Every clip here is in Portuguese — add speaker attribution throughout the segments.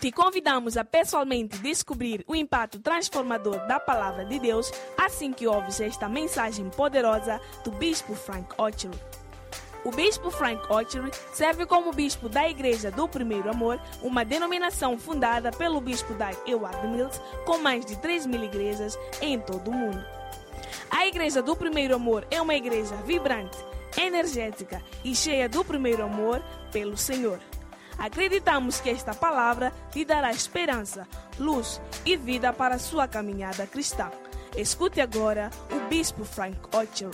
Speaker 1: Te convidamos a pessoalmente descobrir o impacto transformador da palavra de Deus assim que ouves esta mensagem poderosa do Bispo Frank Ochery. O Bispo Frank Ochery serve como bispo da Igreja do Primeiro Amor, uma denominação fundada pelo bispo Doug Ewald Mills, com mais de 3 mil igrejas em todo o mundo. A Igreja do Primeiro Amor é uma igreja vibrante, energética e cheia do primeiro amor pelo Senhor. Acreditamos que esta palavra lhe dará esperança, luz e vida para a sua caminhada cristã. Escute agora o Bispo Frank Ocher.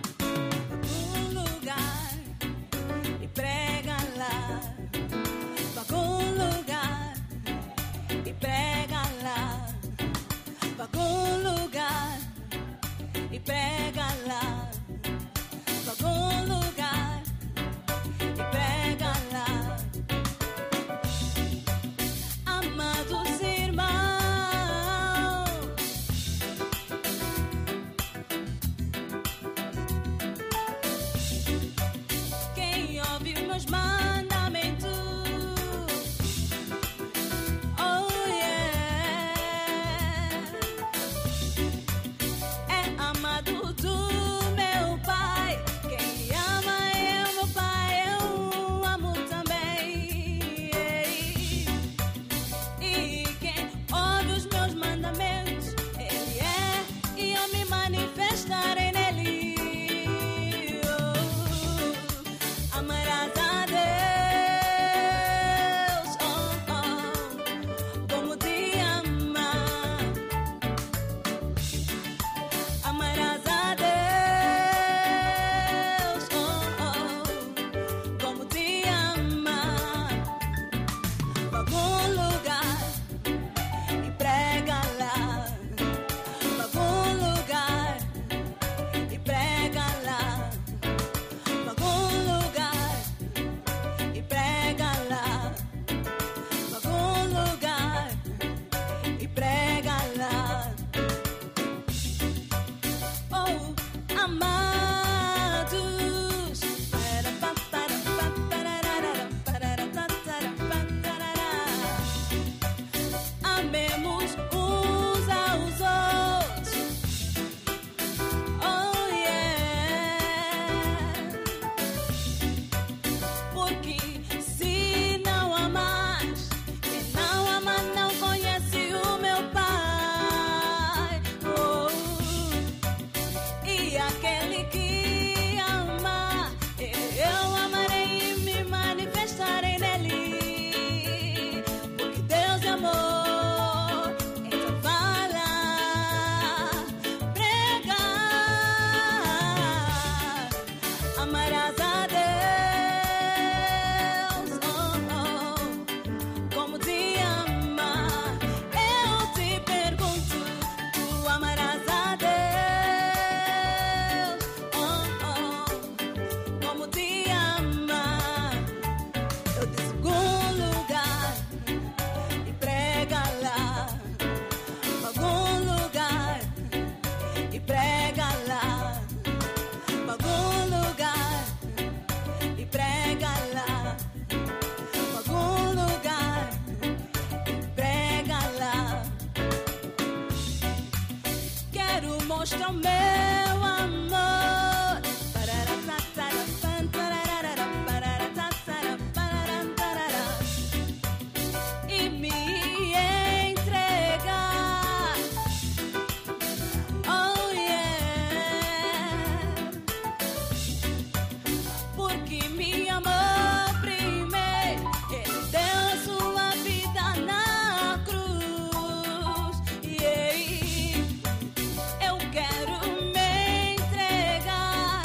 Speaker 2: Um lugar e prega lá. Vaga um lugar e prega lá. Vaga um lugar e prega lá. Vaga um lugar e prega lá. Amados irmãos. Quem ouve meus mandamentos? Oh yeah! É amado do meu pai. Quem me ama é meu pai, eu o amo também. E quem ouve os meus mandamentos, ele é e eu me manifestarei nele. Oh, amarás a Deus, oh, oh, como te ama. Amarás a Deus, oh, oh, como te ama. Vá algum lugar e prega lá. Vá algum lugar e prega lá. Vá algum lugar e prega lá. Vá algum lugar e prega lá. Oh, amados. Amemos uns aos outros. Oh, yeah. Porque se não amas, quem não ama não conhece o meu Pai. Oh, e aquele que ama, eu amarei e me manifestarei nele. Porque Deus é amor, então fala, prega, amarás a Deus. Oh, oh como te ama. Eu te pergunto, tu amarás a Deus? Oh, oh, como te ama? Eu disse algum lugar e prega lá. Algum um lugar e prega lá. Algum um lugar e prega lá algum lugar e prega lá. Quero mostrar o meu amor. tá, Pararatatarapam, parararam, tá, pararatatarapam, pararataram. tá, E me entregar. Oh yeah porque me amou primeiro. Ele deu sua vida na cruz. E aí, eu quero me entregar.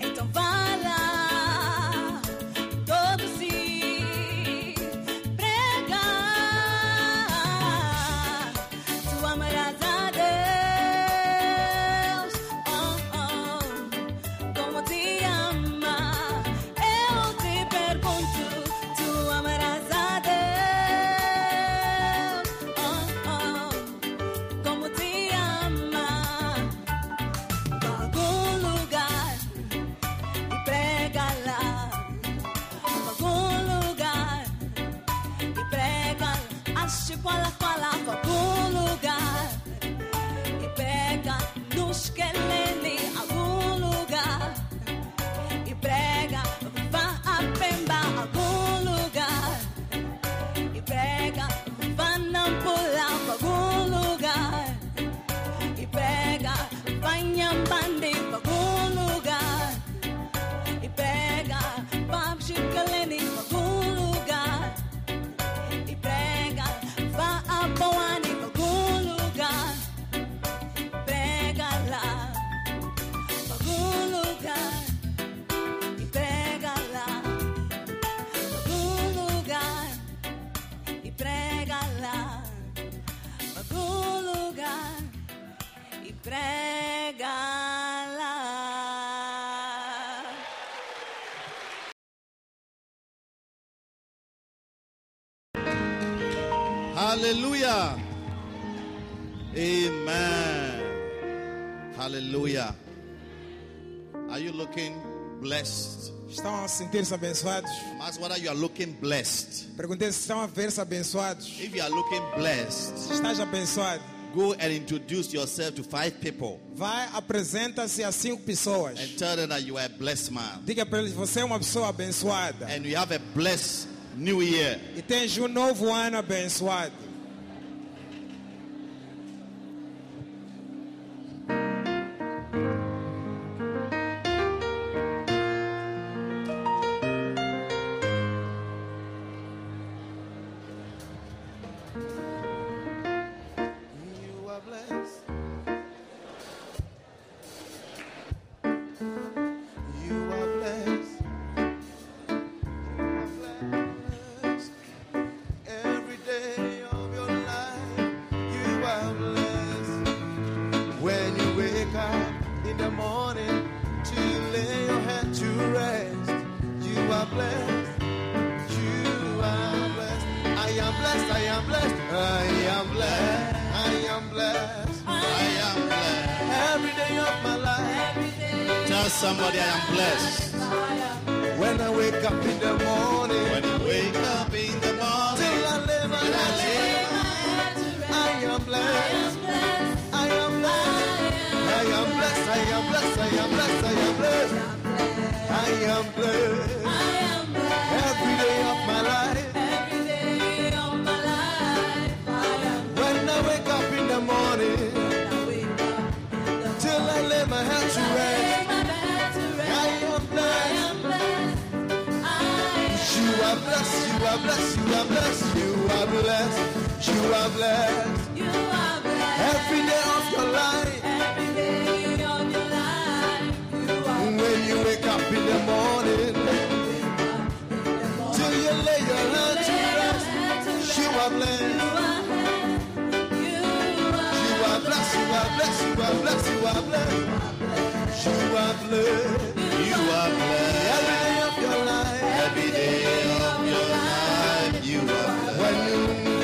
Speaker 2: Então palavra algum lugar e pega nos quelene algum lugar e prega vá a pemba algum lugar e prega vá nampula algum lugar e prega vá nhambande algum lugar e pega Babji Kaleni algum lugar e prega vá a Boane em algum lugar prega lá pra algum lugar e prega lá pra algum lugar e prega lá pra algum lugar e prega lá
Speaker 3: Hallelujah. Amen. Hallelujah. Are you looking blessed?
Speaker 4: Estão a sentir-se abençoados?
Speaker 3: I'm asked whether you are looking blessed.
Speaker 4: Perguntei se estão a ver-se abençoados.
Speaker 3: If you are looking blessed,
Speaker 4: Estás abençoado?
Speaker 3: go and introduce yourself to five people
Speaker 4: Vai, apresenta-se a cinco pessoas.
Speaker 3: and tell them that you are a blessed man
Speaker 4: Diga para eles, você é uma pessoa abençoada.
Speaker 3: and you have a blessed new year.
Speaker 4: E tens um novo ano abençoado.
Speaker 5: You are blessed. You are blessed. You are blessed. Every day of your life, you are blessed. When you wake up in the morning to lay your head to rest, you are blessed. You are blessed. I am blessed. I am blessed. I am blessed. I am blessed.
Speaker 3: I am blessed.
Speaker 5: Every day of my life.
Speaker 3: Tell somebody I am blessed.
Speaker 5: When I wake up in the
Speaker 3: When
Speaker 5: morning,
Speaker 3: you wake up in the
Speaker 5: till I
Speaker 3: morning,
Speaker 5: lay my head, I am blessed. I am blessed. I am blessed. I am blessed. I am blessed. I am blessed. I am blessed. Every day of my life.
Speaker 2: oh,
Speaker 5: When I wake up in the morning, till I lay my head to rest, I am blessed. You are blessed, you are blessed, you are blessed, you are blessed, you are blessed. Every day of your life, when you wake up in the morning, till you lay your hand to rest, you are blessed. You are blessed, you are blessed, you are blessed, you are blessed. You are blessed.
Speaker 3: you are blessed.
Speaker 5: Every
Speaker 3: Every
Speaker 5: day of your life,
Speaker 3: day of your life, you are blessed.
Speaker 5: when you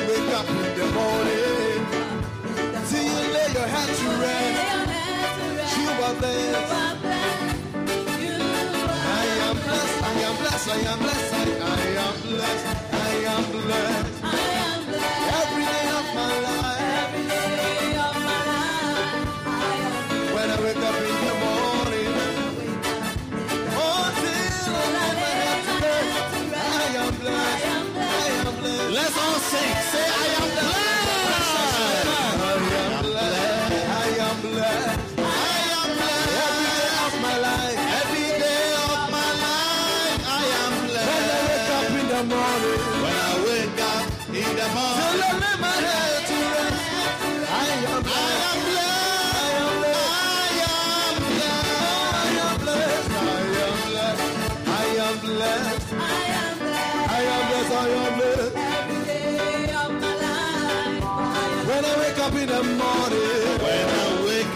Speaker 5: wake up in the morning, till you lay your hand to rest, you are blessed. I am blessed, I am blessed, I am blessed, I, I am blessed, I am blessed. Every day of my life, when I wake up in the morning, oh, till I lay my head to rest, I am blessed, I am blessed.
Speaker 3: Let's all sing. Say, I am blessed.
Speaker 5: I am blessed, I am blessed.
Speaker 3: I am blessed.
Speaker 5: Every day of my life,
Speaker 3: Every day of my life, I am
Speaker 5: when I
Speaker 3: blessed.
Speaker 5: wake up in the morning,
Speaker 3: When I wake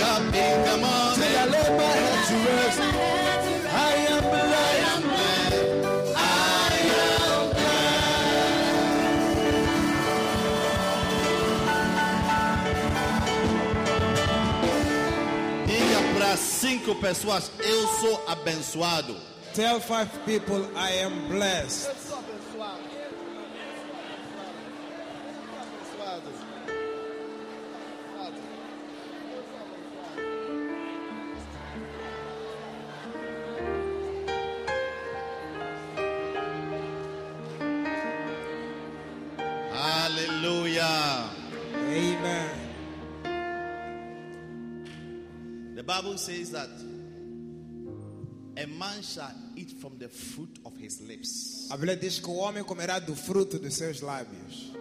Speaker 3: up in the
Speaker 5: till
Speaker 3: morning,
Speaker 5: I lay my head to rest, I
Speaker 3: I
Speaker 5: am
Speaker 3: am blessed.
Speaker 5: blessed, I am
Speaker 3: I am blessed.
Speaker 5: blessed. I am blessed. I am blessed. I am blessed. I am blessed. I am blessed. When I
Speaker 3: When
Speaker 5: wake up in the morning,
Speaker 3: I wake up in the morning,
Speaker 5: till I lay my head to rest, I am blessed.
Speaker 3: diga para cinco pessoas: Eu sou abençoado.
Speaker 4: Tell five people I am blessed.
Speaker 5: Eu sou abençoado. Eu sou abençoado.
Speaker 3: The Bible says that a man shall eat from the fruit of his lips.
Speaker 4: A Bíblia diz que o homem comerá do fruto dos seus lábios.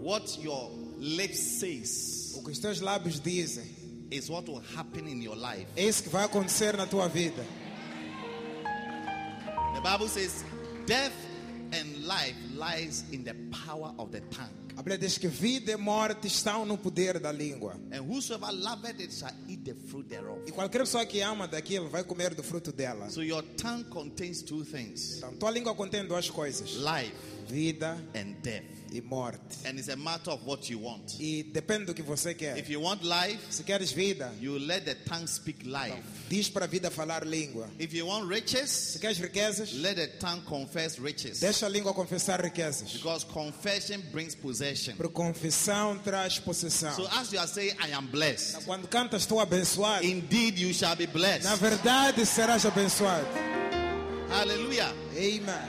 Speaker 3: What your lips says
Speaker 4: O que os teus lábios dizem
Speaker 3: is what will happen in your life.
Speaker 4: é isso que vai acontecer na tua vida.
Speaker 3: The Bible says death and life lies in the power of the tongue.
Speaker 4: A Bíblia diz que vida e morte estão no poder da língua.
Speaker 3: And whosoever loveth it shall eat the fruit thereof.
Speaker 4: E qualquer pessoa que ama daquilo vai comer do fruto dela.
Speaker 3: So your tongue contains two things
Speaker 4: Então, tua língua contém duas coisas:
Speaker 3: life
Speaker 4: vida
Speaker 3: and death.
Speaker 4: e morte.
Speaker 3: And it's a matter of what you want.
Speaker 4: E depende do que você quer.
Speaker 3: If you want life,
Speaker 4: Se queres vida,
Speaker 3: you let the tongue speak life.
Speaker 4: diz para a vida falar língua.
Speaker 3: If you want riches,
Speaker 4: Se queres riquezas,
Speaker 3: let the tongue confess riches.
Speaker 4: deixa a língua confessar riquezas.
Speaker 3: Because confession brings possession.
Speaker 4: Porque confissão traz possessão. Então,
Speaker 3: So as you are saying, I am blessed.
Speaker 4: Quando cantas, tu abençoado.
Speaker 3: Indeed, you shall be
Speaker 4: Na
Speaker 3: blessed.
Speaker 4: verdade, serás abençoado.
Speaker 3: Hallelujah.
Speaker 4: Amen.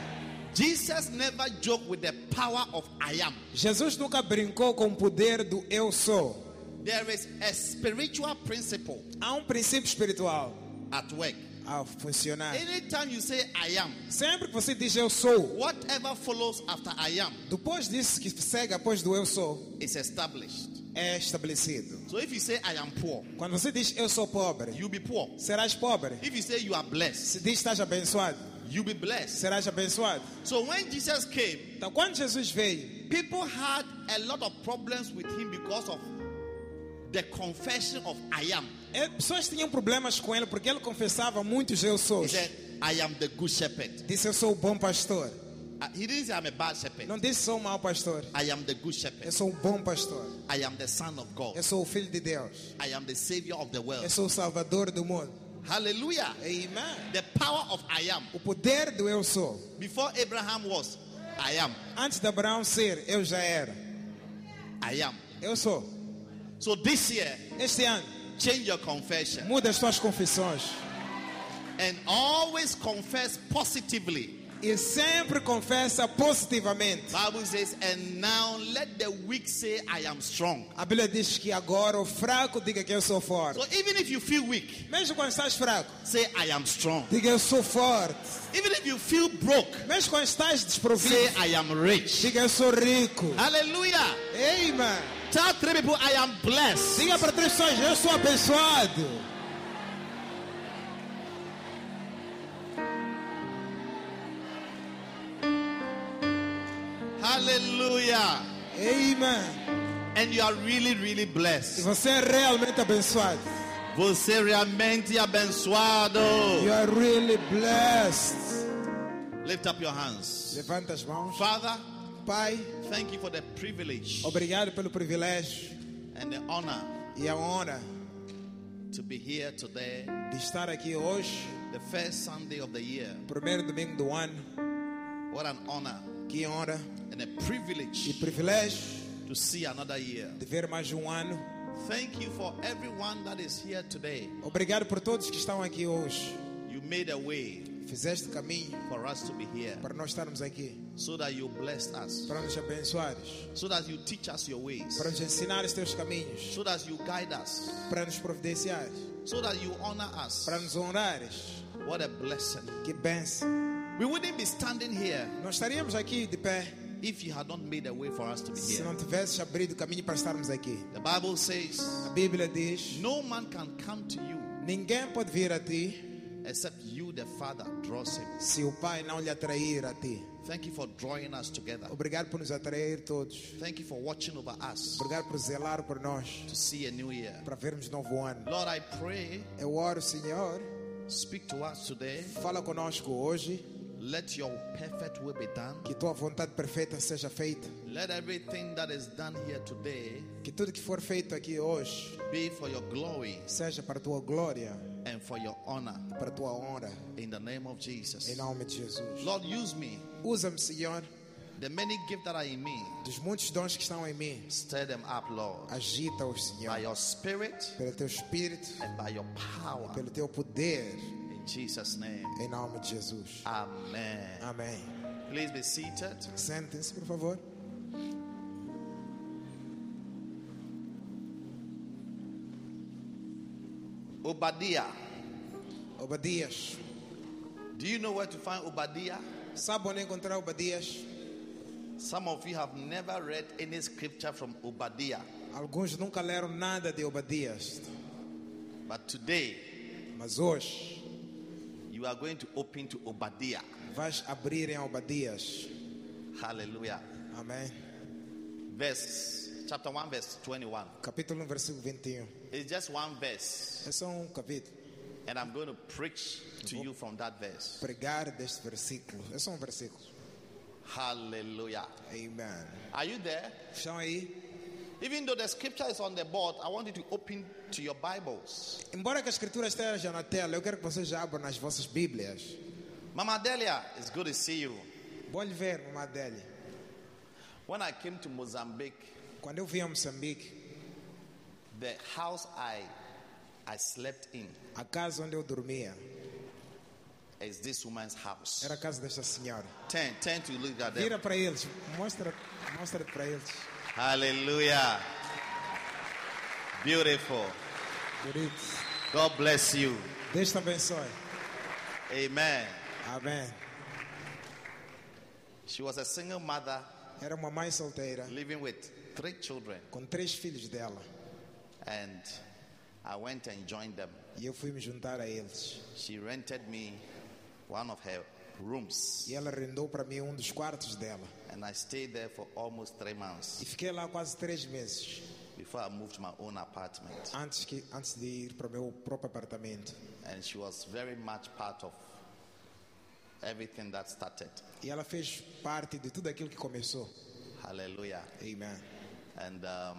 Speaker 3: Jesus never joked with the power of I am.
Speaker 4: Jesus nunca brincou com o poder do eu sou.
Speaker 3: There is a spiritual principle
Speaker 4: Há um princípio espiritual
Speaker 3: at work.
Speaker 4: a funcionar.
Speaker 3: Anytime you say I am,
Speaker 4: Sempre que você diz eu sou,
Speaker 3: whatever follows after I am
Speaker 4: depois disso que segue após do eu sou,
Speaker 3: is established.
Speaker 4: é estabelecido.
Speaker 3: So if you say I am poor,
Speaker 4: Quando você diz eu sou pobre,
Speaker 3: you'll be poor.
Speaker 4: serás pobre.
Speaker 3: If you say you are blessed,
Speaker 4: Se diz estás abençoado,
Speaker 3: you'll be blessed.
Speaker 4: serás abençoado.
Speaker 3: So when Jesus came,
Speaker 4: Então, quando Jesus veio,
Speaker 3: people had a lot of problems with him because of the confession of I am.
Speaker 4: é, pessoas tinham problemas com ele porque ele confessava muitos eu sou.
Speaker 3: He said, I am the good shepherd.
Speaker 4: Disse eu sou o bom pastor.
Speaker 3: Uh, He didn't say I'm a bad shepherd.
Speaker 4: Não disse sou o mau pastor.
Speaker 3: I am the good
Speaker 4: Eu
Speaker 3: shepherd.
Speaker 4: sou o bom pastor.
Speaker 3: I am the son of God.
Speaker 4: Eu sou o filho de Deus.
Speaker 3: I am the savior of the
Speaker 4: Eu
Speaker 3: world.
Speaker 4: sou o salvador do mundo.
Speaker 3: Hallelujah.
Speaker 4: Amen.
Speaker 3: The power of I am.
Speaker 4: O poder do eu sou.
Speaker 3: Before Abraham was, I am.
Speaker 4: Antes de Abraão ser, eu já era.
Speaker 3: I am.
Speaker 4: Eu sou.
Speaker 3: So this year,
Speaker 4: Este ano,
Speaker 3: change your confession
Speaker 4: muda as tuas confissões.
Speaker 3: and always confess positively.
Speaker 4: E sempre confessa positivamente.
Speaker 3: Bible says, and now let the weak say, I am strong.
Speaker 4: A Bíblia diz que agora o fraco diga que eu sou
Speaker 3: So
Speaker 4: forte.
Speaker 3: even if you feel weak,
Speaker 4: Mesmo quando estás fraco,
Speaker 3: say, I am strong.
Speaker 4: diga eu sou forte.
Speaker 3: Even if you feel broke,
Speaker 4: Mesmo quando estás
Speaker 3: say,
Speaker 4: desprovido,
Speaker 3: I am rich.
Speaker 4: diga eu sou rico.
Speaker 3: Hallelujah.
Speaker 4: Amen.
Speaker 3: Tell three people, I am blessed.
Speaker 4: Diga para três pessoas, eu sou abençoado.
Speaker 3: Hallelujah.
Speaker 4: Amen.
Speaker 3: And you are really, really
Speaker 4: E
Speaker 3: blessed.
Speaker 4: você é realmente abençoado.
Speaker 3: Você realmente abençoado.
Speaker 4: You are really blessed.
Speaker 3: Lift up your hands.
Speaker 4: Levanta as mãos.
Speaker 3: Father,
Speaker 4: Pai,
Speaker 3: thank you for the privilege
Speaker 4: obrigado pelo privilégio
Speaker 3: and the honor
Speaker 4: e a honra
Speaker 3: to be here today,
Speaker 4: de estar aqui hoje,
Speaker 3: the first Sunday of the year.
Speaker 4: primeiro domingo do ano.
Speaker 3: What an honor
Speaker 4: Que honra
Speaker 3: and a
Speaker 4: e
Speaker 3: privilege
Speaker 4: privilégio
Speaker 3: to see another year.
Speaker 4: de ver mais um ano.
Speaker 3: Thank you for everyone that is here today.
Speaker 4: Obrigado por todos que estão aqui hoje.
Speaker 3: You made a way
Speaker 4: Fizeste caminho
Speaker 3: for us to be here
Speaker 4: para nós estarmos aqui,
Speaker 3: so that you blessed us,
Speaker 4: para nos abençoares,
Speaker 3: so that you teach us your ways,
Speaker 4: para nos ensinar os teus caminhos,
Speaker 3: so that you guide us,
Speaker 4: para nos providenciares,
Speaker 3: so that you honor us.
Speaker 4: para nos honrares.
Speaker 3: What a blessing.
Speaker 4: Que benção.
Speaker 3: We wouldn't be standing here
Speaker 4: Nós estaríamos aqui de pé
Speaker 3: if you had not made a way for us to be
Speaker 4: se
Speaker 3: here.
Speaker 4: não tivesses abrido caminho para estarmos aqui.
Speaker 3: The Bible
Speaker 4: A
Speaker 3: says,
Speaker 4: Bíblia diz:
Speaker 3: No man can come to you
Speaker 4: Ninguém pode vir a ti
Speaker 3: except you, the Father, draws him.
Speaker 4: se o Pai não lhe atrair a ti.
Speaker 3: Thank you for drawing us together.
Speaker 4: Obrigado por nos atrair todos.
Speaker 3: Thank you for watching over us
Speaker 4: Obrigado por zelar por nós,
Speaker 3: to see a new year.
Speaker 4: para vermos novo ano.
Speaker 3: Lord, I pray,
Speaker 4: Eu oro, Senhor,
Speaker 3: speak to us today.
Speaker 4: fala conosco hoje,
Speaker 3: Let your perfect will be done.
Speaker 4: que tua vontade perfeita seja feita.
Speaker 3: Let everything that is done here today
Speaker 4: Que tudo que for feito aqui hoje
Speaker 3: be for your glory
Speaker 4: seja para tua glória,
Speaker 3: and for your honor.
Speaker 4: para tua honra,
Speaker 3: In the name of
Speaker 4: em
Speaker 3: Jesus.
Speaker 4: nome de Jesus.
Speaker 3: Lord, use me.
Speaker 4: Usa-me, Senhor,
Speaker 3: The many gifts that are in me,
Speaker 4: dos muitos dons que estão em mim.
Speaker 3: stir them up, Lord.
Speaker 4: Agita-os,
Speaker 3: By
Speaker 4: Senhor,
Speaker 3: your spirit
Speaker 4: pelo teu espírito,
Speaker 3: and by your power.
Speaker 4: pelo teu poder,
Speaker 3: In Jesus' name.
Speaker 4: em nome de Jesus.
Speaker 3: Amen.
Speaker 4: Amém.
Speaker 3: Please be seated.
Speaker 4: Sentem-se, por favor.
Speaker 3: Obadiah.
Speaker 4: Obadias.
Speaker 3: Do you know where to find Obadiah?
Speaker 4: Sabe onde encontrar Obadias?
Speaker 3: Some of you have never read any scripture from Obadiah.
Speaker 4: Alguns nunca leram nada de Obadias.
Speaker 3: But today,
Speaker 4: Mas hoje
Speaker 3: you are going to open to Obadiah.
Speaker 4: vais abrir em Obadias.
Speaker 3: Hallelujah.
Speaker 4: Amém.
Speaker 3: Verse, chapter 1, verse 21.
Speaker 4: Capítulo 1, versículo 21.
Speaker 3: It's just one verse.
Speaker 4: É só um capítulo.
Speaker 3: And I'm going to preach to you from that verse.
Speaker 4: Pregar deste versículo. É só um versículo.
Speaker 3: Hallelujah.
Speaker 4: Amen.
Speaker 3: Are you there?
Speaker 4: Estão aí?
Speaker 3: Even though the scripture is on the board, I want you to open to your Bibles.
Speaker 4: Embora que a escritura esteja na tela, eu quero que vocês já abram nas vossas Bíblias.
Speaker 3: Mama Delia, it's good to see you.
Speaker 4: Bom lhe ver, mamãe Adélia.
Speaker 3: When I came to Mozambique,
Speaker 4: Quando eu vim a Moçambique,
Speaker 3: the house I I slept in
Speaker 4: a casa onde eu dormia
Speaker 3: is this woman's house.
Speaker 4: era a casa desta senhora.
Speaker 3: Turn, turn to look at
Speaker 4: Vira
Speaker 3: them.
Speaker 4: para eles, mostra, mostra para eles.
Speaker 3: Hallelujah. Beautiful.
Speaker 4: Queridos,
Speaker 3: God bless you.
Speaker 4: Deus te abençoe.
Speaker 3: Amen.
Speaker 4: Amém.
Speaker 3: She was a single mother
Speaker 4: Era uma mãe solteira,
Speaker 3: living with three children,
Speaker 4: com três filhos dela.
Speaker 3: and I went and joined them.
Speaker 4: E eu fui me juntar a eles.
Speaker 3: She rented me one of her rooms,
Speaker 4: E ela rendou para mim um dos quartos dela.
Speaker 3: and I stayed there for almost three months
Speaker 4: E fiquei lá quase três meses
Speaker 3: before I moved to my own apartment.
Speaker 4: antes, que, antes de ir para o meu próprio apartamento.
Speaker 3: And she was very much part of everything that started.
Speaker 4: E ela fez parte de tudo aquilo que começou.
Speaker 3: Hallelujah.
Speaker 4: Amen.
Speaker 3: And um,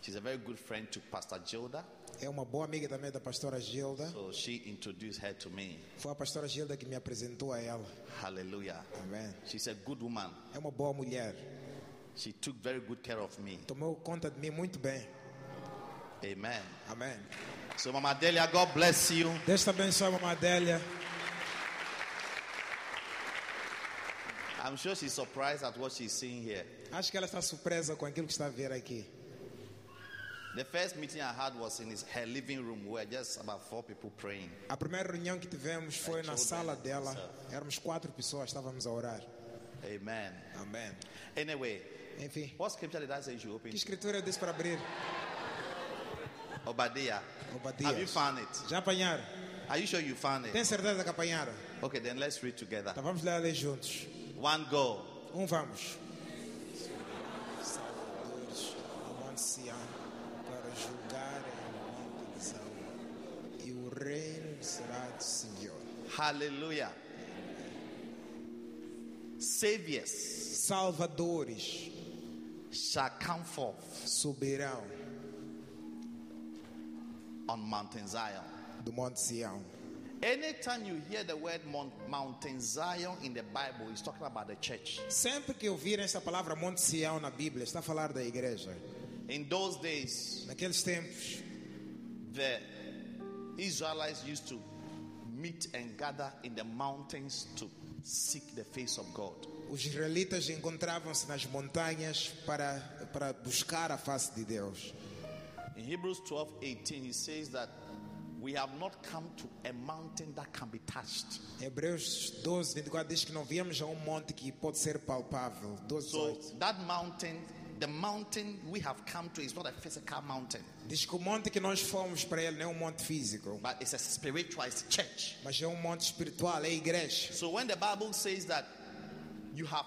Speaker 3: she's a very good friend to Pastor Gilda,
Speaker 4: É uma boa amiga também da pastora Gilda.
Speaker 3: so she introduced her to me.
Speaker 4: Foi a pastora Gilda que me apresentou a ela.
Speaker 3: Hallelujah.
Speaker 4: Amém.
Speaker 3: She's a good woman.
Speaker 4: É uma boa mulher.
Speaker 3: She took very good care of me.
Speaker 4: Tomou conta de mim muito bem.
Speaker 3: Amen.
Speaker 4: Amém.
Speaker 3: So, Mama Delia, God bless you.
Speaker 4: Deus te abençoe, mamãe Adélia.
Speaker 3: I'm sure she's surprised at what she's seeing here.
Speaker 4: Acho que ela está surpresa com aquilo que está a ver aqui.
Speaker 3: The first meeting I had was in his, her living room where just about four people praying.
Speaker 4: A primeira reunião que tivemos foi na sala dela. Éramos quatro pessoas, estávamos a orar.
Speaker 3: Amen.
Speaker 4: Amém.
Speaker 3: Anyway,
Speaker 4: Enfim,
Speaker 3: what scripture did I say you should open?
Speaker 4: que escritura eu disse para abrir?
Speaker 3: Obadiah.
Speaker 4: Obadias.
Speaker 3: Have you found it?
Speaker 4: Já apanharam?
Speaker 3: Are you sure you found
Speaker 4: Tem
Speaker 3: it?
Speaker 4: certeza que apanharam?
Speaker 3: Okay, then let's read together.
Speaker 4: Então vamos lá ler juntos.
Speaker 3: One go.
Speaker 4: Um vamos. Salvadores, o ancião, para julgar em nome de Saul, e o reino será do Senhor.
Speaker 3: Hallelujah. Saviors
Speaker 4: Salvadores
Speaker 3: shall come forth
Speaker 4: subirão
Speaker 3: on Mountain Zion.
Speaker 4: do Monte Sião.
Speaker 3: Anytime you hear the word Mount, Mountain Zion in the Bible, it's talking about the church.
Speaker 4: Sempre que ouvirem essa palavra Monte Sião na Bíblia, está a falar da igreja.
Speaker 3: In those days,
Speaker 4: Naqueles tempos,
Speaker 3: the Israelites used to meet and gather in the mountains to seek the face of God.
Speaker 4: os israelitas encontravam-se nas montanhas para, para buscar a face de Deus.
Speaker 3: In Hebrews 12 18, he says that we have not come to a mountain that can be touched.
Speaker 4: Hebreus 12, 24 diz que não viemos a um monte que pode ser palpável. 12,
Speaker 3: So
Speaker 4: 18.
Speaker 3: that mountain, the mountain we have come to is not a physical mountain,
Speaker 4: Diz que o monte que nós fomos para ele não é um monte físico,
Speaker 3: but it's a spiritual, it's a church.
Speaker 4: mas é um monte espiritual, é a igreja.
Speaker 3: So when the Bible says that you have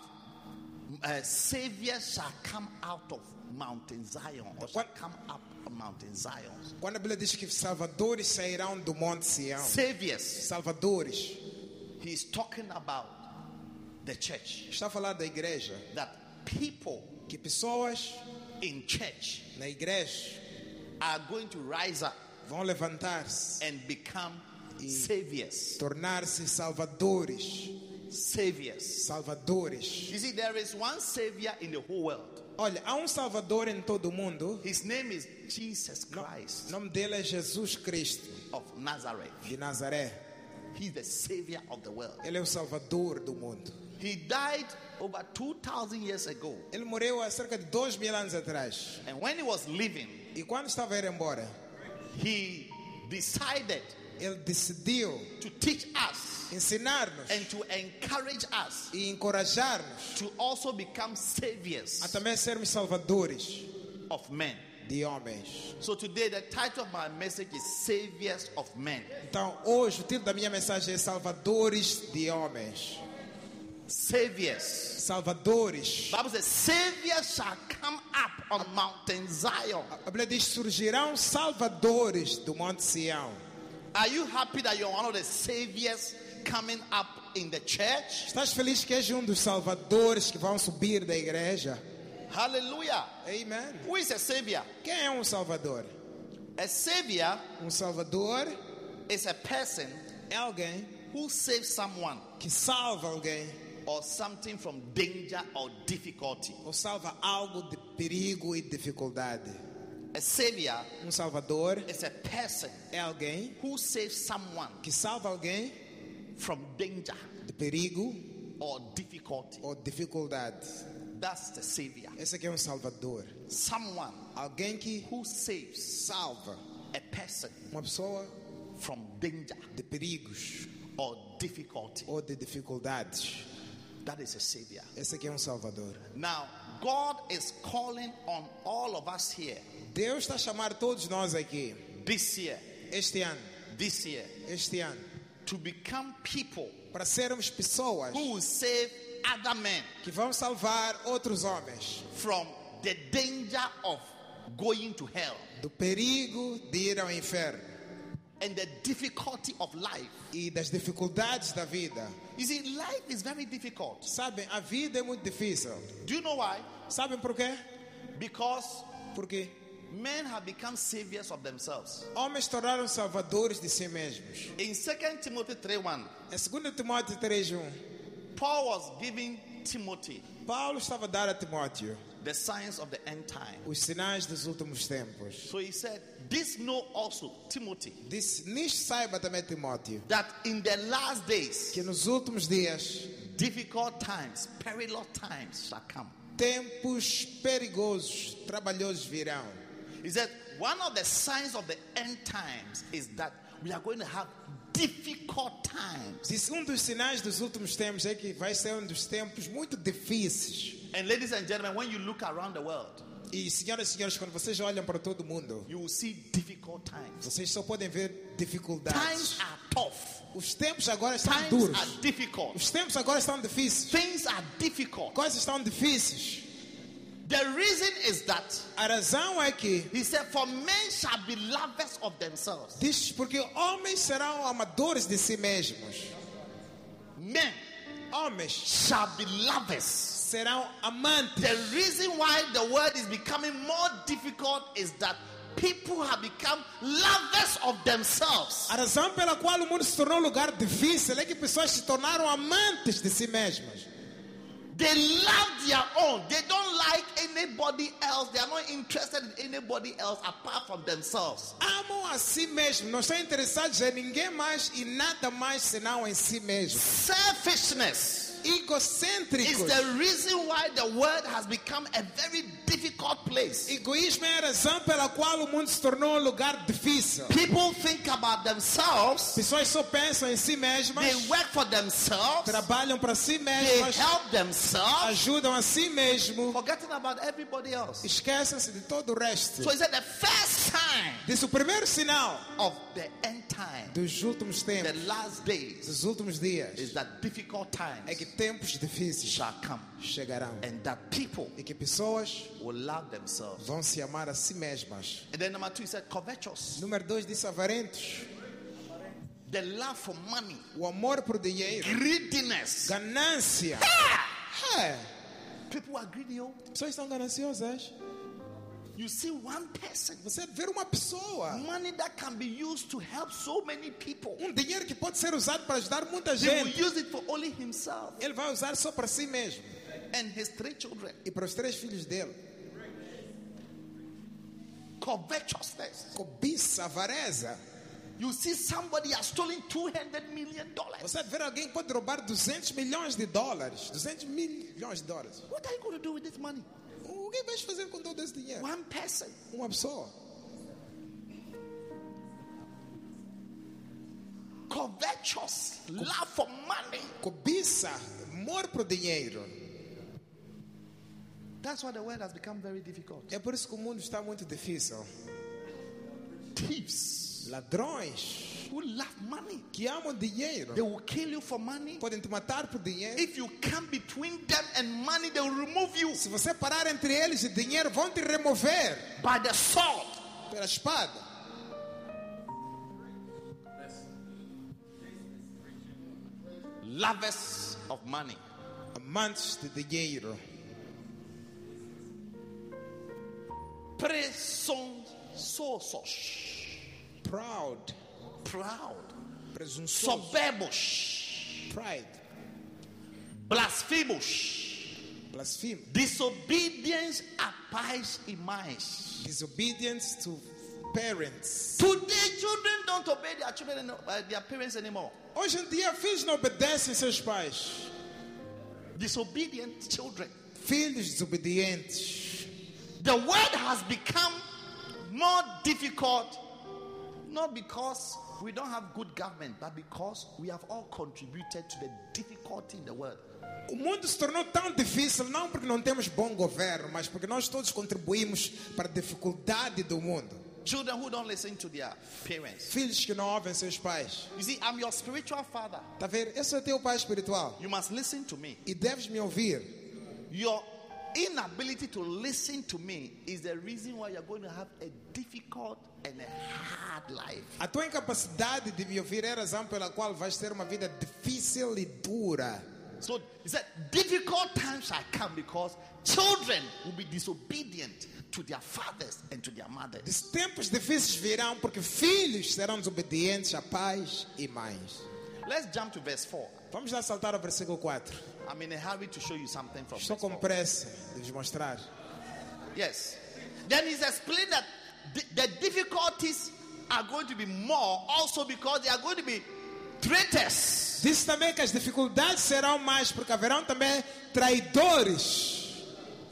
Speaker 3: a savior shall come out of Mountain Zion or shall
Speaker 4: What?
Speaker 3: come up of Mountain Zion.
Speaker 4: Quando a Bíblia diz que salvadores sairão do monte Sião,
Speaker 3: Saviors,
Speaker 4: salvadores,
Speaker 3: he's talking about the church.
Speaker 4: está a falar da igreja.
Speaker 3: That people
Speaker 4: Que pessoas
Speaker 3: in church
Speaker 4: na igreja
Speaker 3: are going to rise up
Speaker 4: vão levantar-se,
Speaker 3: and become saviors.
Speaker 4: tornar-se salvadores,
Speaker 3: Saviors.
Speaker 4: salvadores.
Speaker 3: You see, there is one savior in the whole world.
Speaker 4: Olha, há um salvador em todo o mundo.
Speaker 3: His name is Jesus
Speaker 4: O
Speaker 3: Christ
Speaker 4: nome dele é Jesus Cristo
Speaker 3: of Nazareth.
Speaker 4: de Nazaré.
Speaker 3: He's the savior of the world.
Speaker 4: Ele é o salvador do mundo.
Speaker 3: He died over 2,000 years ago.
Speaker 4: Ele morreu há cerca de dois mil anos atrás.
Speaker 3: And when he was living,
Speaker 4: E quando estava a ir embora,
Speaker 3: he decided
Speaker 4: Ele decidiu
Speaker 3: to teach us
Speaker 4: ensinar-nos
Speaker 3: and to encourage us
Speaker 4: e encorajar-nos
Speaker 3: to also become
Speaker 4: a
Speaker 3: saviors
Speaker 4: também sermos salvadores
Speaker 3: of men.
Speaker 4: de homens.
Speaker 3: So today, the title of my message is Saviors of Men.
Speaker 4: Então, hoje, o título da minha mensagem é Salvadores de Homens.
Speaker 3: Saviors.
Speaker 4: Salvadores.
Speaker 3: Bible says, Saviors shall come up on Mountain Zion.
Speaker 4: A Bíblia diz: surgirão salvadores do Monte Sião.
Speaker 3: Are you happy that you're one of the saviors coming up in the church?
Speaker 4: Estás feliz que és um dos salvadores que vão subir da igreja?
Speaker 3: Hallelujah.
Speaker 4: Amém.
Speaker 3: Who is a savior?
Speaker 4: Quem é um salvador?
Speaker 3: A savior
Speaker 4: Um salvador
Speaker 3: is a person
Speaker 4: é alguém
Speaker 3: who saves someone
Speaker 4: que salva alguém
Speaker 3: or something from danger or difficulty.
Speaker 4: ou salva algo de perigo e dificuldade.
Speaker 3: A savior
Speaker 4: Um salvador
Speaker 3: is a person
Speaker 4: é alguém
Speaker 3: who saves someone
Speaker 4: que salva alguém
Speaker 3: from danger
Speaker 4: de perigo
Speaker 3: or difficulty.
Speaker 4: ou dificuldade.
Speaker 3: That's the savior.
Speaker 4: Esse aqui é um salvador.
Speaker 3: Someone
Speaker 4: Alguém que
Speaker 3: who saves
Speaker 4: salva
Speaker 3: a person
Speaker 4: uma pessoa
Speaker 3: from danger
Speaker 4: de perigos
Speaker 3: or difficulty.
Speaker 4: ou de dificuldades.
Speaker 3: That is a savior.
Speaker 4: Esse aqui é um salvador.
Speaker 3: Now, God is calling on all of us here
Speaker 4: Deus está a chamar todos nós aqui
Speaker 3: this year,
Speaker 4: este ano,
Speaker 3: this year,
Speaker 4: este ano,
Speaker 3: to become people
Speaker 4: para sermos pessoas
Speaker 3: who will save other men
Speaker 4: que vão salvar outros homens
Speaker 3: from the danger of going to hell
Speaker 4: do perigo de ir ao inferno
Speaker 3: and the difficulty of life.
Speaker 4: e das dificuldades da vida.
Speaker 3: You see, life is very difficult.
Speaker 4: Sabem, a vida é muito difícil.
Speaker 3: Do you know why?
Speaker 4: Sabem por quê?
Speaker 3: Because
Speaker 4: Porque
Speaker 3: men have become saviors of themselves.
Speaker 4: homens tornaram salvadores de si mesmos.
Speaker 3: In 2 Timothy 3:1,
Speaker 4: Em 2 Timóteo 3:1,
Speaker 3: Paul was giving Timothy
Speaker 4: Paulo estava a dar a Timóteo
Speaker 3: the signs of the end time.
Speaker 4: os sinais dos últimos tempos.
Speaker 3: So he said, This know also, Timothy,
Speaker 4: Disse: Nisto saiba também Timóteo
Speaker 3: that in the last days,
Speaker 4: que nos últimos dias
Speaker 3: difficult times, perilous times shall come.
Speaker 4: tempos perigosos, trabalhosos virão.
Speaker 3: He said, one of the signs of the end times is that we are going to have difficult times.
Speaker 4: Disse um dos sinais dos últimos tempos é que vai ser um dos tempos muito difíceis.
Speaker 3: And ladies and gentlemen, when you look around the world,
Speaker 4: E senhoras e senhores, quando vocês olham para todo mundo,
Speaker 3: you will see difficult times.
Speaker 4: vocês só podem ver dificuldades.
Speaker 3: Times are tough.
Speaker 4: Os tempos agora estão
Speaker 3: Times
Speaker 4: duros.
Speaker 3: are difficult.
Speaker 4: Os tempos agora estão difíceis.
Speaker 3: Things are difficult.
Speaker 4: Coisas estão difíceis.
Speaker 3: The reason is that
Speaker 4: A razão é que
Speaker 3: he said, For men shall be lovers of themselves.
Speaker 4: diz porque homens serão amadores de si mesmos.
Speaker 3: Men
Speaker 4: Homens
Speaker 3: shall be lovers.
Speaker 4: serão amantes.
Speaker 3: The reason why the world is becoming more difficult is that people have become lovers of themselves.
Speaker 4: A razão pela qual o mundo se tornou um lugar difícil é que pessoas se tornaram amantes de si mesmas.
Speaker 3: They love their own. They don't like anybody else. They are not interested in anybody else apart from themselves.
Speaker 4: Amam a si mesmos, não estão interessados em ninguém mais e nada mais senão em si mesmos.
Speaker 3: Selfishness is
Speaker 4: Egocêntricos.
Speaker 3: the reason why the world has become a very difficult place.
Speaker 4: Egoísmo é a razão pela qual o mundo se tornou um lugar difícil.
Speaker 3: People think about themselves.
Speaker 4: Pessoas só pensam em si mesmas,
Speaker 3: They work for themselves.
Speaker 4: trabalham para si
Speaker 3: They
Speaker 4: mesmas,
Speaker 3: help themselves.
Speaker 4: ajudam a si mesmo,
Speaker 3: Forgetting about everybody else.
Speaker 4: esquecem-se de todo o resto.
Speaker 3: So he said the first sign
Speaker 4: Diz o primeiro sinal
Speaker 3: of the end time,
Speaker 4: dos últimos
Speaker 3: the
Speaker 4: tempos,
Speaker 3: last days,
Speaker 4: dos últimos dias,
Speaker 3: is that difficult
Speaker 4: é que
Speaker 3: times
Speaker 4: tempos difíceis
Speaker 3: shall come,
Speaker 4: chegarão.
Speaker 3: and that people
Speaker 4: e que pessoas
Speaker 3: will love themselves.
Speaker 4: vão se amar a si mesmas.
Speaker 3: And then number two, he said covetous,
Speaker 4: Número dois disse avarentos,
Speaker 3: the love for money,
Speaker 4: o amor por dinheiro,
Speaker 3: greediness.
Speaker 4: ganância.
Speaker 3: Ah!
Speaker 4: É,
Speaker 3: People are greedy. oh.
Speaker 4: pessoas estão gananciosas.
Speaker 3: You see one person,
Speaker 4: Você vê uma pessoa,
Speaker 3: money that can be used to help so many people.
Speaker 4: um dinheiro que pode ser usado para ajudar muita
Speaker 3: He will
Speaker 4: gente.
Speaker 3: use it for only himself
Speaker 4: Ele vai usar só para si mesmo
Speaker 3: and his three children.
Speaker 4: e para os três filhos dele.
Speaker 3: Covetousness.
Speaker 4: Cobiça, avareza.
Speaker 3: You see somebody has stolen two hundred million dollars.
Speaker 4: Você vê alguém que pode roubar 200 milhões de dólares. 200 milhões de dólares.
Speaker 3: What are you going to do with this money?
Speaker 4: O que vais fazer com todo esse dinheiro?
Speaker 3: One person.
Speaker 4: Uma pessoa.
Speaker 3: of virtues, love for money.
Speaker 4: cobiça, amor pro dinheiro.
Speaker 3: That's why the world has become very difficult.
Speaker 4: É por isso que o mundo está muito difícil.
Speaker 3: Thieves
Speaker 4: Ladrões
Speaker 3: who love money,
Speaker 4: que amam dinheiro
Speaker 3: they will kill you for money.
Speaker 4: podem te matar por dinheiro.
Speaker 3: If you come between them and money, they will remove you
Speaker 4: Se você parar entre eles e dinheiro, vão te remover
Speaker 3: by the sword.
Speaker 4: pela espada.
Speaker 3: Lovers of money.
Speaker 4: Amantes de dinheiro,
Speaker 3: Presunçosos.
Speaker 4: proud,
Speaker 3: Proud.
Speaker 4: presunçoso,
Speaker 3: Soberbos.
Speaker 4: pride,
Speaker 3: Blasfemos.
Speaker 4: blasfemo,
Speaker 3: Disobedience a pais e mães.
Speaker 4: disobedience to parents.
Speaker 3: Today, children don't obey their children, uh, their parents anymore.
Speaker 4: Hoje em dia, filhos não obedecem seus pais.
Speaker 3: Disobedient children.
Speaker 4: Filhos desobedientes.
Speaker 3: The world has become more difficult, not because we don't have good government, but because we have all contributed to the difficulty in the world.
Speaker 4: O mundo se tornou tão difícil, não porque não temos bom governo, mas porque nós todos contribuímos para a dificuldade do mundo.
Speaker 3: Children who don't listen to their parents.
Speaker 4: Filhos que não ouvem seus pais.
Speaker 3: You see, I'm your spiritual father.
Speaker 4: Está a ver? Eu sou teu pai espiritual.
Speaker 3: You must listen to me.
Speaker 4: E deves me ouvir.
Speaker 3: Your inability to listen to me is the reason why you're going to have a difficult and a hard life.
Speaker 4: A tua incapacidade de me ouvir é a razão pela qual vais ter uma vida difícil e dura.
Speaker 3: So he said, difficult times shall come because children will be disobedient to their fathers and to their mothers.
Speaker 4: Esses Tempos difíceis virão porque filhos serão desobedientes a pais e mães.
Speaker 3: Let's jump to verse 4.
Speaker 4: Vamos lá saltar ao versículo 4.
Speaker 3: I'm in a hurry to show you something from
Speaker 4: Estou
Speaker 3: verse
Speaker 4: com
Speaker 3: 4.
Speaker 4: pressa de vos mostrar.
Speaker 3: Yes. Then he's explained that the, the difficulties are going to be more also because they are going to be traitors.
Speaker 4: Disse também que as dificuldades serão mais, porque haverão também traidores.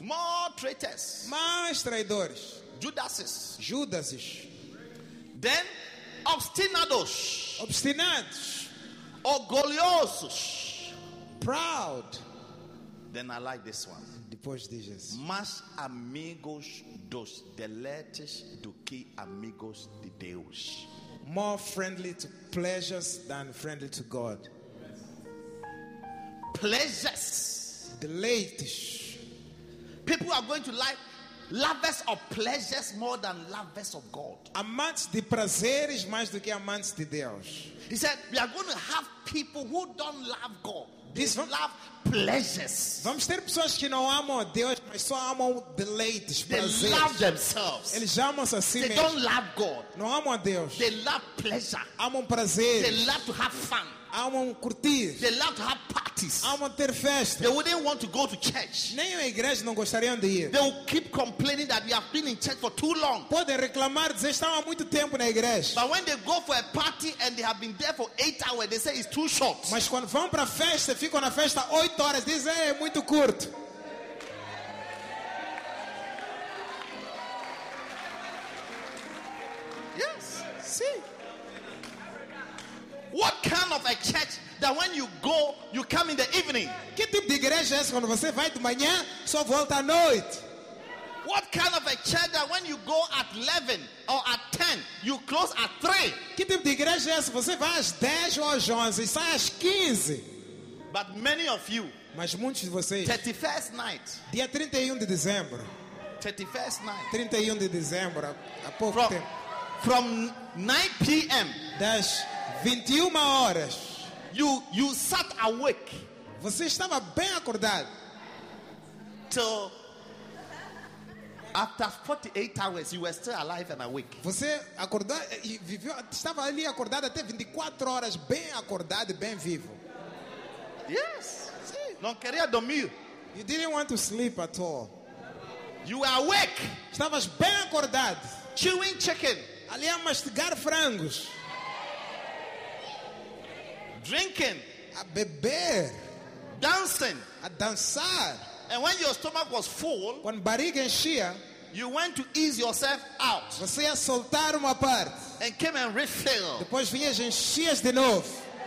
Speaker 3: More traitors.
Speaker 4: Mais traidores.
Speaker 3: Judases.
Speaker 4: Judases.
Speaker 3: Then obstinados.
Speaker 4: Obstinados.
Speaker 3: Orgulhosos.
Speaker 4: Proud.
Speaker 3: Then I like this one.
Speaker 4: Depois diz assim.
Speaker 3: Mas amigos dos deletes do que amigos de Deus.
Speaker 4: More friendly to pleasures than friendly to God.
Speaker 3: Pleasures.
Speaker 4: Deleites.
Speaker 3: People are going to like lovers of pleasures more than lovers of God.
Speaker 4: Amantes de prazeres mais do que amantes de Deus.
Speaker 3: He said, We are going to have people who don't love God. They
Speaker 4: This one-
Speaker 3: love pleasures.
Speaker 4: Vamos ter pessoas que não amam a Deus, mas só amam deleites,
Speaker 3: They love
Speaker 4: prazeres.
Speaker 3: themselves.
Speaker 4: Eles amam-se a si
Speaker 3: They
Speaker 4: mesmos.
Speaker 3: don't love God.
Speaker 4: Não amam a Deus.
Speaker 3: They love pleasure.
Speaker 4: Amam
Speaker 3: They
Speaker 4: prazeres.
Speaker 3: love to have fun.
Speaker 4: Amam curtir.
Speaker 3: They love to have parties.
Speaker 4: amam ter festa.
Speaker 3: They wouldn't want to go to church.
Speaker 4: Nem a igreja não gostariam de ir.
Speaker 3: They will keep complaining that we have been in church for too long.
Speaker 4: Podem reclamar, dizer estão há muito tempo na igreja.
Speaker 3: But when they go for a party and they have been there for eight hours, they say it's too short.
Speaker 4: Mas quando vão para a festa, ficam na festa 8 horas, dizem "É, é muito curto.
Speaker 3: Yes.
Speaker 4: Sim.
Speaker 3: What kind of a church that when you go, you come in the evening?
Speaker 4: Que tipo de igreja é essa quando você vai de manhã, só volta à noite?
Speaker 3: What kind of a church that when you go at 11 or at 10, you close at 3?
Speaker 4: Que tipo de igreja é essa? Você vai às 10 ou às 11 e sai às 15.
Speaker 3: But many of you,
Speaker 4: Mas muitos de vocês,
Speaker 3: 31st night,
Speaker 4: dia 31 de dezembro,
Speaker 3: 31st night,
Speaker 4: 31 de dezembro, há há pouco
Speaker 3: from,
Speaker 4: tempo,
Speaker 3: from 9 p.m.,
Speaker 4: das 21 horas,
Speaker 3: you, you sat awake
Speaker 4: você estava bem acordado.
Speaker 3: till after 48 hours, you were still alive and awake.
Speaker 4: Você acordou eh, e viveu, estava ali acordado até 24 horas, bem acordado e bem vivo.
Speaker 3: Yes. Non queria dormir.
Speaker 4: You didn't want to sleep at all.
Speaker 3: You were awake,
Speaker 4: Estavas bem acordado,
Speaker 3: chewing chicken,
Speaker 4: ali a mastigar frangos,
Speaker 3: drinking,
Speaker 4: a beber,
Speaker 3: dancing.
Speaker 4: a dançar.
Speaker 3: And when your stomach was full,
Speaker 4: Quando a barriga enchia,
Speaker 3: you went to ease yourself out.
Speaker 4: você ia soltar uma parte.
Speaker 3: and came and refilled.
Speaker 4: Depois vinhas e enchias de novo.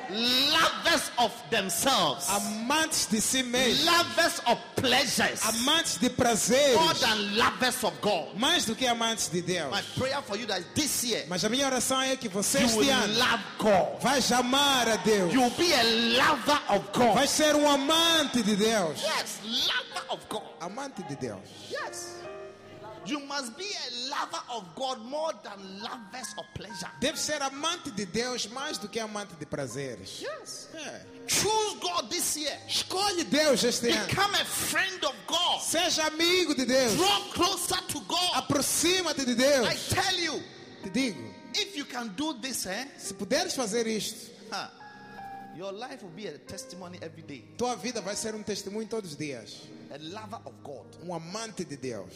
Speaker 3: Lovers of themselves,
Speaker 4: Amantes de si mesmo.
Speaker 3: lovers of pleasures,
Speaker 4: Amantes de prazeres.
Speaker 3: more than lovers of God.
Speaker 4: Mais do que amantes de Deus.
Speaker 3: My prayer for you that this year
Speaker 4: Mas a minha oração é que você
Speaker 3: you
Speaker 4: este
Speaker 3: will
Speaker 4: ano
Speaker 3: love God.
Speaker 4: vai amar a Deus.
Speaker 3: You'll be a lover of
Speaker 4: Vai
Speaker 3: God.
Speaker 4: ser um amante de Deus.
Speaker 3: Yes, lover of God.
Speaker 4: Amante de Deus.
Speaker 3: Yes. You must be a lover of God more than lovers of pleasure.
Speaker 4: Deve ser amante de Deus mais do que amante de prazeres.
Speaker 3: Yes.
Speaker 4: É.
Speaker 3: Choose God this year.
Speaker 4: Escolhe Deus este ano.
Speaker 3: Become a friend of God.
Speaker 4: Seja amigo de Deus.
Speaker 3: Draw closer to God.
Speaker 4: Aproxima-te de
Speaker 3: I
Speaker 4: Deus.
Speaker 3: tell you,
Speaker 4: Te digo,
Speaker 3: if you can do this, eh?
Speaker 4: se puderes fazer isto,
Speaker 3: huh, your life will be a testimony every day.
Speaker 4: tua vida vai ser um testemunho todos os dias.
Speaker 3: A lover of God.
Speaker 4: Um amante de Deus.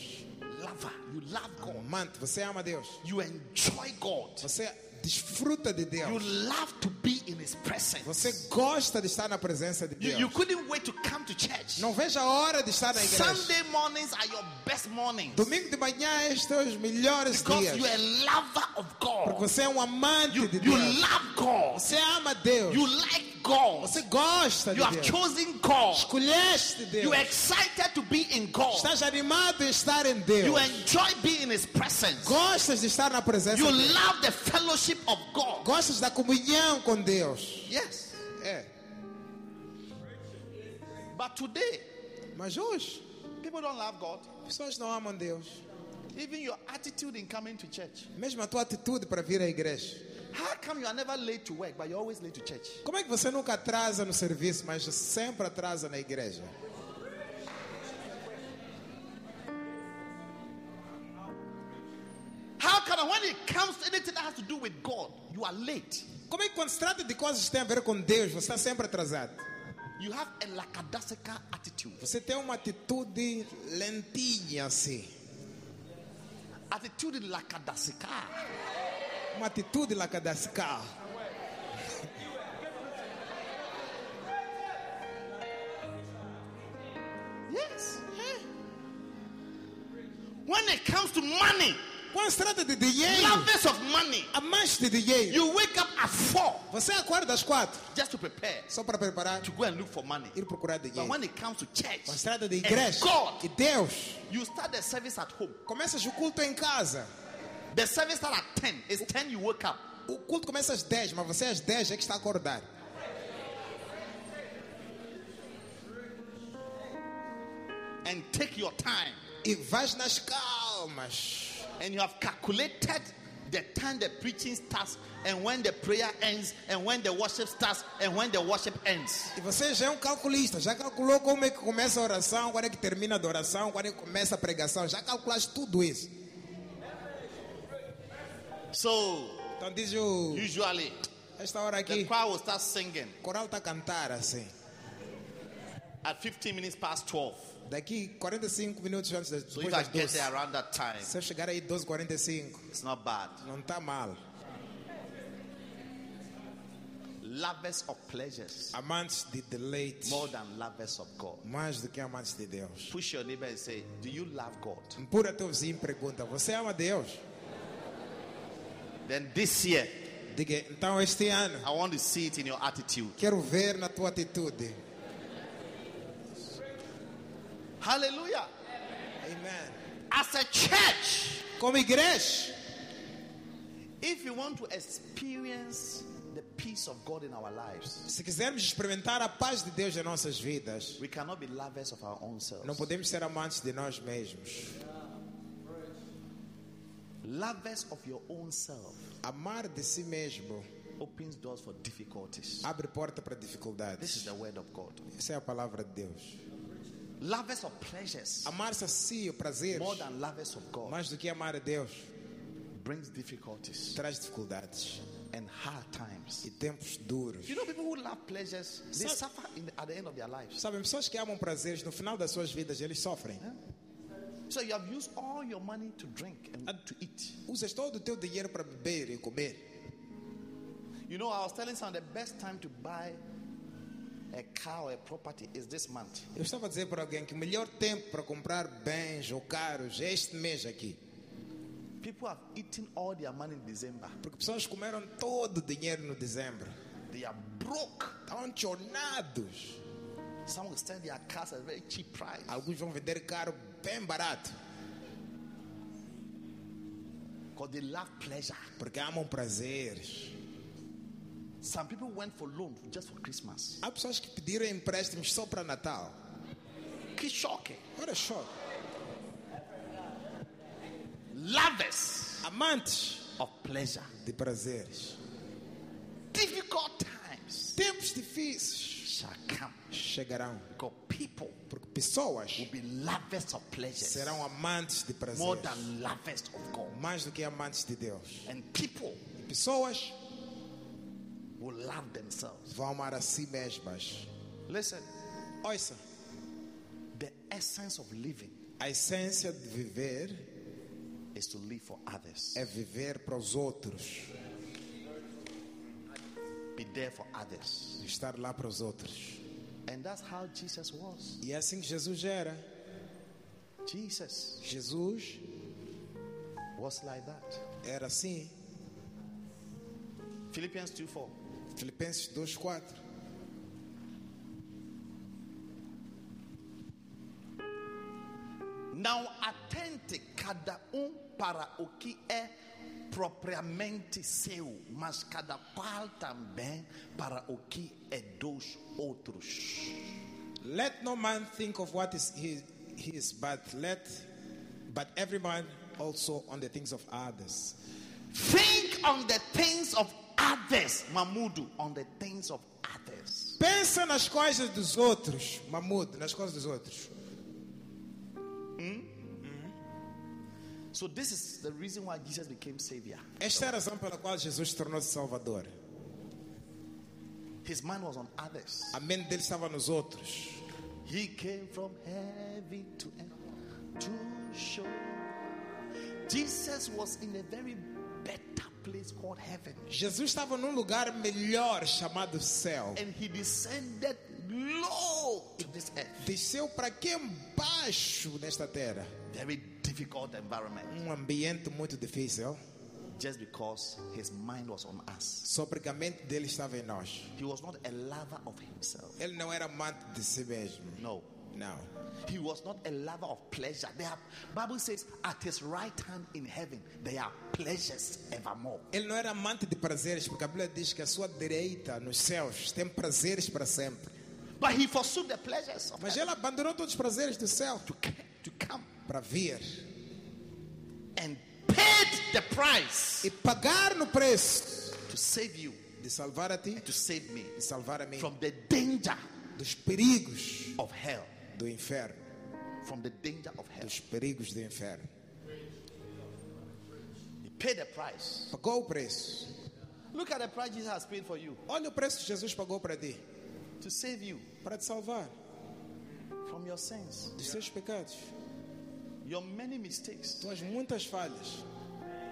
Speaker 3: Lover. You love God.
Speaker 4: Amante, você ama Deus.
Speaker 3: You enjoy God.
Speaker 4: Você desfruta de
Speaker 3: You
Speaker 4: Deus.
Speaker 3: love to be in His presence.
Speaker 4: Você gosta de estar na presença de
Speaker 3: You, you
Speaker 4: Deus.
Speaker 3: couldn't wait to come to church.
Speaker 4: Não veja a hora de estar na igreja.
Speaker 3: Sunday mornings are your best mornings.
Speaker 4: Domingo de manhã é os teus melhores
Speaker 3: Because
Speaker 4: dias.
Speaker 3: you're a lover of
Speaker 4: Porque
Speaker 3: God.
Speaker 4: você é um amante de
Speaker 3: You
Speaker 4: Deus.
Speaker 3: love God.
Speaker 4: Você ama Deus.
Speaker 3: You like God.
Speaker 4: Você gosta de
Speaker 3: You have
Speaker 4: Deus.
Speaker 3: chosen God.
Speaker 4: Escolheste
Speaker 3: You're
Speaker 4: Deus.
Speaker 3: excited to be in God.
Speaker 4: Estás animado em estar em
Speaker 3: You
Speaker 4: Deus.
Speaker 3: enjoy being in His presence.
Speaker 4: Gostas de estar na presença
Speaker 3: You
Speaker 4: de Deus.
Speaker 3: love the fellowship of God.
Speaker 4: Gostas da comunhão com Deus.
Speaker 3: Yes.
Speaker 4: É.
Speaker 3: But today,
Speaker 4: Mas hoje,
Speaker 3: people don't love God.
Speaker 4: pessoas não amam Deus.
Speaker 3: Even your attitude in coming to church.
Speaker 4: Mesmo a tua atitude para vir à igreja.
Speaker 3: How come you are never late to work, but you're always late to church?
Speaker 4: Como é que você nunca atrasa no serviço, mas sempre atrasa na igreja?
Speaker 3: How come when it comes to anything that has to do with God, you are late?
Speaker 4: Como é que quando se trata de coisas que têm a ver com Deus, você está sempre atrasado?
Speaker 3: You have a lackadaisical attitude.
Speaker 4: Você tem uma atitude lentinha assim.
Speaker 3: Attitude lackadaisical.
Speaker 4: Uma atitude lacadacical.
Speaker 3: Yes. When it comes to money,
Speaker 4: Quando se trata de dinheiro,
Speaker 3: lovers of money,
Speaker 4: amantes de dinheiro,
Speaker 3: you wake up at four
Speaker 4: você acorda às quatro
Speaker 3: just to prepare
Speaker 4: só para preparar,
Speaker 3: to go and look for money.
Speaker 4: ir procurar
Speaker 3: But
Speaker 4: dinheiro.
Speaker 3: when it comes to church,
Speaker 4: Quando se trata de
Speaker 3: and
Speaker 4: igreja
Speaker 3: God,
Speaker 4: e Deus,
Speaker 3: you start the service at home.
Speaker 4: começas o culto em casa.
Speaker 3: The service start at ten. It's ten you wake up.
Speaker 4: O culto começa às 10, mas você às 10 é que está a acordar.
Speaker 3: and take your time.
Speaker 4: E vais nas calmas.
Speaker 3: And you have calculated the time the preaching starts, and when the prayer ends, and when the worship starts, and when the worship ends.
Speaker 4: E você já é um calculista, já calculou como é que começa a oração, quando é que termina a oração, quando é que começa a pregação, já calculaste tudo isso.
Speaker 3: So,
Speaker 4: Então diz o,
Speaker 3: usually,
Speaker 4: esta
Speaker 3: the
Speaker 4: hora aqui,
Speaker 3: choir will start singing
Speaker 4: o coral está a cantar assim.
Speaker 3: at 15 minutes past 12.
Speaker 4: Daqui 45 minutos antes das,
Speaker 3: So,
Speaker 4: depois
Speaker 3: if I
Speaker 4: das
Speaker 3: get
Speaker 4: 12.
Speaker 3: there around that time,
Speaker 4: Se eu chegar aí 12h45,
Speaker 3: it's not bad.
Speaker 4: não está mal.
Speaker 3: Lovers of pleasures
Speaker 4: Amantes de deleite,
Speaker 3: more than lovers of God.
Speaker 4: mais do que amantes de Deus.
Speaker 3: Push your neighbor and say, Do you love God?
Speaker 4: Pura teu vizinho e pergunta, você ama Deus?
Speaker 3: Then this year,
Speaker 4: Diga, então este ano,
Speaker 3: I want to see it in your attitude.
Speaker 4: quero ver na tua atitude.
Speaker 3: Hallelujah.
Speaker 4: Amen.
Speaker 3: As a church,
Speaker 4: Como igreja,
Speaker 3: If you want to experience the peace of God in our lives,
Speaker 4: se quisermos experimentar a paz de Deus em nossas vidas,
Speaker 3: we cannot be lovers of our own
Speaker 4: não
Speaker 3: selves.
Speaker 4: podemos ser amantes de nós mesmos.
Speaker 3: Lovers of your own self
Speaker 4: Amar de si mesmo
Speaker 3: opens doors for difficulties.
Speaker 4: abre porta para
Speaker 3: This is
Speaker 4: dificuldades.
Speaker 3: the word of God.
Speaker 4: Essa é a palavra de Deus.
Speaker 3: Lovers of pleasures
Speaker 4: Amar-se a si, o prazer,
Speaker 3: more than lovers of God
Speaker 4: mais do que amar a Deus,
Speaker 3: brings difficulties
Speaker 4: traz dificuldades
Speaker 3: and hard times.
Speaker 4: e tempos duros.
Speaker 3: You know, people who love pleasures they
Speaker 4: Sa-
Speaker 3: suffer in the, at the end of their lives.
Speaker 4: Sabem, pessoas que amam prazeres, no final das suas vidas, eles sofrem.
Speaker 3: So you have used all your money to drink and
Speaker 4: And-
Speaker 3: to eat.
Speaker 4: Usas todo o teu dinheiro para beber e comer.
Speaker 3: You know, I was telling someone the best time to buy a car or a property is this month.
Speaker 4: Eu estava a dizer para alguém que o melhor tempo para comprar bens ou caros é este mês aqui.
Speaker 3: People have eaten all their money in December.
Speaker 4: Porque pessoas comeram todo o dinheiro no dezembro.
Speaker 3: They are broke.
Speaker 4: Estão chonados.
Speaker 3: Some will sell their cars at a very cheap price.
Speaker 4: Alguns vão vender caro bem barato.
Speaker 3: Because they love pleasure.
Speaker 4: Porque amam prazeres.
Speaker 3: Some people went for loan just for Christmas.
Speaker 4: Há pessoas que pediram empréstimos só para Natal.
Speaker 3: Que choque.
Speaker 4: Olha só.
Speaker 3: Lovers
Speaker 4: Amantes
Speaker 3: of pleasure.
Speaker 4: de prazeres.
Speaker 3: Difficult times
Speaker 4: Tempos difíceis
Speaker 3: shall come.
Speaker 4: chegarão.
Speaker 3: Because people
Speaker 4: Porque pessoas
Speaker 3: will be lovers of pleasures
Speaker 4: serão amantes de
Speaker 3: more
Speaker 4: prazeres.
Speaker 3: than lovers of God.
Speaker 4: Mais do que amantes de Deus.
Speaker 3: And people
Speaker 4: E pessoas
Speaker 3: will love themselves.
Speaker 4: vão amar a si mesmas.
Speaker 3: Listen,
Speaker 4: Ouça.
Speaker 3: the essence of living
Speaker 4: A essência de viver
Speaker 3: is to live for others,
Speaker 4: é viver para os outros.
Speaker 3: be there for others.
Speaker 4: Estar lá para os outros.
Speaker 3: And that's how Jesus was.
Speaker 4: E é assim que Jesus era.
Speaker 3: Jesus
Speaker 4: Jesus
Speaker 3: was like that.
Speaker 4: era assim.
Speaker 3: Philippians 2 4.
Speaker 4: Filipenses 2:4.
Speaker 3: Não atente cada um para o que é propriamente seu, mas cada qual também para o que é dos outros.
Speaker 4: Let no man think of what is his, his but let but every man also on the things of others.
Speaker 3: Think on the things of others, Mamudu, on the things of others.
Speaker 4: Pensa nas coisas dos outros, Mamudo, nas coisas dos outros.
Speaker 3: So this is the reason why Jesus became savior.
Speaker 4: Esta é a razão pela qual Jesus se tornou Salvador.
Speaker 3: His mind was on others.
Speaker 4: A mente dele estava nos outros.
Speaker 3: He came from heaven to earth to show. Jesus was in a very better place called heaven.
Speaker 4: Jesus estava num lugar melhor chamado céu.
Speaker 3: And he descended low to this earth.
Speaker 4: Desceu para aqui embaixo nesta terra.
Speaker 3: Very difficult environment.
Speaker 4: Um ambiente muito difícil.
Speaker 3: Just because his mind was on us.
Speaker 4: Só porque a mente dele estava em nós.
Speaker 3: He was not a lover of himself.
Speaker 4: Ele não era amante de si mesmo.
Speaker 3: No.
Speaker 4: Não.
Speaker 3: He was not a lover of pleasure. There are, Bible says, at his right hand in heaven, there are pleasures evermore.
Speaker 4: Ele não era amante de prazeres, porque a Bíblia diz que a sua direita nos céus tem prazeres para sempre.
Speaker 3: But he forsook the pleasures of
Speaker 4: Mas
Speaker 3: heaven
Speaker 4: ele abandonou todos os prazeres do céu
Speaker 3: to, ca- to come
Speaker 4: para vir
Speaker 3: and paid the price
Speaker 4: e pagar no preço
Speaker 3: to save you,
Speaker 4: de salvar a ti
Speaker 3: to save me
Speaker 4: e salvar a mim
Speaker 3: from the danger
Speaker 4: dos perigos
Speaker 3: of hell.
Speaker 4: do inferno,
Speaker 3: From the danger of hell.
Speaker 4: dos perigos do inferno.
Speaker 3: He paid the price.
Speaker 4: Pagou o preço.
Speaker 3: Look at the price Jesus has paid for you
Speaker 4: Olha o preço que Jesus pagou para ti,
Speaker 3: to save you
Speaker 4: para te salvar
Speaker 3: from your sins,
Speaker 4: dos teus pecados,
Speaker 3: your many mistakes
Speaker 4: tuas muitas falhas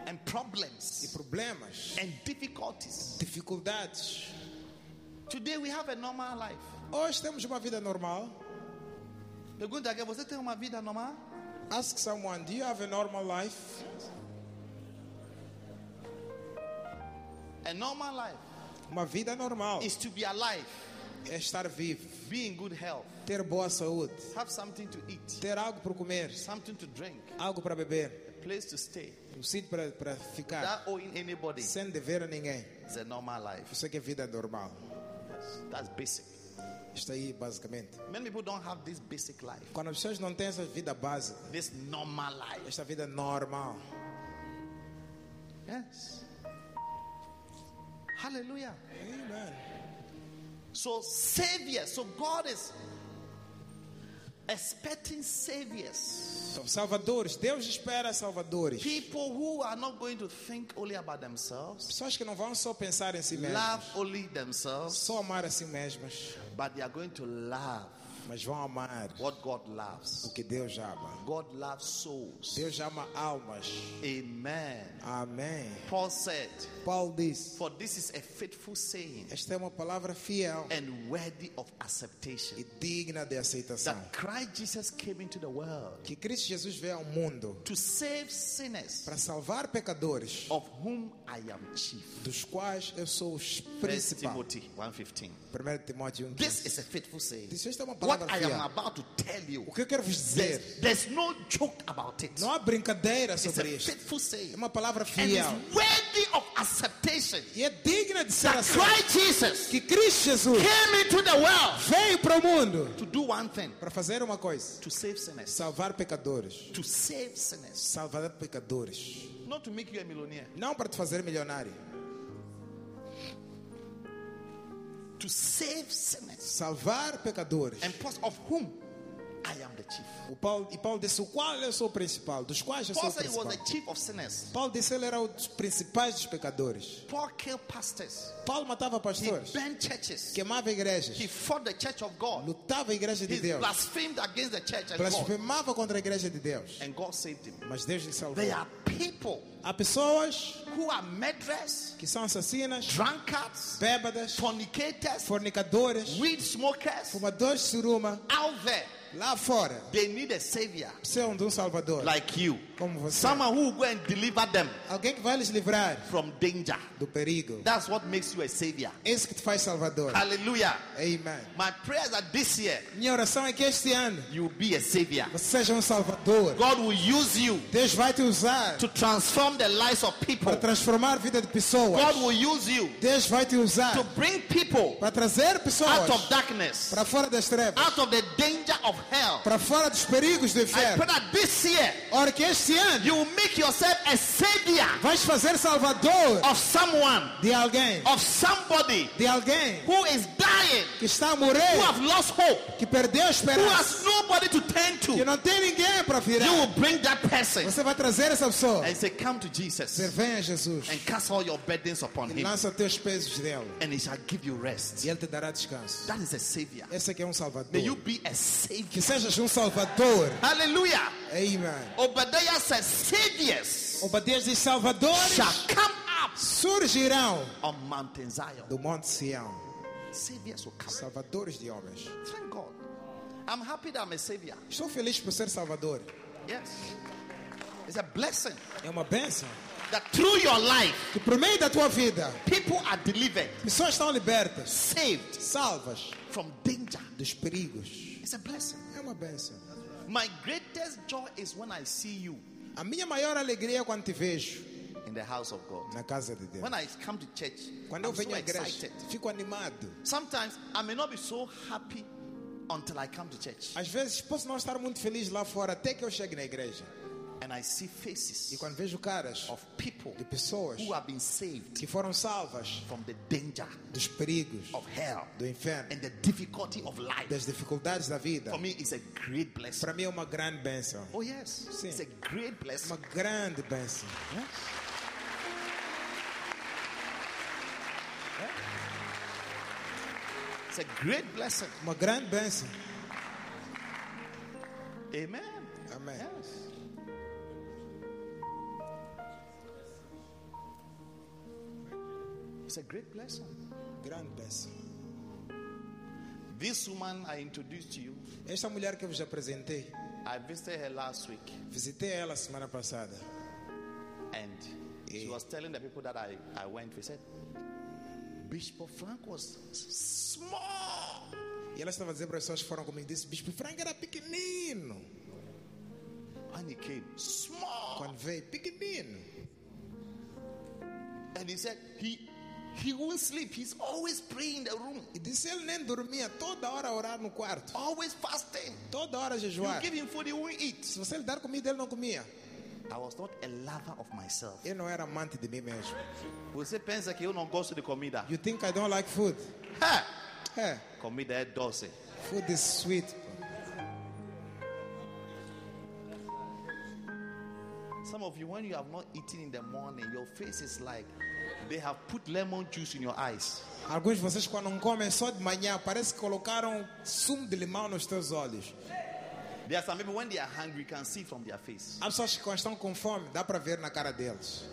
Speaker 3: and
Speaker 4: e
Speaker 3: problems
Speaker 4: problemas,
Speaker 3: and difficulties.
Speaker 4: dificuldades.
Speaker 3: Today we have a normal life.
Speaker 4: Hoje temos uma vida normal.
Speaker 3: Pergunta aqui, você tem uma vida normal?
Speaker 4: Ask someone, do you have a normal life?
Speaker 3: A normal life
Speaker 4: Uma vida normal
Speaker 3: is to be alive,
Speaker 4: é estar vivo,
Speaker 3: be in good health,
Speaker 4: ter boa saúde,
Speaker 3: have something to eat,
Speaker 4: ter algo para comer,
Speaker 3: something to drink,
Speaker 4: algo para beber,
Speaker 3: a place to stay,
Speaker 4: um sítio para, para ficar,
Speaker 3: without owing anybody.
Speaker 4: sem dever a ninguém.
Speaker 3: It's a normal life.
Speaker 4: Isso é que é vida normal.
Speaker 3: That's basic.
Speaker 4: Está aí, basicamente.
Speaker 3: Many people don't have this basic life,
Speaker 4: Quando as pessoas não têm essa vida básica,
Speaker 3: this normal life.
Speaker 4: esta vida normal,
Speaker 3: Yes. Hallelujah.
Speaker 4: Amen.
Speaker 3: So saviors, so God is expecting saviors.
Speaker 4: são Então, salvadores. Deus espera salvadores.
Speaker 3: People who are not going to think only about themselves,
Speaker 4: Pessoas que não vão só pensar em si
Speaker 3: love
Speaker 4: mesmas,
Speaker 3: only themselves,
Speaker 4: só amar a si mesmas,
Speaker 3: but they are going to love
Speaker 4: mas vão amar
Speaker 3: what God
Speaker 4: o
Speaker 3: loves.
Speaker 4: que Deus ama.
Speaker 3: God loves souls.
Speaker 4: Deus ama almas.
Speaker 3: Amen.
Speaker 4: Amém.
Speaker 3: Paul said,
Speaker 4: Paulo disse:
Speaker 3: For this is a faithful saying
Speaker 4: Esta é uma palavra fiel
Speaker 3: and worthy of
Speaker 4: e
Speaker 3: acceptation
Speaker 4: digna de aceitação.
Speaker 3: that Christ Jesus came into the world
Speaker 4: Que Cristo Jesus veio ao mundo
Speaker 3: to save sinners,
Speaker 4: para salvar pecadores,
Speaker 3: of whom I am chief.
Speaker 4: dos quais eu sou o
Speaker 3: First
Speaker 4: principal.
Speaker 3: Timothy 1:15.
Speaker 4: 1 Timóteo 1.
Speaker 3: This is a faithful saying.
Speaker 4: Disse esta é uma
Speaker 3: What
Speaker 4: palavra
Speaker 3: I
Speaker 4: fiel.
Speaker 3: am about to tell you,
Speaker 4: O que eu quero vos dizer?
Speaker 3: there's, there's no joke about it.
Speaker 4: Não há brincadeira
Speaker 3: It's a
Speaker 4: sobre isto.
Speaker 3: faithful
Speaker 4: É
Speaker 3: saying.
Speaker 4: uma palavra
Speaker 3: And
Speaker 4: fiel
Speaker 3: it's worthy of acceptation
Speaker 4: e é digna de ser
Speaker 3: that
Speaker 4: aceita.
Speaker 3: Christ Jesus
Speaker 4: Que Cristo Jesus
Speaker 3: came into the world
Speaker 4: veio para o mundo
Speaker 3: to do one thing
Speaker 4: para fazer uma coisa:
Speaker 3: to save sinners.
Speaker 4: salvar pecadores.
Speaker 3: To save sinners.
Speaker 4: Salvar pecadores.
Speaker 3: Not to make you a millionaire.
Speaker 4: Não para te fazer milionário.
Speaker 3: To save sinners.
Speaker 4: Salvar pecadores.
Speaker 3: And Paul, of whom I am the chief.
Speaker 4: O Paulo, e Paulo disse: O qual eu sou o principal? Dos quais eu sou
Speaker 3: Paul
Speaker 4: o
Speaker 3: said he
Speaker 4: principal?
Speaker 3: was the chief of sinners.
Speaker 4: Paulo disse: Ele era um dos principais dos pecadores.
Speaker 3: Paul killed pastors.
Speaker 4: Paulo matava
Speaker 3: He
Speaker 4: pastores,
Speaker 3: burned churches.
Speaker 4: queimava igrejas,
Speaker 3: He fought the church of God.
Speaker 4: lutava a igreja de
Speaker 3: He
Speaker 4: Deus,
Speaker 3: blasphemed against the church and God.
Speaker 4: blasfemava contra a igreja de Deus.
Speaker 3: And God saved him.
Speaker 4: Mas Deus lhe salvou.
Speaker 3: There are people
Speaker 4: Há pessoas
Speaker 3: who are murderers,
Speaker 4: que são assassinas,
Speaker 3: drunkards,
Speaker 4: bêbadas,
Speaker 3: fornicators,
Speaker 4: fornicadores,
Speaker 3: weed smokers
Speaker 4: fumadores de suruma.
Speaker 3: out there.
Speaker 4: Lá fora,
Speaker 3: They need a savior
Speaker 4: precisam de um salvador
Speaker 3: like you.
Speaker 4: como você.
Speaker 3: Someone who will go and deliver them
Speaker 4: Alguém que vai lhes livrar
Speaker 3: from danger.
Speaker 4: do perigo.
Speaker 3: That's what makes you a savior.
Speaker 4: Esse que te faz salvador.
Speaker 3: Hallelujah.
Speaker 4: Amen.
Speaker 3: My prayers are this year
Speaker 4: Minha oração é que este ano
Speaker 3: you will be a savior.
Speaker 4: você seja um salvador.
Speaker 3: God will use you
Speaker 4: Deus vai te usar
Speaker 3: to transform the lives of people.
Speaker 4: para transformar a vida de pessoas.
Speaker 3: God will use you
Speaker 4: Deus vai te usar
Speaker 3: to bring people
Speaker 4: para trazer
Speaker 3: out of
Speaker 4: pessoas
Speaker 3: darkness,
Speaker 4: para fora das trevas,
Speaker 3: out of the danger of hell.
Speaker 4: para fora dos perigos do
Speaker 3: I pray
Speaker 4: inferno.
Speaker 3: that this year
Speaker 4: Ora que este ano
Speaker 3: you will make yourself a savior
Speaker 4: vais fazer salvador
Speaker 3: of someone,
Speaker 4: de alguém,
Speaker 3: of somebody
Speaker 4: de alguém
Speaker 3: who is dying,
Speaker 4: que está a
Speaker 3: who
Speaker 4: morrer,
Speaker 3: have lost hope,
Speaker 4: que perdeu a
Speaker 3: who
Speaker 4: esperança,
Speaker 3: has nobody to turn
Speaker 4: que
Speaker 3: to.
Speaker 4: não tem ninguém para
Speaker 3: You
Speaker 4: virar.
Speaker 3: will bring that person
Speaker 4: Você vai trazer essa pessoa.
Speaker 3: and say, Come to Jesus
Speaker 4: Dizer, venha Jesus,
Speaker 3: and cast all your burdens upon him,
Speaker 4: lança teus pesos nele
Speaker 3: and he shall give you rest.
Speaker 4: e ele te dará descanso.
Speaker 3: That is a savior.
Speaker 4: Esse aqui é
Speaker 3: May
Speaker 4: um
Speaker 3: you
Speaker 4: salvador.
Speaker 3: be a savior.
Speaker 4: Que sejas um salvador.
Speaker 3: Hallelujah.
Speaker 4: Amen.
Speaker 3: Obadiah says, Saviors
Speaker 4: Obadias diz, salvadores
Speaker 3: shall come up
Speaker 4: surgirão
Speaker 3: on Mountain Zion.
Speaker 4: do Monte Sião.
Speaker 3: Saviors will come.
Speaker 4: Salvadores de homens.
Speaker 3: Thank God. I'm happy that I'm a savior.
Speaker 4: Estou feliz por ser salvador.
Speaker 3: Yes. It's a blessing
Speaker 4: É uma bênção.
Speaker 3: that through your life,
Speaker 4: Que por meio da tua vida,
Speaker 3: people are delivered,
Speaker 4: pessoas estão libertas,
Speaker 3: saved
Speaker 4: salvas
Speaker 3: from danger.
Speaker 4: dos perigos.
Speaker 3: It's a blessing.
Speaker 4: É uma bênção.
Speaker 3: My greatest joy is when I see you
Speaker 4: A minha maior alegria é quando te vejo
Speaker 3: in the house of God.
Speaker 4: na casa de Deus.
Speaker 3: When I come to church,
Speaker 4: Quando eu
Speaker 3: I'm so
Speaker 4: venho à igreja,
Speaker 3: excited.
Speaker 4: fico animado.
Speaker 3: Sometimes I may not be so happy until I come to church
Speaker 4: Às vezes posso não estar muito feliz lá fora até que eu chegue na igreja.
Speaker 3: and I see
Speaker 4: E
Speaker 3: faces
Speaker 4: quando vejo caras
Speaker 3: of people
Speaker 4: de pessoas
Speaker 3: who have been saved
Speaker 4: que foram salvas
Speaker 3: from the danger
Speaker 4: dos perigos
Speaker 3: of hell
Speaker 4: do inferno,
Speaker 3: and the difficulty of life.
Speaker 4: das dificuldades da vida,
Speaker 3: For me, it's a great blessing.
Speaker 4: para mim é uma grande bênção.
Speaker 3: Oh, yes.
Speaker 4: Sim.
Speaker 3: It's a great blessing.
Speaker 4: Uma grande bênção.
Speaker 3: It's a great blessing.
Speaker 4: Uma grande bênção.
Speaker 3: Amen.
Speaker 4: Amém.
Speaker 3: Yes. It's a great blessing.
Speaker 4: Grande bênção.
Speaker 3: This woman I introduced to you,
Speaker 4: Esta mulher que eu vos apresentei,
Speaker 3: I visited her last week
Speaker 4: visitei ela semana passada.
Speaker 3: and she was telling the people that I, I went with, said, Bishop Frank was small.
Speaker 4: E ela estava dizendo para as pessoas que foram comigo, disse, Bispo Frank era pequenino.
Speaker 3: And he came, small.
Speaker 4: Quando veio, pequenino.
Speaker 3: And he said, he, he won't sleep. He's always praying in the room,
Speaker 4: E disse, ele nem dormia, toda hora a orar no quarto.
Speaker 3: always fasting.
Speaker 4: Toda hora a
Speaker 3: You
Speaker 4: jejuar.
Speaker 3: give him food, he won't eat.
Speaker 4: Se você lhe dar comida, ele não comia.
Speaker 3: I was not a lover of myself.
Speaker 4: Eu não era amante de mim mesmo.
Speaker 3: Você pensa que eu não gosto de comida?
Speaker 4: You think I don't like food?
Speaker 3: Ha!
Speaker 4: É,
Speaker 3: Comida é doce.
Speaker 4: food is sweet. pô.
Speaker 3: Some of you, when you have not eaten in the morning, your face is like they have put lemon juice in your eyes.
Speaker 4: Alguns de vocês, quando não comem só de manhã, parece que colocaram sumo de limão nos teus olhos.
Speaker 3: There are some people, when they are hungry, you can see from their face.
Speaker 4: Há pessoas que, quando estão com fome, dá para ver na cara deles.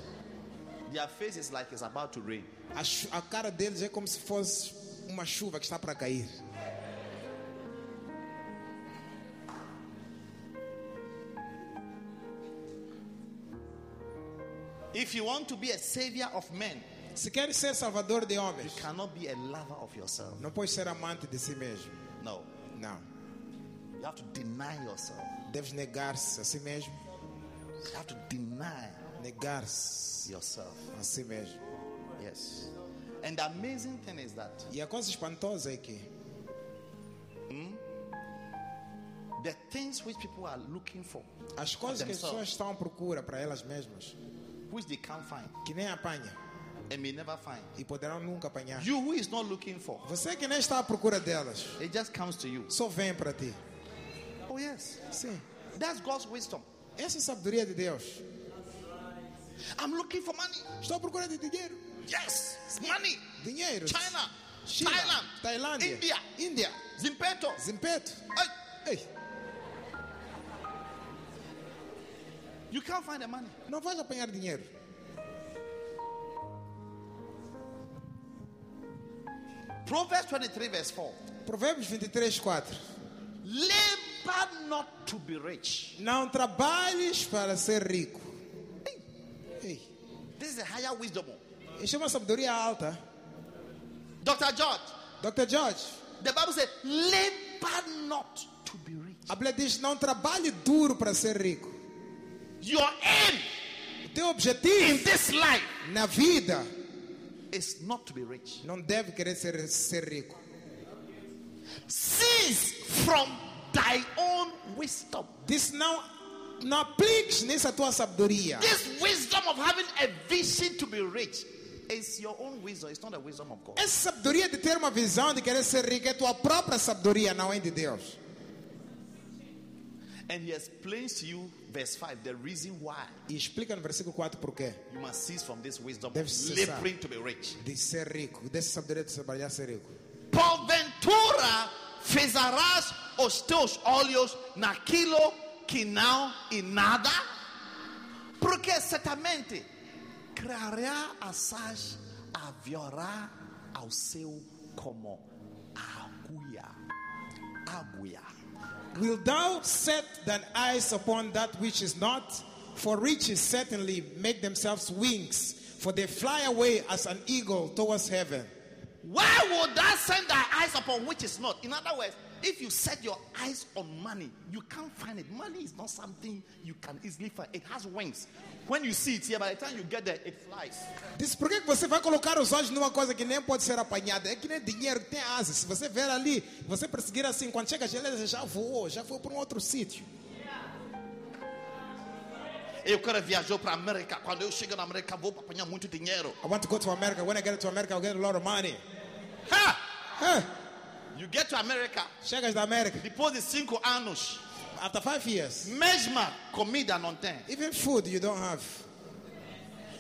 Speaker 3: Their face is like it's about to rain.
Speaker 4: A, chu- a cara deles é como se fosse uma chuva que está para cair.
Speaker 3: If you want to be a savior of men,
Speaker 4: Se queres ser salvador de
Speaker 3: you
Speaker 4: homens,
Speaker 3: cannot be a lover of yourself.
Speaker 4: não podes ser amante de si mesmo.
Speaker 3: No,
Speaker 4: Não.
Speaker 3: you have to deny yourself.
Speaker 4: Deves negar-se a si mesmo.
Speaker 3: You have to deny
Speaker 4: Negar-se
Speaker 3: yourself.
Speaker 4: a si mesmo.
Speaker 3: Yes. And the amazing thing is that
Speaker 4: E a coisa espantosa é que
Speaker 3: the things which people are looking for,
Speaker 4: as coisas que as pessoas estão à procura para elas mesmas,
Speaker 3: which they can't find
Speaker 4: que nem apanha
Speaker 3: and may never find,
Speaker 4: e poderão nunca apanhar.
Speaker 3: you who is not looking for,
Speaker 4: Você que nem está à procura delas,
Speaker 3: it just comes to you.
Speaker 4: só vem para ti.
Speaker 3: Oh, yes.
Speaker 4: Sim.
Speaker 3: That's God's wisdom.
Speaker 4: Essa é a sabedoria de Deus.
Speaker 3: I'm looking for money.
Speaker 4: Estou à procura de dinheiro.
Speaker 3: Yes. Money.
Speaker 4: Dinheiro.
Speaker 3: China.
Speaker 4: China,
Speaker 3: Thailand.
Speaker 4: Tailândia,
Speaker 3: India.
Speaker 4: Índia,
Speaker 3: Zimpeto.
Speaker 4: Zimpeto.
Speaker 3: Hey,
Speaker 4: Ei,
Speaker 3: you can't find the money.
Speaker 4: não vais apanhar dinheiro.
Speaker 3: Proverbs 23, verse 4.
Speaker 4: Provérbios 23, 4.
Speaker 3: Labor not to be rich.
Speaker 4: Não trabalhes para ser rico. Ei,
Speaker 3: This is a higher wisdom.
Speaker 4: isso é uma sabedoria alta.
Speaker 3: Dr. George,
Speaker 4: Dr. George,
Speaker 3: the Bible says, labor not to be rich.
Speaker 4: a Bíblia diz: não trabalhe duro para ser rico.
Speaker 3: Your aim
Speaker 4: O teu objetivo
Speaker 3: in this life
Speaker 4: na vida
Speaker 3: is not to be rich.
Speaker 4: não deve querer ser, ser rico.
Speaker 3: Cease from thy own wisdom.
Speaker 4: Diz: não, não apliques nessa tua sabedoria.
Speaker 3: This wisdom of having a vision to be rich is your own wisdom. It's not the wisdom of God.
Speaker 4: Essa sabedoria de ter uma visão de querer ser rico é tua própria sabedoria, não é de Deus.
Speaker 3: And he explains to you, verse 5, the reason why
Speaker 4: E explica no versículo 4 porquê.
Speaker 3: you must cease from this wisdom
Speaker 4: Deve
Speaker 3: of
Speaker 4: cessar.
Speaker 3: laboring to be rich.
Speaker 4: de ser rico, dessa sabedoria de trabalhar ser rico.
Speaker 3: Porventura fezarás os teus olhos naquilo que não e nada, porque certamente criará assaz haverá ao seu como agulha. Agulha.
Speaker 4: Will thou set thine eyes upon that which is not? For riches certainly make themselves wings, for they fly away as an eagle towards heaven.
Speaker 3: Why would thou send thy eyes upon which is not? In other words, if you set your eyes on money, you can't find it. Money is not something you can easily find. It has wings. When you see it here, by the time you get there, it flies.
Speaker 4: Diz, por que que você vai colocar os olhos numa coisa que nem pode ser apanhada? É que nem dinheiro que tem asas. Se você ver ali, você perseguir assim, quando chega a geleira, já voou, já foi para um outro sítio.
Speaker 3: Eu quero viajar para a América. Quando eu chego na América, vou apanhar muito dinheiro.
Speaker 4: I want to go to America. When I get to America, I'll get a lot of money.
Speaker 3: Ha!
Speaker 4: Huh?
Speaker 3: You get to America,
Speaker 4: Chegas da América.
Speaker 3: depois de cinco anos,
Speaker 4: After five years,
Speaker 3: mesma comida não tem.
Speaker 4: even food you don't have.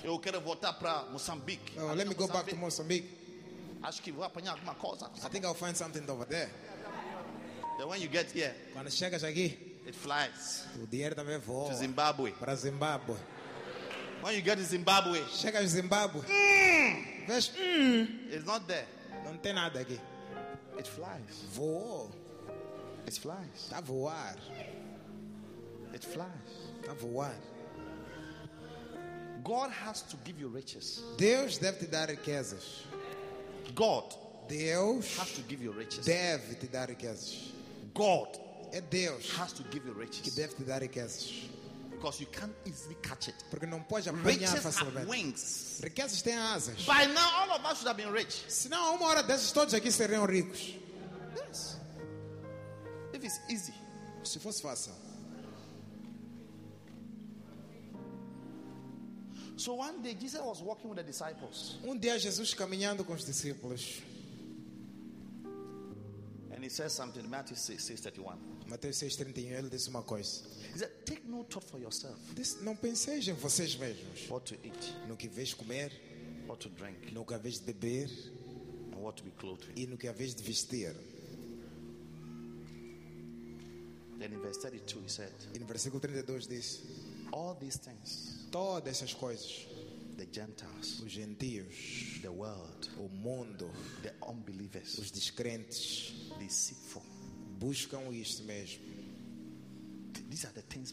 Speaker 3: Eu quero voltar para Moçambique.
Speaker 4: Oh, let me go back to Mozambique.
Speaker 3: Acho que vou apanhar alguma coisa.
Speaker 4: I think I'll find something over there.
Speaker 3: Then when you get here,
Speaker 4: Quando chegas aqui,
Speaker 3: it flies
Speaker 4: o dinheiro também voa
Speaker 3: to Zimbabwe.
Speaker 4: para Zimbábue.
Speaker 3: When you get to Zimbabwe,
Speaker 4: Chega em Zimbábue, vês,
Speaker 3: it's not there.
Speaker 4: não tem nada aqui.
Speaker 3: It flies.
Speaker 4: Voou,
Speaker 3: It flies.
Speaker 4: está a voar,
Speaker 3: It flies.
Speaker 4: está a voar.
Speaker 3: God has to give you riches.
Speaker 4: Deus deve te dar riquezas.
Speaker 3: God
Speaker 4: Deus
Speaker 3: has to give you riches.
Speaker 4: deve te dar riquezas.
Speaker 3: God
Speaker 4: É Deus
Speaker 3: has to give you
Speaker 4: que
Speaker 3: riches.
Speaker 4: deve te dar riquezas.
Speaker 3: Because you can't easily catch it.
Speaker 4: Porque não podes apanhar
Speaker 3: Riches have
Speaker 4: facilmente.
Speaker 3: wings.
Speaker 4: Riquezas têm asas.
Speaker 3: By now, all of us should have been rich.
Speaker 4: Senão, a uma hora dessas, todos aqui seriam ricos.
Speaker 3: Yes. If it's easy.
Speaker 4: Se fosse fácil.
Speaker 3: So one day, Jesus was walking with the disciples,
Speaker 4: Um dia, Jesus caminhando com os discípulos.
Speaker 3: And he says something, Matthew 6, 6:31.
Speaker 4: Mateus 6,31, ele diz uma coisa.
Speaker 3: He said, Take no thought for yourself
Speaker 4: Diz, não penseis em vocês mesmos.
Speaker 3: what to eat,
Speaker 4: No que vez comer,
Speaker 3: what to drink,
Speaker 4: no que haveis de beber
Speaker 3: and what to be clothed with.
Speaker 4: e no que haveis de vestir.
Speaker 3: Then in verse 32, he said,
Speaker 4: E no versículo 32 diz:
Speaker 3: All these things,
Speaker 4: Todas essas coisas,
Speaker 3: the Gentiles,
Speaker 4: os gentios,
Speaker 3: the world,
Speaker 4: o mundo,
Speaker 3: the unbelievers,
Speaker 4: os descrentes,
Speaker 3: they seek for.
Speaker 4: buscam isto mesmo.
Speaker 3: These are the things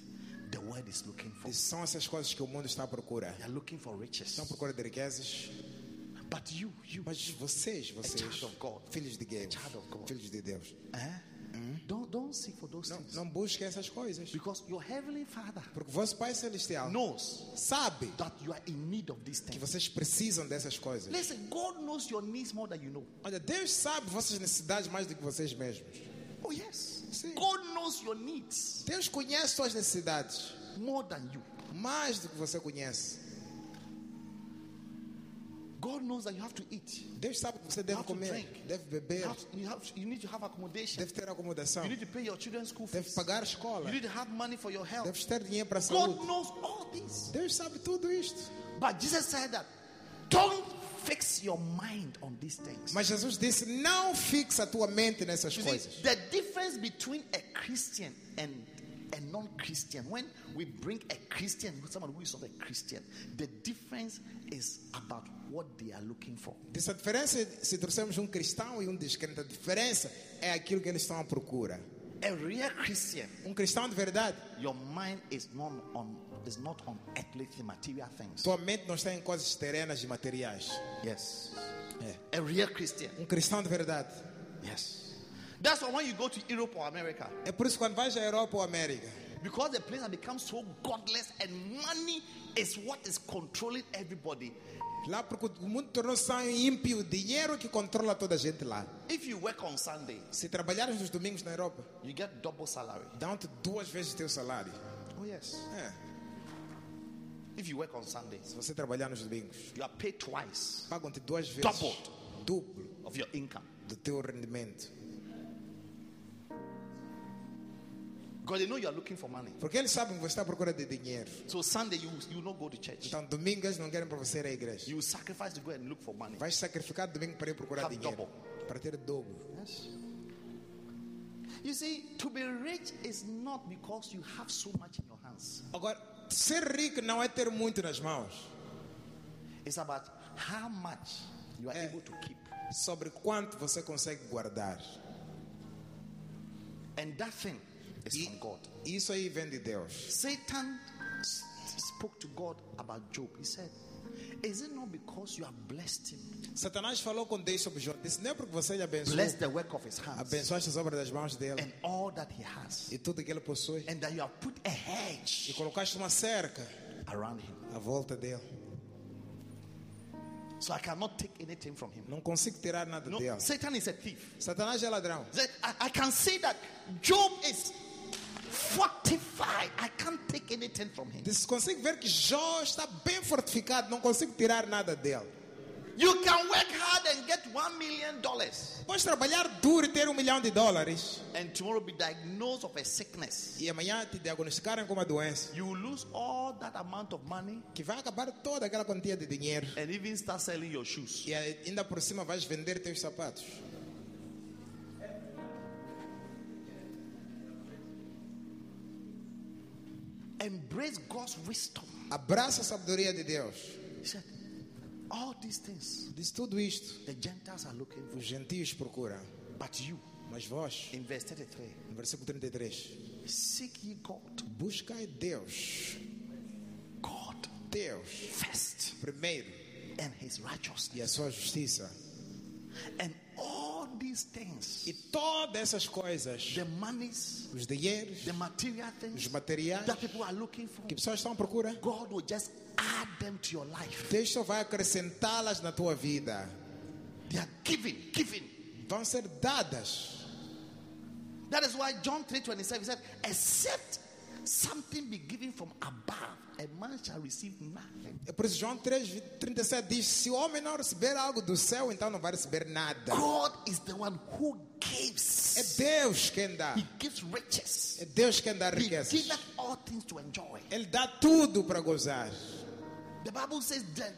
Speaker 3: the world is looking for.
Speaker 4: E são essas coisas que o mundo está à procura.
Speaker 3: They are looking for riches.
Speaker 4: Estão à procura de riquezas.
Speaker 3: But you, you,
Speaker 4: Mas vocês, vocês,
Speaker 3: child of God.
Speaker 4: filhos de Deus,
Speaker 3: child of God.
Speaker 4: filhos de Deus,
Speaker 3: eh? don't, don't seek for those
Speaker 4: não,
Speaker 3: things.
Speaker 4: não busquem essas coisas.
Speaker 3: Because your heavenly Father
Speaker 4: Porque vosso Pai Celestial
Speaker 3: knows
Speaker 4: sabe
Speaker 3: that you are in need of these
Speaker 4: que
Speaker 3: things.
Speaker 4: vocês precisam dessas coisas.
Speaker 3: Listen, God knows your needs more than you know.
Speaker 4: Olha, Deus sabe vossas necessidades mais do que vocês mesmos.
Speaker 3: Oh, yes.
Speaker 4: Sim.
Speaker 3: God knows your needs
Speaker 4: Deus conhece suas necessidades
Speaker 3: more than you.
Speaker 4: mais do que você conhece.
Speaker 3: God knows that you have to eat.
Speaker 4: Deus sabe que você deve
Speaker 3: How to
Speaker 4: comer,
Speaker 3: drink.
Speaker 4: deve
Speaker 3: You,
Speaker 4: beber,
Speaker 3: have, you, have, you need to have accommodation.
Speaker 4: deve ter acomodação,
Speaker 3: You need to pay your children's school
Speaker 4: deve
Speaker 3: fees.
Speaker 4: pagar a escola,
Speaker 3: You need to have money for your health.
Speaker 4: deve ter dinheiro para a
Speaker 3: God
Speaker 4: saúde.
Speaker 3: knows all this.
Speaker 4: Deus sabe tudo isto.
Speaker 3: But Jesus said that don't fix your mind on these things.
Speaker 4: Mas Jesus disse: não fixa a tua mente nessas
Speaker 3: You see,
Speaker 4: coisas.
Speaker 3: the difference between a Christian and a non-Christian, when we bring a Christian, someone who is not a Christian, the difference is about what they are looking for.
Speaker 4: Disse a diferença, se trouxermos um cristão e um descrente, a diferença é aquilo que eles estão à procura.
Speaker 3: A real Christian,
Speaker 4: Um cristão de verdade,
Speaker 3: your mind is not on is not on earthly material things.
Speaker 4: sua mente não está em coisas terrenas e materiais.
Speaker 3: Yes.
Speaker 4: É.
Speaker 3: A real Christian.
Speaker 4: Um cristão de verdade.
Speaker 3: Yes. That's why when you go to Europe or America,
Speaker 4: É por isso que quando vais à Europa ou América,
Speaker 3: because the place has become so godless and money is what is controlling everybody.
Speaker 4: lá porque o mundo tornou-se tão ímpio, o dinheiro é que controla toda a gente lá.
Speaker 3: If you work on Sunday,
Speaker 4: Se trabalhares nos domingos na Europa,
Speaker 3: you get double salary.
Speaker 4: dão-te duas vezes o teu salário.
Speaker 3: Oh yes.
Speaker 4: É.
Speaker 3: If you work on Sundays,
Speaker 4: Se você trabalhar nos domingos,
Speaker 3: you are paid twice
Speaker 4: pagam-te duas vezes
Speaker 3: Double.
Speaker 4: duplo
Speaker 3: of your income.
Speaker 4: do teu rendimento.
Speaker 3: Because they know you are looking for money.
Speaker 4: Porque eles sabem que você está à procura de dinheiro.
Speaker 3: So Sunday you you will not go to church.
Speaker 4: Então, domingo eles não querem para você ir à igreja.
Speaker 3: You will sacrifice to go and look for money.
Speaker 4: Vais sacrificar domingo para ir procurar
Speaker 3: Have
Speaker 4: dinheiro. Para ter dobro.
Speaker 3: Yes. You see, to be rich is not because you have so much in your hands.
Speaker 4: Agora, ser rico não é ter muito nas mãos.
Speaker 3: It's about how much you are
Speaker 4: Eh.
Speaker 3: able to keep.
Speaker 4: Sobre quanto você consegue guardar.
Speaker 3: And that thing is
Speaker 4: Ye-
Speaker 3: from God.
Speaker 4: Isso aí vem de Deus.
Speaker 3: Satan s- spoke to God about Job. He said, Is it not because you have blessed him?
Speaker 4: Satanás falou com Deus sobre Jó. Disse, não é porque você lhe abençoou.
Speaker 3: Bless the work of his hands
Speaker 4: Abençoaste as obras das mãos dele.
Speaker 3: and all that he has.
Speaker 4: E tudo que ele possui.
Speaker 3: And that you have put a
Speaker 4: E
Speaker 3: hedge
Speaker 4: colocaste uma cerca
Speaker 3: around him.
Speaker 4: à volta dele.
Speaker 3: So I cannot take anything from him.
Speaker 4: Não consigo tirar nada
Speaker 3: No,
Speaker 4: dele.
Speaker 3: Satan is a thief.
Speaker 4: Satanás é ladrão.
Speaker 3: That- I, I can say that Job is fortified. I can't take anything from him.
Speaker 4: Disse, consigo ver que Jó está bem fortificado. Não consigo tirar nada dele.
Speaker 3: You can work hard and get one million dollars.
Speaker 4: Podes trabalhar duro e ter um milhão de dólares
Speaker 3: and tomorrow be diagnosed of a sickness.
Speaker 4: e amanhã te diagnosticarem com uma doença
Speaker 3: You will lose all that amount of money
Speaker 4: que vai acabar toda aquela quantia de dinheiro
Speaker 3: and even start selling your shoes.
Speaker 4: e ainda por cima vais vender teus sapatos.
Speaker 3: Embrace God's wisdom.
Speaker 4: Abraça a sabedoria de Deus.
Speaker 3: He said, All these things
Speaker 4: Diz tudo isto.
Speaker 3: the Gentiles are looking for,
Speaker 4: Os gentios procuram,
Speaker 3: but you,
Speaker 4: mas vós,
Speaker 3: in verse 33,
Speaker 4: no versículo 33,
Speaker 3: seek ye God,
Speaker 4: buscai Deus,
Speaker 3: God
Speaker 4: Deus,
Speaker 3: first,
Speaker 4: primeiro
Speaker 3: and His
Speaker 4: e
Speaker 3: righteousness,
Speaker 4: a sua justiça.
Speaker 3: and all these things,
Speaker 4: E todas essas coisas,
Speaker 3: the monies,
Speaker 4: os dinheiros,
Speaker 3: the material
Speaker 4: os
Speaker 3: things
Speaker 4: materiais
Speaker 3: that people are looking for,
Speaker 4: que pessoas estão à procura,
Speaker 3: God will just add them to your life.
Speaker 4: Deus só vai acrescentá-las na tua vida.
Speaker 3: They are giving, giving,
Speaker 4: vão ser dadas.
Speaker 3: That is why John 3 27 said, Except something be given from above, a man shall receive nothing.
Speaker 4: É por isso João 3, 37 diz: Se o homem não receber algo do céu, então não vai receber nada.
Speaker 3: God is the one who
Speaker 4: É
Speaker 3: gives.
Speaker 4: Deus quem dá.
Speaker 3: He gives riches.
Speaker 4: É Deus quem dá
Speaker 3: He
Speaker 4: riqueza.
Speaker 3: giveth all things to enjoy.
Speaker 4: Ele dá tudo para gozar.
Speaker 3: The Bible says that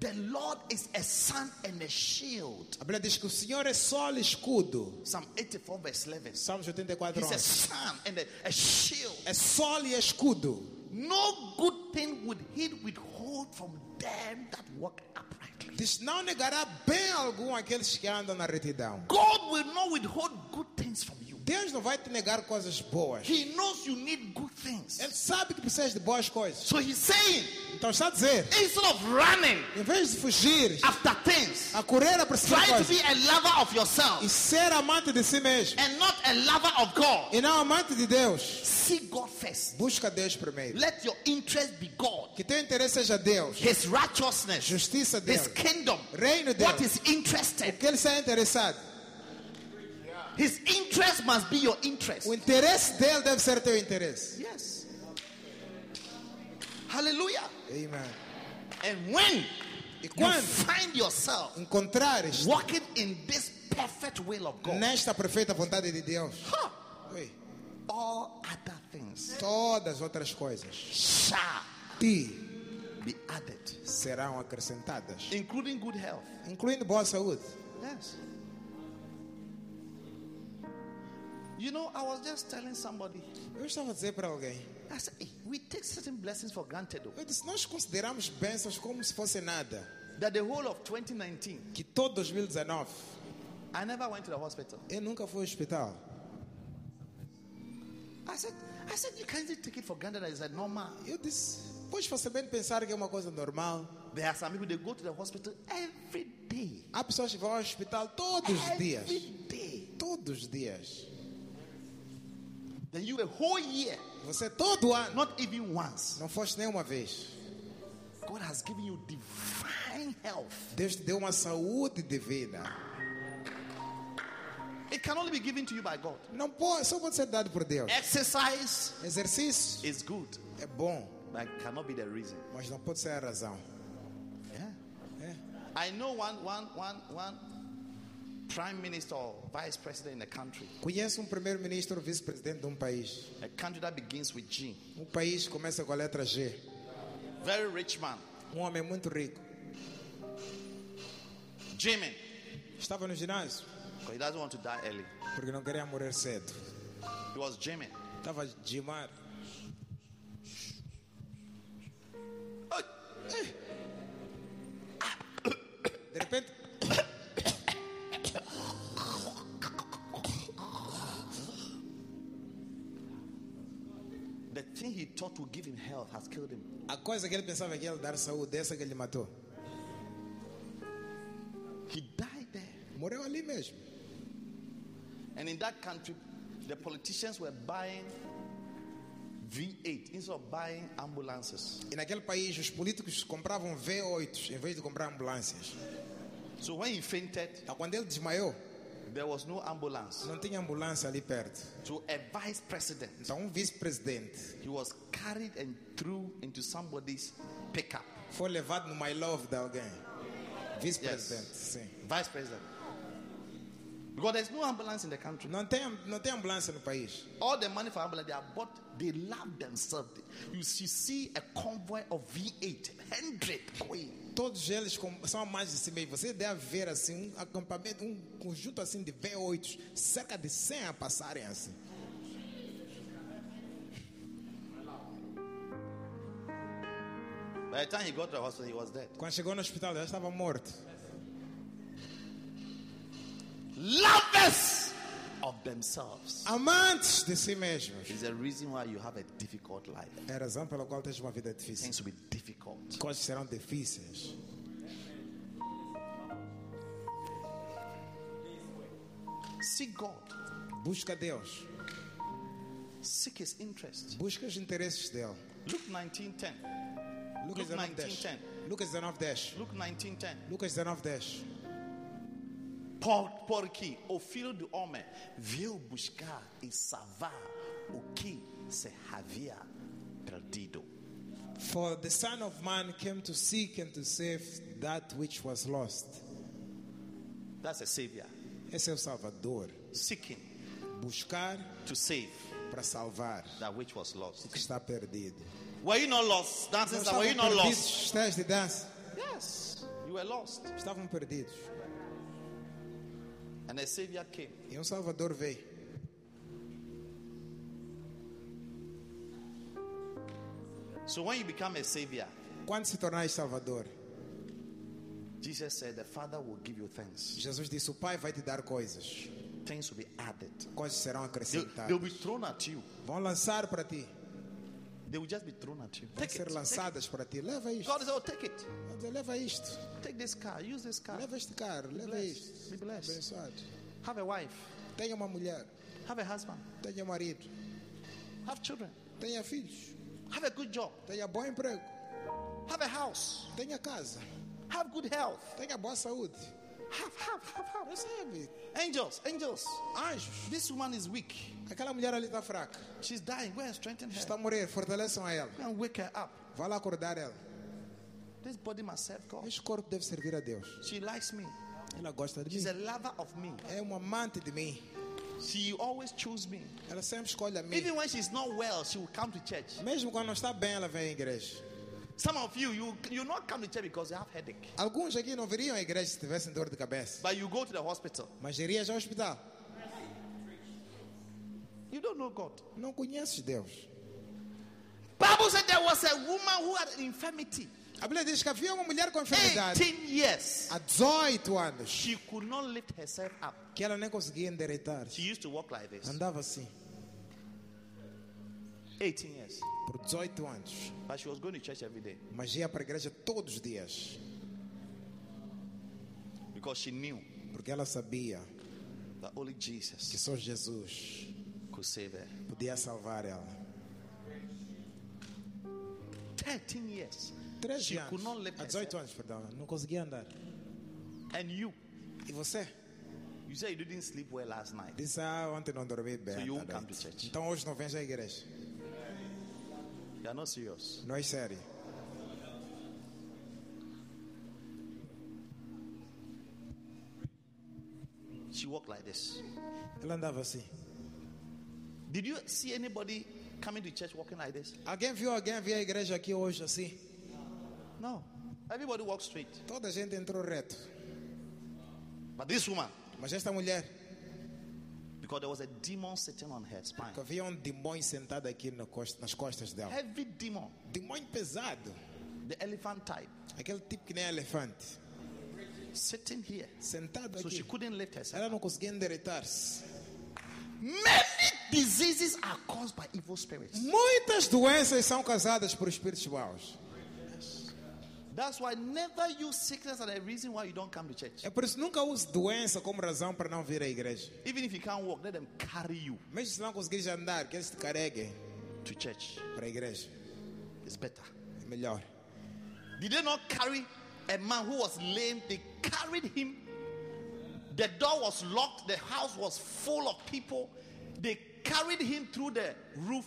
Speaker 3: the Lord is a sun and a shield.
Speaker 4: A Bíblia diz que o Senhor é sol e escudo.
Speaker 3: Psalm 84, verse 11.
Speaker 4: Salmos 84,
Speaker 3: He's a
Speaker 4: 11.
Speaker 3: sun and a, a shield.
Speaker 4: É sol e escudo.
Speaker 3: No good thing would he withhold from them that walk uprightly.
Speaker 4: Diz: Não negará bem algum aqueles que andam na retidão.
Speaker 3: God will not withhold good things from you.
Speaker 4: Deus não vai te negar coisas boas.
Speaker 3: He knows you need good things.
Speaker 4: Ele sabe que precisas de boas coisas.
Speaker 3: So he's saying,
Speaker 4: Então está a dizer:
Speaker 3: instead of running
Speaker 4: em vez de fugir,
Speaker 3: after things,
Speaker 4: a correr a perseguir
Speaker 3: try to be
Speaker 4: coisas
Speaker 3: a lover of yourself
Speaker 4: e ser amante de si mesmo
Speaker 3: and not a lover of God.
Speaker 4: e não amante de Deus,
Speaker 3: See God first.
Speaker 4: busca Deus primeiro.
Speaker 3: Let your interest be God,
Speaker 4: Que teu interesse seja Deus,
Speaker 3: His righteousness,
Speaker 4: justiça
Speaker 3: His
Speaker 4: dele,
Speaker 3: kingdom,
Speaker 4: reino
Speaker 3: what
Speaker 4: dele.
Speaker 3: is interested.
Speaker 4: Que ele seja interessado.
Speaker 3: His interest must be your interest.
Speaker 4: O interesse dele deve ser teu interesse.
Speaker 3: Yes. Hallelujah.
Speaker 4: Amen.
Speaker 3: And when
Speaker 4: E
Speaker 3: you
Speaker 4: quando
Speaker 3: find yourself
Speaker 4: encontrares
Speaker 3: walking in this perfect will of God,
Speaker 4: nesta perfeita vontade de Deus,
Speaker 3: huh,
Speaker 4: ui,
Speaker 3: all other things
Speaker 4: todas as outras coisas
Speaker 3: shall
Speaker 4: te
Speaker 3: be added,
Speaker 4: serão acrescentadas,
Speaker 3: including good health.
Speaker 4: incluindo boa saúde.
Speaker 3: Yes. You know, I was just telling somebody,
Speaker 4: Eu estava a dizer para alguém,
Speaker 3: I said, "Hey, we take certain blessings for granted. though."
Speaker 4: eu disse, nós consideramos bênçãos como se fosse nada.
Speaker 3: That the whole of 2019,
Speaker 4: Que todo 2019
Speaker 3: I never went to the hospital.
Speaker 4: eu nunca fui ao hospital.
Speaker 3: I said, I said, you can't take it for granted that it's a normal.
Speaker 4: Eu disse, pois facilmente pensar que é uma coisa normal.
Speaker 3: There are some people they go to the hospital every day.
Speaker 4: Há pessoas que vão ao hospital todos os dias.
Speaker 3: Every day.
Speaker 4: Todos os dias.
Speaker 3: Then you a whole year,
Speaker 4: Você todo ano.
Speaker 3: not even once.
Speaker 4: Não foste nenhuma vez.
Speaker 3: God has given you divine health.
Speaker 4: Deus te deu uma saúde divina.
Speaker 3: It can only be given to you by God.
Speaker 4: Não pode, só pode ser dado por Deus.
Speaker 3: Exercise
Speaker 4: Exercício
Speaker 3: is good,
Speaker 4: é bom,
Speaker 3: but cannot be the reason.
Speaker 4: mas não pode ser a razão.
Speaker 3: Yeah. I know one, one, one, one prime minister or vice president in a country,
Speaker 4: Conheço um primeiro-ministro ou vice-presidente de um país.
Speaker 3: a country that begins with G.
Speaker 4: Um país que começa com a letra G.
Speaker 3: Very rich man,
Speaker 4: Um homem muito rico.
Speaker 3: Jimmy,
Speaker 4: Estava no ginásio
Speaker 3: because he doesn't want to die early.
Speaker 4: porque não queria morrer cedo.
Speaker 3: He was Jimmy.
Speaker 4: Estava a gimar. De repente,
Speaker 3: The thing he thought would give him health has killed him.
Speaker 4: a coisa que ele pensava que ia lhe dar saúde, essa que ele matou.
Speaker 3: He died there.
Speaker 4: Morreu ali mesmo.
Speaker 3: And in that country, the politicians were buying V8 instead of buying ambulances.
Speaker 4: E naquele país, os políticos compravam V8 em vez de comprar ambulâncias.
Speaker 3: So when he fainted,
Speaker 4: Então, quando ele desmaiou,
Speaker 3: there was no ambulance.
Speaker 4: não tinha ambulância ali perto.
Speaker 3: So a vice president,
Speaker 4: Então, um vice-presidente
Speaker 3: he was carried and threw into somebody's pickup.
Speaker 4: foi levado no My Love de alguém. Vice-presidente, sim.
Speaker 3: Vice president. Because there's no ambulance in the country.
Speaker 4: Não tem, não tem ambulância no país.
Speaker 3: All the money for ambulance, they are bought, they love themselves. You see, see a convoy of V8, 100 going.
Speaker 4: Todos eles com- são a mais de si mesmo. Você deve ver assim um acampamento, um conjunto assim de V8, cerca de 100 a passarem assim.
Speaker 3: By the time he got to the hospital, he was dead.
Speaker 4: Quando chegou no hospital, já estava morto.
Speaker 3: lovers of themselves
Speaker 4: Amantes de si mesmos.
Speaker 3: is the reason why you have a difficult life.
Speaker 4: É a razão pela qual tens uma vida difícil.
Speaker 3: Things will be difficult.
Speaker 4: Coisas serão difíceis.
Speaker 3: Seek God,
Speaker 4: Busca Deus.
Speaker 3: seek His interest.
Speaker 4: Busca os interesses dele.
Speaker 3: Luke 19:10.
Speaker 4: Lucas
Speaker 3: Luke
Speaker 4: 19, 10.
Speaker 3: 19:10.
Speaker 4: Lucas 19, 10.
Speaker 3: Luke 19:10.
Speaker 4: Lucas 19, 10.
Speaker 3: Por- Porque o filho do homem veio buscar e salvar o que se había perdido.
Speaker 4: For the Son of Man came to seek and to save that which was lost.
Speaker 3: That's a savior
Speaker 4: Esse é o Salvador.
Speaker 3: seeking
Speaker 4: Buscar
Speaker 3: to save
Speaker 4: para salvar
Speaker 3: that which was
Speaker 4: o que
Speaker 3: lost.
Speaker 4: está perdido.
Speaker 3: Were you not lost? That
Speaker 4: Não
Speaker 3: is, were you not lost?
Speaker 4: perdidos. Estás de dança.
Speaker 3: Yes, you were lost.
Speaker 4: Estavam perdidos.
Speaker 3: And a savior came.
Speaker 4: E um Salvador veio.
Speaker 3: So when you become a savior,
Speaker 4: Quando se tornais Salvador,
Speaker 3: Jesus said, The Father will give you things.
Speaker 4: Jesus disse: O Pai vai te dar coisas.
Speaker 3: Things will be added.
Speaker 4: Coisas serão
Speaker 3: They'll, they'll
Speaker 4: acrescentadas.
Speaker 3: be thrown at you.
Speaker 4: Vão lançar para ti.
Speaker 3: They will just be thrown at you.
Speaker 4: Vão
Speaker 3: Take it.
Speaker 4: ser
Speaker 3: Take
Speaker 4: lançadas para ti. Leva
Speaker 3: it.
Speaker 4: isto.
Speaker 3: God said, Oh, take it.
Speaker 4: Vai dizer, Leva isto.
Speaker 3: Take this car. Use this car.
Speaker 4: Leva este carro. Leva isto.
Speaker 3: Be blessed.
Speaker 4: Abençoado.
Speaker 3: Have a wife.
Speaker 4: Tenha uma mulher.
Speaker 3: Have a husband.
Speaker 4: Tenha marido.
Speaker 3: Have children.
Speaker 4: Tenha filhos.
Speaker 3: Have a good job.
Speaker 4: Tenha bom emprego.
Speaker 3: Have a house.
Speaker 4: Tenha casa.
Speaker 3: Have good health.
Speaker 4: Tenha boa saúde.
Speaker 3: Have, have, have, have.
Speaker 4: Recebe.
Speaker 3: Angels, angels.
Speaker 4: Anjos.
Speaker 3: This woman is weak.
Speaker 4: Aquela mulher ali está fraca.
Speaker 3: She's dying. Go and strengthen her.
Speaker 4: Está a morrer. Fortaleçam a ela.
Speaker 3: Go and wake her up.
Speaker 4: Vá lá acordar ela.
Speaker 3: This body must serve God.
Speaker 4: Este corpo deve servir a Deus.
Speaker 3: She likes me.
Speaker 4: Ela gosta de
Speaker 3: She's a
Speaker 4: mim.
Speaker 3: lover of me.
Speaker 4: É uma amante de mim.
Speaker 3: She always chooses me.
Speaker 4: Ela sempre escolhe a mim.
Speaker 3: Even when she's not well, she will come to church.
Speaker 4: Mesmo quando não está bem, ela vem à igreja.
Speaker 3: Some of you, you you not come to church because you have headache,
Speaker 4: Alguns aqui não viriam à igreja se tivessem dor de cabeça.
Speaker 3: but you go to the hospital.
Speaker 4: Mas irias ao hospital.
Speaker 3: You don't know God.
Speaker 4: Não conheces Deus.
Speaker 3: Bible said there was a woman who had an infirmity,
Speaker 4: A Bíblia diz que havia uma mulher com enfermidade
Speaker 3: 18 years.
Speaker 4: há 18 anos
Speaker 3: She could not lift herself up.
Speaker 4: que ela nem conseguia endireitar.
Speaker 3: She used to walk like this.
Speaker 4: Andava assim
Speaker 3: 18 years,
Speaker 4: por 18 anos.
Speaker 3: but she was going to church every day
Speaker 4: Mas ia para a igreja todos os dias.
Speaker 3: because she knew
Speaker 4: Porque ela sabia
Speaker 3: that only
Speaker 4: que
Speaker 3: Jesus
Speaker 4: só Jesus
Speaker 3: could save her.
Speaker 4: podia salvar ela.
Speaker 3: 13 years,
Speaker 4: 13
Speaker 3: she could not
Speaker 4: anos.
Speaker 3: lift
Speaker 4: Há 18
Speaker 3: herself.
Speaker 4: anos, perdão. Não conseguia andar.
Speaker 3: And you,
Speaker 4: E você?
Speaker 3: you said you didn't sleep well last night.
Speaker 4: Disse, ah, ontem não dormi bem.
Speaker 3: So you won't
Speaker 4: tá
Speaker 3: come to
Speaker 4: doido.
Speaker 3: church.
Speaker 4: Então hoje não vens à igreja.
Speaker 3: You are not serious.
Speaker 4: Não é sério.
Speaker 3: She walked like this.
Speaker 4: Ela andava assim.
Speaker 3: Did you see anybody coming to church walking like this?
Speaker 4: Alguém viu alguém vir à igreja aqui hoje assim?
Speaker 3: No. Everybody walks straight.
Speaker 4: Toda a gente entrou reto.
Speaker 3: But this woman,
Speaker 4: Mas esta mulher,
Speaker 3: because there was a demon sitting on her spine,
Speaker 4: que havia um demônio sentado aqui no costa- nas costas dela.
Speaker 3: heavy demon,
Speaker 4: Demônio pesado.
Speaker 3: the elephant type,
Speaker 4: Aquele tipo que nem elefante.
Speaker 3: sitting here.
Speaker 4: Sentado
Speaker 3: So she
Speaker 4: aqui.
Speaker 3: couldn't lift herself.
Speaker 4: Ela não conseguia endireitar-se.
Speaker 3: Many diseases are caused by evil spirits.
Speaker 4: Muitas doenças são causadas por espíritos maus.
Speaker 3: That's why never use sickness as a reason why you don't come to church.
Speaker 4: É por isso nunca use doença como razão para não vir à igreja.
Speaker 3: Even if you can't walk, let them carry you
Speaker 4: Mesmo se não conseguires andar, que eles te carreguem
Speaker 3: to church.
Speaker 4: para a igreja.
Speaker 3: It's better.
Speaker 4: É melhor.
Speaker 3: Did they not carry a man who was lame? They carried him. The door was locked, the house was full of people. They carried him through the roof,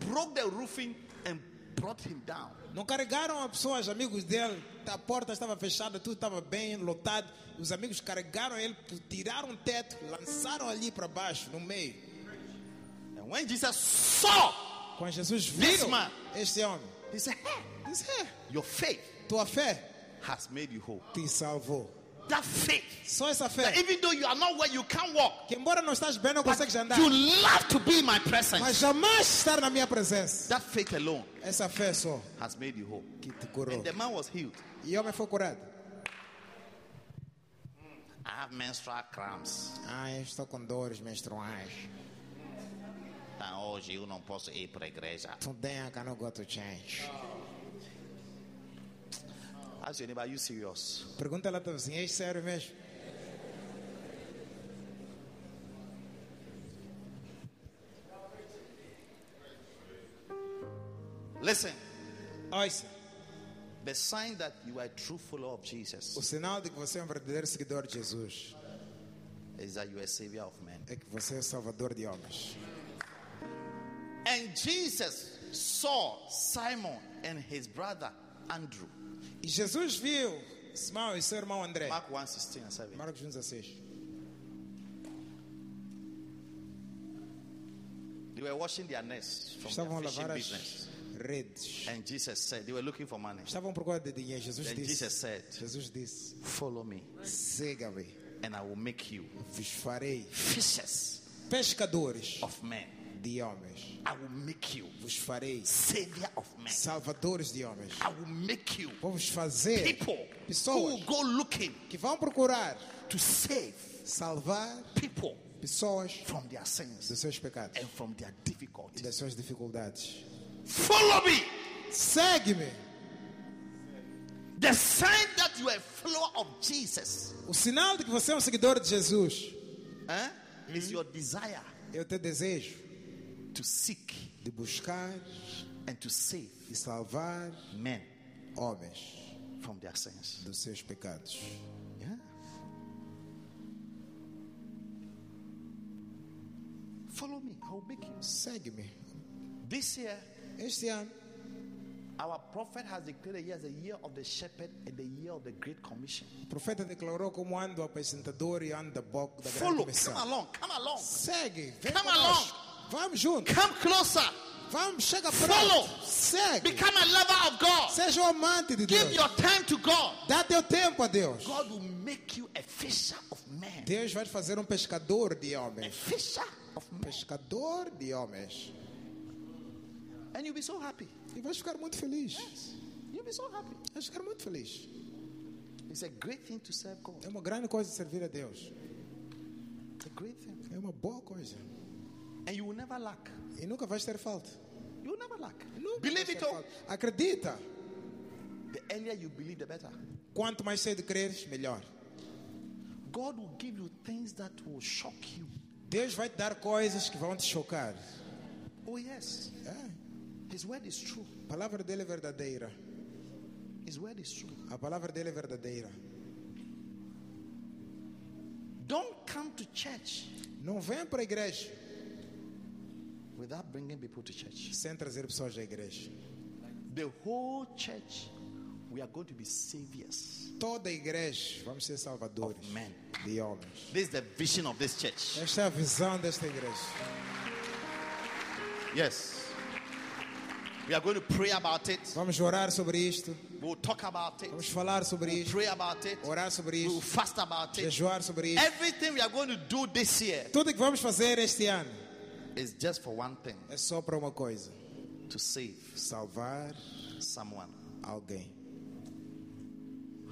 Speaker 3: broke the roofing, and brought him down.
Speaker 4: Não carregaram a pessoas, amigos dele. A porta estava fechada, tudo estava bem lotado. Os amigos carregaram ele, tiraram o teto, lançaram ali para baixo, no meio.
Speaker 3: And when Jesus saw,
Speaker 4: Quando Jesus
Speaker 3: This
Speaker 4: viu
Speaker 3: man.
Speaker 4: este homem,
Speaker 3: he said, Hey,
Speaker 4: disse: é,
Speaker 3: your faith
Speaker 4: Tua fé
Speaker 3: has made you whole.
Speaker 4: te salvou.
Speaker 3: That faith,
Speaker 4: Só essa
Speaker 3: that
Speaker 4: fé.
Speaker 3: even though you are not where you can't walk,
Speaker 4: Que embora não estás bem, não
Speaker 3: but
Speaker 4: consegues andar.
Speaker 3: you love to be in my presence.
Speaker 4: Mas jamais estar na minha presença.
Speaker 3: That faith alone
Speaker 4: Essa fé só
Speaker 3: has made you whole.
Speaker 4: que te curou.
Speaker 3: And the man was healed.
Speaker 4: E o homem foi curado.
Speaker 3: I have menstrual cramps.
Speaker 4: Ai, "Ah, estou com dores menstruais.
Speaker 3: Ah, hoje eu não posso ir para a igreja.
Speaker 4: Today I cannot go to change.
Speaker 3: Ask your neighbor, are you serious?
Speaker 4: Pergunta lá a tua vizinha, é sério mesmo?
Speaker 3: Listen,
Speaker 4: Ouça.
Speaker 3: the sign that you are a true follower of
Speaker 4: O
Speaker 3: Jesus
Speaker 4: sinal de que você é um verdadeiro seguidor de Jesus
Speaker 3: is that you are a savior of men.
Speaker 4: é que você é o salvador de homens.
Speaker 3: And And Jesus saw Simon and his brother Andrew.
Speaker 4: E Jesus viu Simão e seu irmão André.
Speaker 3: Mark 1 16 and 7.
Speaker 4: Marcos 1, 16.
Speaker 3: They were washing their nets from
Speaker 4: Estavam a
Speaker 3: their fishing
Speaker 4: lavar as
Speaker 3: business. É.
Speaker 4: redes.
Speaker 3: And Jesus said, They were looking for money.
Speaker 4: Estavam por causa de dinheiro. Jesus
Speaker 3: Then
Speaker 4: disse.
Speaker 3: Jesus said,
Speaker 4: Jesus disse.
Speaker 3: Follow me,
Speaker 4: Siga-me.
Speaker 3: and I will make you
Speaker 4: Vos farei
Speaker 3: fishers
Speaker 4: pescadores
Speaker 3: of men.
Speaker 4: de homens.
Speaker 3: I will make you
Speaker 4: Vos farei
Speaker 3: savior of men.
Speaker 4: salvadores de homens.
Speaker 3: I will make you
Speaker 4: Vou vos fazer
Speaker 3: people who will
Speaker 4: pessoas
Speaker 3: go looking
Speaker 4: que vão procurar
Speaker 3: to save
Speaker 4: salvar
Speaker 3: people
Speaker 4: pessoas
Speaker 3: from their sins
Speaker 4: dos seus pecados
Speaker 3: and from their
Speaker 4: e
Speaker 3: difficulties.
Speaker 4: das suas dificuldades.
Speaker 3: Follow me.
Speaker 4: Segue-me.
Speaker 3: The sign that you are a follower of Jesus
Speaker 4: O sinal de que você é um seguidor de Jesus,
Speaker 3: eh, is your desire
Speaker 4: eu te desejo
Speaker 3: to seek
Speaker 4: de buscar
Speaker 3: and to save
Speaker 4: e salvar
Speaker 3: men
Speaker 4: homens
Speaker 3: from their sins.
Speaker 4: dos seus pecados.
Speaker 3: Yeah. Follow me. I will make you.
Speaker 4: Segue-me.
Speaker 3: This year,
Speaker 4: Este ano,
Speaker 3: our prophet has declared the year as the year of the shepherd and the year of the great commission.
Speaker 4: o profeta declarou como ano do apresentador e ano da boca da grande
Speaker 3: Follow.
Speaker 4: comissão.
Speaker 3: Come along. Come along.
Speaker 4: Segue, vem
Speaker 3: Come
Speaker 4: conosco. Vamos juntos,
Speaker 3: Come closer.
Speaker 4: vamos, chega
Speaker 3: Follow.
Speaker 4: perto. Segue,
Speaker 3: Become a lover of God.
Speaker 4: seja um amante de
Speaker 3: Give
Speaker 4: Deus.
Speaker 3: your time to God.
Speaker 4: Dá teu tempo a Deus.
Speaker 3: God will make you a fisher of men.
Speaker 4: Deus vai te fazer um pescador de
Speaker 3: A
Speaker 4: homens.
Speaker 3: fisher of men.
Speaker 4: Pescador de homens.
Speaker 3: And you'll be so happy.
Speaker 4: E vais ficar muito feliz.
Speaker 3: You'll be so happy.
Speaker 4: Vais ficar muito feliz.
Speaker 3: It's a great thing to serve God.
Speaker 4: É uma grande coisa servir a Deus.
Speaker 3: It's a great thing.
Speaker 4: É uma boa coisa.
Speaker 3: And you will never lack.
Speaker 4: E nunca vais ter falta.
Speaker 3: You will never lack.
Speaker 4: Nunca
Speaker 3: Believe
Speaker 4: vais
Speaker 3: it
Speaker 4: ter
Speaker 3: all.
Speaker 4: falta. Acredita.
Speaker 3: The earlier you believe, the better.
Speaker 4: Quanto mais cedo creres, melhor.
Speaker 3: God will give you things that will shock you.
Speaker 4: Deus vai te dar coisas que vão te chocar.
Speaker 3: Oh, yes.
Speaker 4: É.
Speaker 3: His word is true.
Speaker 4: A palavra dele é verdadeira.
Speaker 3: His word is true.
Speaker 4: A palavra dele é verdadeira.
Speaker 3: Don't come to church
Speaker 4: Não vem para a igreja
Speaker 3: without bringing people to church.
Speaker 4: sem trazer pessoas à igreja.
Speaker 3: The whole church, we are going to be saviors.
Speaker 4: Toda a igreja vamos ser salvadores
Speaker 3: Amen.
Speaker 4: de homens.
Speaker 3: This is the vision of this church.
Speaker 4: Esta é a visão desta igreja.
Speaker 3: Yes. We are going to pray about it.
Speaker 4: Vamos orar sobre isto.
Speaker 3: We'll talk about it.
Speaker 4: Vamos falar sobre
Speaker 3: We'll
Speaker 4: isto.
Speaker 3: pray about it.
Speaker 4: Orar sobre
Speaker 3: We'll
Speaker 4: isto.
Speaker 3: fast about it.
Speaker 4: Jejuar sobre isto.
Speaker 3: Everything we are going to do this year
Speaker 4: Tudo que vamos fazer este ano
Speaker 3: is just for one thing
Speaker 4: é só para uma coisa:
Speaker 3: to save
Speaker 4: salvar
Speaker 3: someone.
Speaker 4: alguém.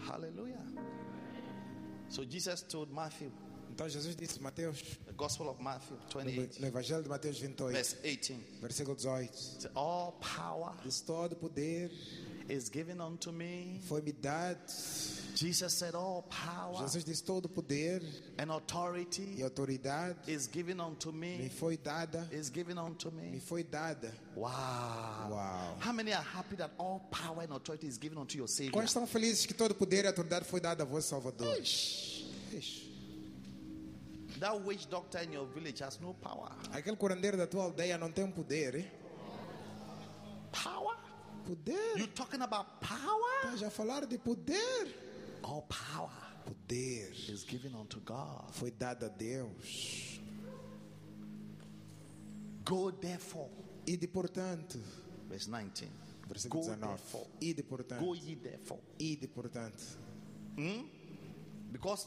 Speaker 3: Hallelujah. So Jesus told Matthew,
Speaker 4: Então Jesus disse, Mateus,
Speaker 3: the Gospel of Matthew
Speaker 4: no
Speaker 3: 28,
Speaker 4: no Evangelho de Mateus 28,
Speaker 3: verse 18.
Speaker 4: versículo 18:
Speaker 3: said, All power
Speaker 4: Diz todo poder
Speaker 3: is given unto me.
Speaker 4: foi-me dado.
Speaker 3: Jesus said, All power
Speaker 4: Jesus disse: todo poder
Speaker 3: and authority
Speaker 4: e autoridade
Speaker 3: is given unto
Speaker 4: me
Speaker 3: me.
Speaker 4: foi dada,
Speaker 3: Is given unto
Speaker 4: me
Speaker 3: me.
Speaker 4: foi dada.
Speaker 3: Wow.
Speaker 4: Wow.
Speaker 3: How many are happy that all power and authority is given unto your Savior?
Speaker 4: Quantos estão felizes que todo poder e autoridade foi dado a vosso Salvador? Ixi.
Speaker 3: That witch doctor in your village has no power.
Speaker 4: Aquele curandeiro da tua aldeia não tem um poder, hein?
Speaker 3: Power?
Speaker 4: Poder?
Speaker 3: You talking about power?
Speaker 4: Tá já falaram de poder?
Speaker 3: All power
Speaker 4: Poder
Speaker 3: is given unto God.
Speaker 4: foi dado a Deus.
Speaker 3: Go therefore.
Speaker 4: E de portanto,
Speaker 3: Verse 19.
Speaker 4: versículo
Speaker 3: Go
Speaker 4: 19.
Speaker 3: therefore.
Speaker 4: E de portanto,
Speaker 3: Go ye therefore.
Speaker 4: e de portanto,
Speaker 3: Because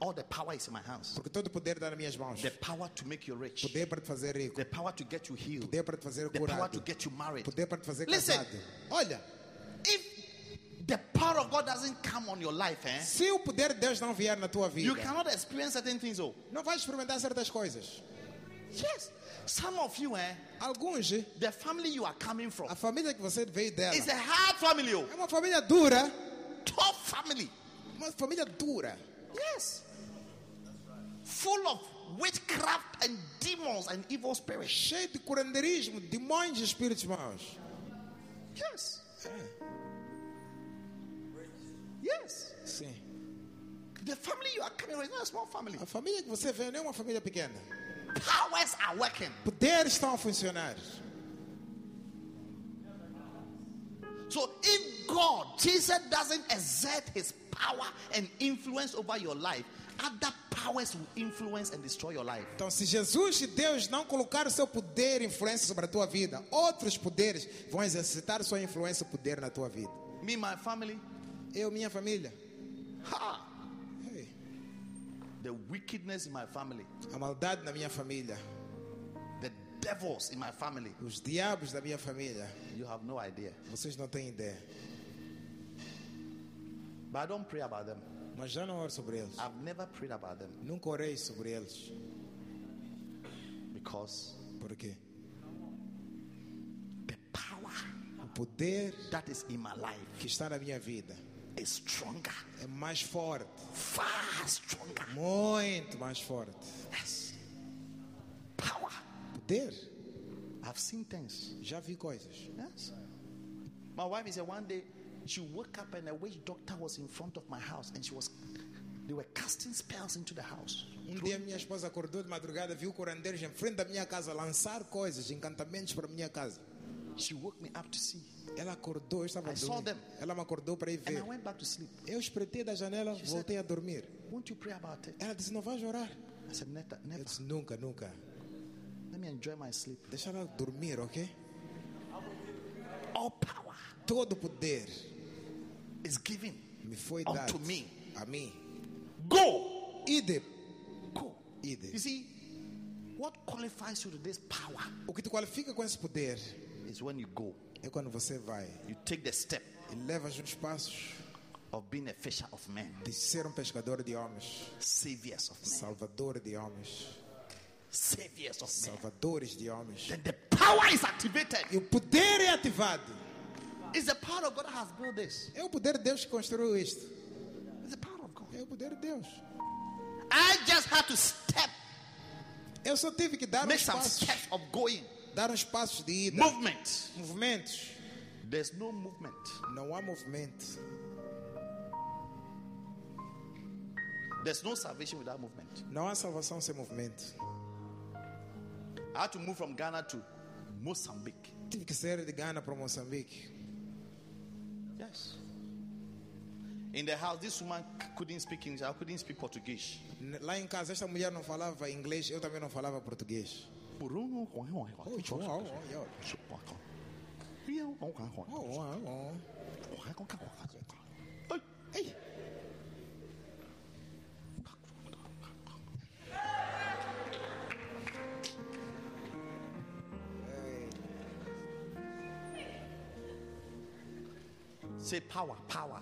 Speaker 3: all the power is in my hands.
Speaker 4: porque todo poder dá nas minhas mãos.
Speaker 3: The power to make you rich.
Speaker 4: Poder para te fazer rico,
Speaker 3: The power to get you healed.
Speaker 4: poder para te fazer
Speaker 3: The power to
Speaker 4: curado,
Speaker 3: get you married.
Speaker 4: poder para te fazer
Speaker 3: Listen.
Speaker 4: casado. Olha,
Speaker 3: If the power of God doesn't come on your life, eh?
Speaker 4: se o poder de Deus não vier na tua vida,
Speaker 3: You cannot experience certain things, oh.
Speaker 4: não vais experimentar certas coisas.
Speaker 3: Yes. Some of you, eh?
Speaker 4: Alguns,
Speaker 3: The family you are coming from
Speaker 4: a família que você veio dela
Speaker 3: is a hard family, oh.
Speaker 4: é uma família dura,
Speaker 3: Tough family.
Speaker 4: uma família dura,
Speaker 3: Yes. Full of witchcraft and demons and evil spirits.
Speaker 4: cheia de curanderismo, demônios e espíritos maus. É,
Speaker 3: Yes. Yes.
Speaker 4: Sim.
Speaker 3: The family you are coming from is not a small family.
Speaker 4: A família que você veio não é uma família pequena.
Speaker 3: Powers are working.
Speaker 4: Poderes estão a funcionar.
Speaker 3: So if God, Jesus, doesn't exert his power and influence over your life, other powers will influence and destroy your life.
Speaker 4: Então, se Jesus e Deus não colocar o seu poder e influência sobre a tua vida, outros poderes vão exercitar sua influência e poder na tua vida.
Speaker 3: Me, my family,
Speaker 4: Eu, minha família,
Speaker 3: ha,
Speaker 4: ei,
Speaker 3: the wickedness in my family,
Speaker 4: a maldade na minha família,
Speaker 3: the devils in my family,
Speaker 4: os diabos da minha família,
Speaker 3: you have no idea.
Speaker 4: vocês não têm ideia.
Speaker 3: But I don't pray about them.
Speaker 4: Mas já não oro sobre eles.
Speaker 3: I've never prayed about them
Speaker 4: Nunca orei sobre eles.
Speaker 3: because
Speaker 4: Por quê?
Speaker 3: the power
Speaker 4: O poder
Speaker 3: that is in my life
Speaker 4: que está na minha vida
Speaker 3: is stronger,
Speaker 4: é mais forte,
Speaker 3: far stronger.
Speaker 4: muito mais forte.
Speaker 3: Yes. Power.
Speaker 4: Poder?
Speaker 3: I've seen things.
Speaker 4: Já vi coisas.
Speaker 3: Yes. My wife is a one day she woke up and a witch doctor was in front of my house and she was they were casting spells into the house.
Speaker 4: Um dia minha esposa acordou de madrugada, viu curandeiros em frente da minha casa lançar coisas, encantamentos para a minha casa.
Speaker 3: She woke me up to see.
Speaker 4: Ela acordou, eu estava
Speaker 3: I saw
Speaker 4: dormindo.
Speaker 3: them.
Speaker 4: Ela me acordou para ir
Speaker 3: And I
Speaker 4: ver.
Speaker 3: went back to sleep.
Speaker 4: Eu espreitei da janela, voltei a dormir.
Speaker 3: Won't you pray about it?
Speaker 4: Ela disse: Não vais orar?
Speaker 3: I said, Neta, never.
Speaker 4: Eu disse: Nunca, nunca.
Speaker 3: Let me enjoy my sleep.
Speaker 4: Deixa ela dormir, ok?
Speaker 3: All power
Speaker 4: Todo poder
Speaker 3: is given.
Speaker 4: me foi
Speaker 3: Unto
Speaker 4: dado
Speaker 3: me.
Speaker 4: a mim.
Speaker 3: Go.
Speaker 4: Ide,
Speaker 3: Go. You
Speaker 4: ide.
Speaker 3: see, what qualifies you to this power
Speaker 4: O que te qualifica com esse poder
Speaker 3: is when you go.
Speaker 4: é quando você vai
Speaker 3: You take the step
Speaker 4: e levas os passos
Speaker 3: of being a fisher of men,
Speaker 4: de ser um pescador de homens,
Speaker 3: saviors of men,
Speaker 4: salvador de homens,
Speaker 3: saviors of men.
Speaker 4: salvadores de homens.
Speaker 3: Then the power is activated.
Speaker 4: E o poder é ativado.
Speaker 3: It's the power of God that has built this.
Speaker 4: É o poder de Deus que construiu isto.
Speaker 3: It's the power of God.
Speaker 4: É o poder de Deus.
Speaker 3: I just had to step,
Speaker 4: Eu só tive que dar
Speaker 3: make
Speaker 4: uns
Speaker 3: some
Speaker 4: passos,
Speaker 3: steps of going,
Speaker 4: dar uns passos de ida.
Speaker 3: movement.
Speaker 4: Movimentos.
Speaker 3: There's no movement.
Speaker 4: Não há movimento.
Speaker 3: There's no salvation without movement.
Speaker 4: Não há salvação sem movimento.
Speaker 3: I had to move from Ghana to Mozambique.
Speaker 4: Tive que sair de Gana para Moçambique.
Speaker 3: Yes. In the house, this woman c- couldn't speak English. I couldn't speak Portuguese.
Speaker 4: N- Lá em casa, esta mulher não falava inglês, eu também não falava português. Oh, oh, uau, uau, uau, uau, uau.
Speaker 3: Hey. Say power, power.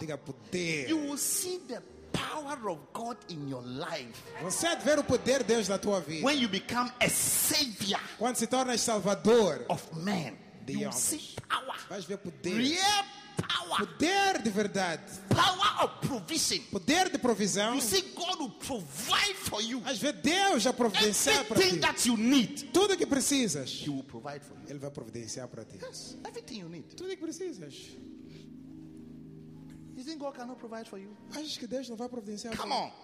Speaker 4: Diga poder.
Speaker 3: You will see the power of God in your life
Speaker 4: Você há de ver o poder de Deus na tua vida.
Speaker 3: when you become a savior
Speaker 4: Quando se tornas salvador,
Speaker 3: of man.
Speaker 4: The
Speaker 3: You will
Speaker 4: others.
Speaker 3: see power,
Speaker 4: vais ver poder.
Speaker 3: real power,
Speaker 4: Poder de verdade.
Speaker 3: power of provision.
Speaker 4: Poder de provisão.
Speaker 3: You see, God will provide for you
Speaker 4: Vais ver Deus a providenciar para
Speaker 3: everything
Speaker 4: ti.
Speaker 3: that you need.
Speaker 4: Tudo que precisas,
Speaker 3: He will provide for you.
Speaker 4: Ele vai providenciar para ti.
Speaker 3: Yes, everything you need.
Speaker 4: Tudo que precisas.
Speaker 3: You think God cannot provide for you?
Speaker 4: Achas que Deus não vai providenciar
Speaker 3: Come
Speaker 4: para
Speaker 3: on.
Speaker 4: ti?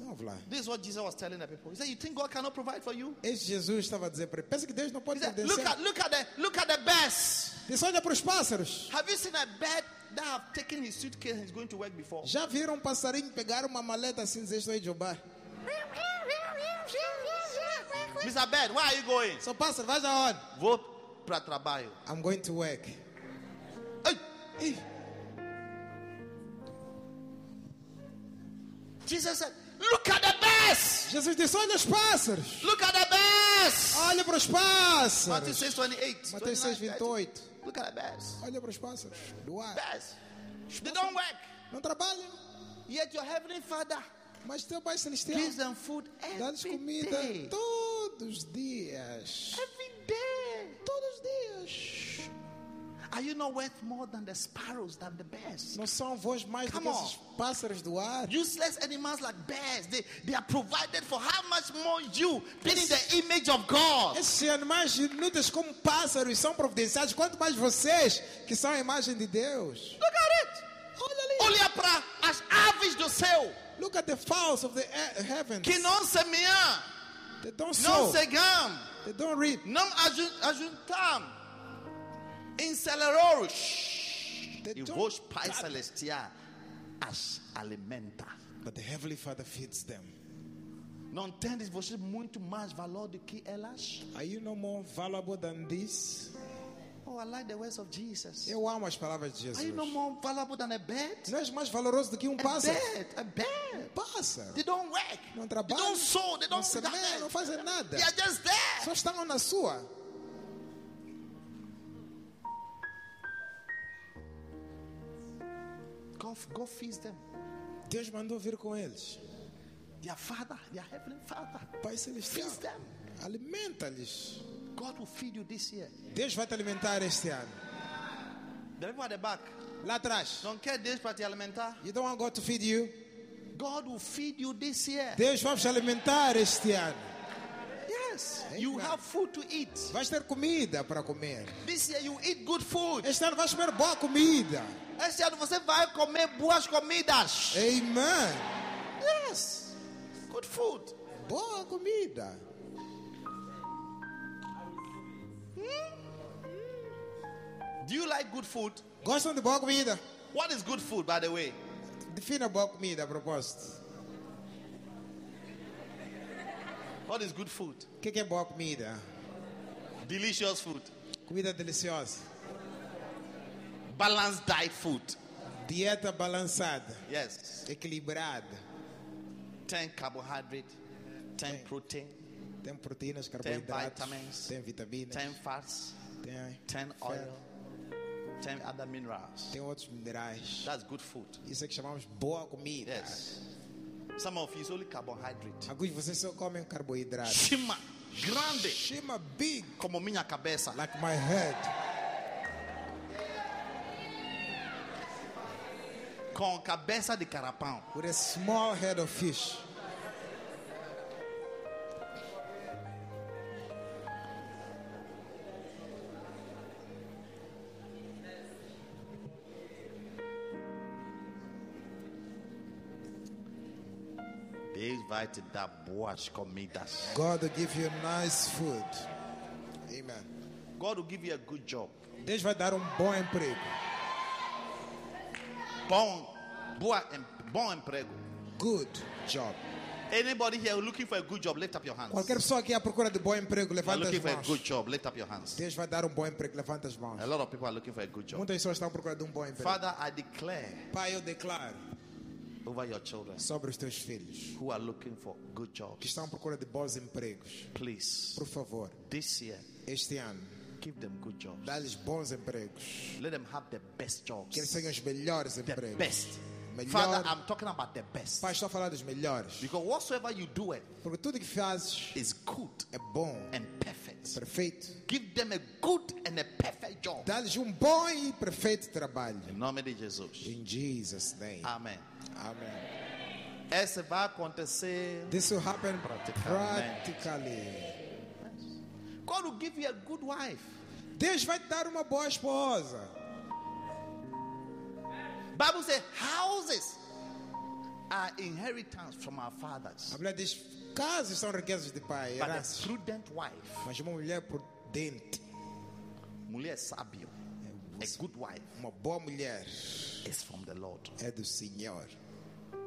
Speaker 4: Vamos lá.
Speaker 3: This is what Jesus was telling the people. He said, "You think God cannot provide for you?"
Speaker 4: Este Jesus estava a dizer para ele: pensa que Deus
Speaker 3: He
Speaker 4: não pode
Speaker 3: said, "Look
Speaker 4: providenciar.
Speaker 3: at look at the look at the birds.
Speaker 4: Diz: olha para os pássaros.
Speaker 3: Have you seen a bird that have taken his suitcase and is going to work before?
Speaker 4: Já viram um passarinho pegar uma maleta assim e dizer: estou a jobar?
Speaker 3: Mr. Bird, where are you going?
Speaker 4: Sou pássaro, vai já onde?
Speaker 3: Vou para trabalho.
Speaker 4: I'm going to work.
Speaker 3: Hey,
Speaker 4: Ih,
Speaker 3: Jesus said, "Look at the birds.
Speaker 4: Jesus disse: olha os pássaros.
Speaker 3: Look at the birds."
Speaker 4: Olha para os
Speaker 3: Matthew
Speaker 4: pássaros.
Speaker 3: 6:28.
Speaker 4: Mateus 6, 28.
Speaker 3: Look at the birds.
Speaker 4: Olha para os pássaros do ar.
Speaker 3: Birds. They don't work.
Speaker 4: Não trabalham,
Speaker 3: Yet your heavenly Father
Speaker 4: mas teu Pai Celestial
Speaker 3: gives them food
Speaker 4: dá-lhes
Speaker 3: every
Speaker 4: comida
Speaker 3: day.
Speaker 4: todos os dias.
Speaker 3: Every day.
Speaker 4: Todos os
Speaker 3: eh?
Speaker 4: dias.
Speaker 3: Are you not worth more than the sparrows, than the birds?
Speaker 4: Não são vós mais do
Speaker 3: Come
Speaker 4: que
Speaker 3: on.
Speaker 4: esses pássaros do ar?
Speaker 3: Useless animals like bears, they, they are provided for. How much more you, being in the image of God?
Speaker 4: Esses animais inúteis como pássaros são providenciados, quanto mais vocês, que são a imagem de Deus.
Speaker 3: Look at it. Olha para as aves do céu,
Speaker 4: Look at the fowls of the he- heavens.
Speaker 3: que não semeiam,
Speaker 4: They don't
Speaker 3: não
Speaker 4: sow,
Speaker 3: cegam,
Speaker 4: they don't reap,
Speaker 3: não ajun- ajuntam, Incelerorus.
Speaker 4: They
Speaker 3: E
Speaker 4: don't
Speaker 3: vos Pai
Speaker 4: gather.
Speaker 3: Celestial as alimenta.
Speaker 4: But the Heavenly Father feeds them.
Speaker 3: Não tendes você muito mais valor do que elas?
Speaker 4: Are you no more valuable than this?
Speaker 3: Oh, I like the words of Jesus.
Speaker 4: Eu amo as palavras de
Speaker 3: Are you
Speaker 4: Jesus.
Speaker 3: no more valuable than a bird?
Speaker 4: Não és mais valoroso do que um
Speaker 3: A
Speaker 4: pássaro.
Speaker 3: bird, a bird.
Speaker 4: Pássaro.
Speaker 3: They don't work.
Speaker 4: Não
Speaker 3: They
Speaker 4: trabalham.
Speaker 3: don't sow. They
Speaker 4: Não
Speaker 3: don't
Speaker 4: semeiam, não fazem nada.
Speaker 3: They are just there.
Speaker 4: Só estão na sua.
Speaker 3: Go, go feed them.
Speaker 4: Deus mandou vir com eles.
Speaker 3: Their father, their heavenly father.
Speaker 4: Pai Celestial.
Speaker 3: Feed them.
Speaker 4: Alimenta-lhes.
Speaker 3: God will feed you this year.
Speaker 4: Deus vai te alimentar este ano.
Speaker 3: The people at the back.
Speaker 4: Lá atrás.
Speaker 3: Don't care this party alimentar.
Speaker 4: You don't want God to feed you.
Speaker 3: God will feed you this year.
Speaker 4: Deus vai te alimentar este ano.
Speaker 3: Yes. You have food to eat.
Speaker 4: Vais ter comida para comer.
Speaker 3: This year you eat good food.
Speaker 4: Este ano vais comer boa comida.
Speaker 3: Este ano você vai comer boas comidas.
Speaker 4: Amen.
Speaker 3: Yes. Good food.
Speaker 4: Boa comida.
Speaker 3: Do you like good food?
Speaker 4: Gostam de boa comida?
Speaker 3: What is good food, by the way?
Speaker 4: Defina boa comida a propósito.
Speaker 3: What is good food?
Speaker 4: O que que é boa comida?
Speaker 3: Delicious food.
Speaker 4: Comida deliciosa.
Speaker 3: Balanced diet food.
Speaker 4: Dieta balançada.
Speaker 3: Yes.
Speaker 4: Equilibrada.
Speaker 3: 10 carbohydrate, 10 protein,
Speaker 4: Tem proteínas, carboidratos.
Speaker 3: vitamins.
Speaker 4: Tem vitaminas.
Speaker 3: 10 fats,
Speaker 4: Tem,
Speaker 3: 10
Speaker 4: ferro,
Speaker 3: oil, 10 other minerals.
Speaker 4: Tem outros minerais.
Speaker 3: That's good food.
Speaker 4: Isso é que chamamos boa comida.
Speaker 3: Yes. Some of you is only carbohydrate.
Speaker 4: Alguns de vocês só comem carboidratos.
Speaker 3: Shima, grande,
Speaker 4: Shima big
Speaker 3: como minha cabeça.
Speaker 4: like my head.
Speaker 3: Com cabeça de carapão.
Speaker 4: with a small head of fish.
Speaker 3: Deus vai te dar boas comidas.
Speaker 4: God will give you nice food. Amen.
Speaker 3: God will give you a good job.
Speaker 4: Deus vai dar um bom emprego.
Speaker 3: Bom, boa, em- bom emprego.
Speaker 4: Good job.
Speaker 3: Anybody here looking for a good job, lift up your hands.
Speaker 4: Qualquer pessoa aqui à procura de bom emprego,
Speaker 3: You're
Speaker 4: levanta as
Speaker 3: looking for a good
Speaker 4: mãos.
Speaker 3: job, lift up your hands.
Speaker 4: Deus vai dar um bom emprego, levanta as mãos.
Speaker 3: A lot of people are looking for a good job.
Speaker 4: Muitas pessoas estão à procura de um bom emprego.
Speaker 3: Father, I declare
Speaker 4: Pai, eu declaro
Speaker 3: over your children
Speaker 4: sobre os teus filhos
Speaker 3: who are looking for good
Speaker 4: que
Speaker 3: jobs.
Speaker 4: estão à procura de bons empregos.
Speaker 3: Please,
Speaker 4: Por favor,
Speaker 3: this year,
Speaker 4: este ano,
Speaker 3: give them good jobs.
Speaker 4: dá-lhes bons empregos.
Speaker 3: Let them have the best
Speaker 4: Que eles
Speaker 3: jobs.
Speaker 4: tenham os melhores
Speaker 3: The
Speaker 4: empregos.
Speaker 3: best.
Speaker 4: Melhor.
Speaker 3: Father, I'm talking about the best.
Speaker 4: Pai, estou a falar dos melhores.
Speaker 3: Because whatsoever you do it
Speaker 4: Porque tudo que fazes
Speaker 3: is good
Speaker 4: é bom,
Speaker 3: and perfect.
Speaker 4: perfeito.
Speaker 3: Give them a good and a perfect job.
Speaker 4: Dá-lhes um bom e perfeito trabalho.
Speaker 3: Em nome de Jesus.
Speaker 4: In Jesus' name.
Speaker 3: Amém.
Speaker 4: Amen.
Speaker 3: Essa vai acontecer.
Speaker 4: This will happen
Speaker 3: Praticamente.
Speaker 4: practically.
Speaker 3: God will give you a good wife.
Speaker 4: Deus vai te dar uma boa esposa.
Speaker 3: Bible says houses are inheritance from our fathers.
Speaker 4: A mulher diz: casas são riquezas de pai,
Speaker 3: But
Speaker 4: heranças.
Speaker 3: a prudent wife,
Speaker 4: Mas uma mulher por dentro,
Speaker 3: mulher sábio, a good wife
Speaker 4: uma boa mulher,
Speaker 3: is from the Lord.
Speaker 4: é do Senhor.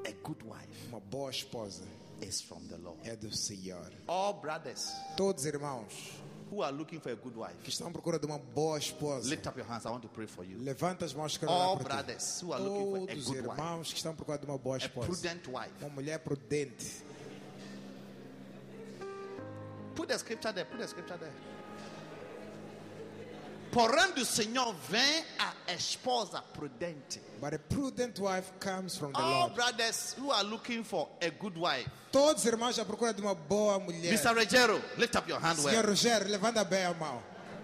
Speaker 3: A good wife
Speaker 4: Uma boa esposa
Speaker 3: is from the Lord.
Speaker 4: é do Senhor.
Speaker 3: All brothers
Speaker 4: Todos irmãos
Speaker 3: who are looking for a good
Speaker 4: que
Speaker 3: wife,
Speaker 4: estão à procura de uma boa esposa,
Speaker 3: lift up your hands. I want to pray for you.
Speaker 4: levanta as mãos que eu
Speaker 3: All
Speaker 4: orar por ti.
Speaker 3: brothers who are looking for a
Speaker 4: Todos
Speaker 3: é good wife, É
Speaker 4: irmãos que estão à procura de uma boa
Speaker 3: a
Speaker 4: esposa,
Speaker 3: prudent wife.
Speaker 4: uma mulher prudente.
Speaker 3: Put the scripture there. Put the scripture there. Porém do Senhor vem a esposa prudente.
Speaker 4: But a prudent wife comes from the
Speaker 3: All
Speaker 4: Lord.
Speaker 3: brothers who are looking for a good wife.
Speaker 4: Todos os irmãos à procura de uma boa mulher.
Speaker 3: Mr. Rogero, lift up your hand.
Speaker 4: Senhor
Speaker 3: well.
Speaker 4: Rogério, levanta bem a mão.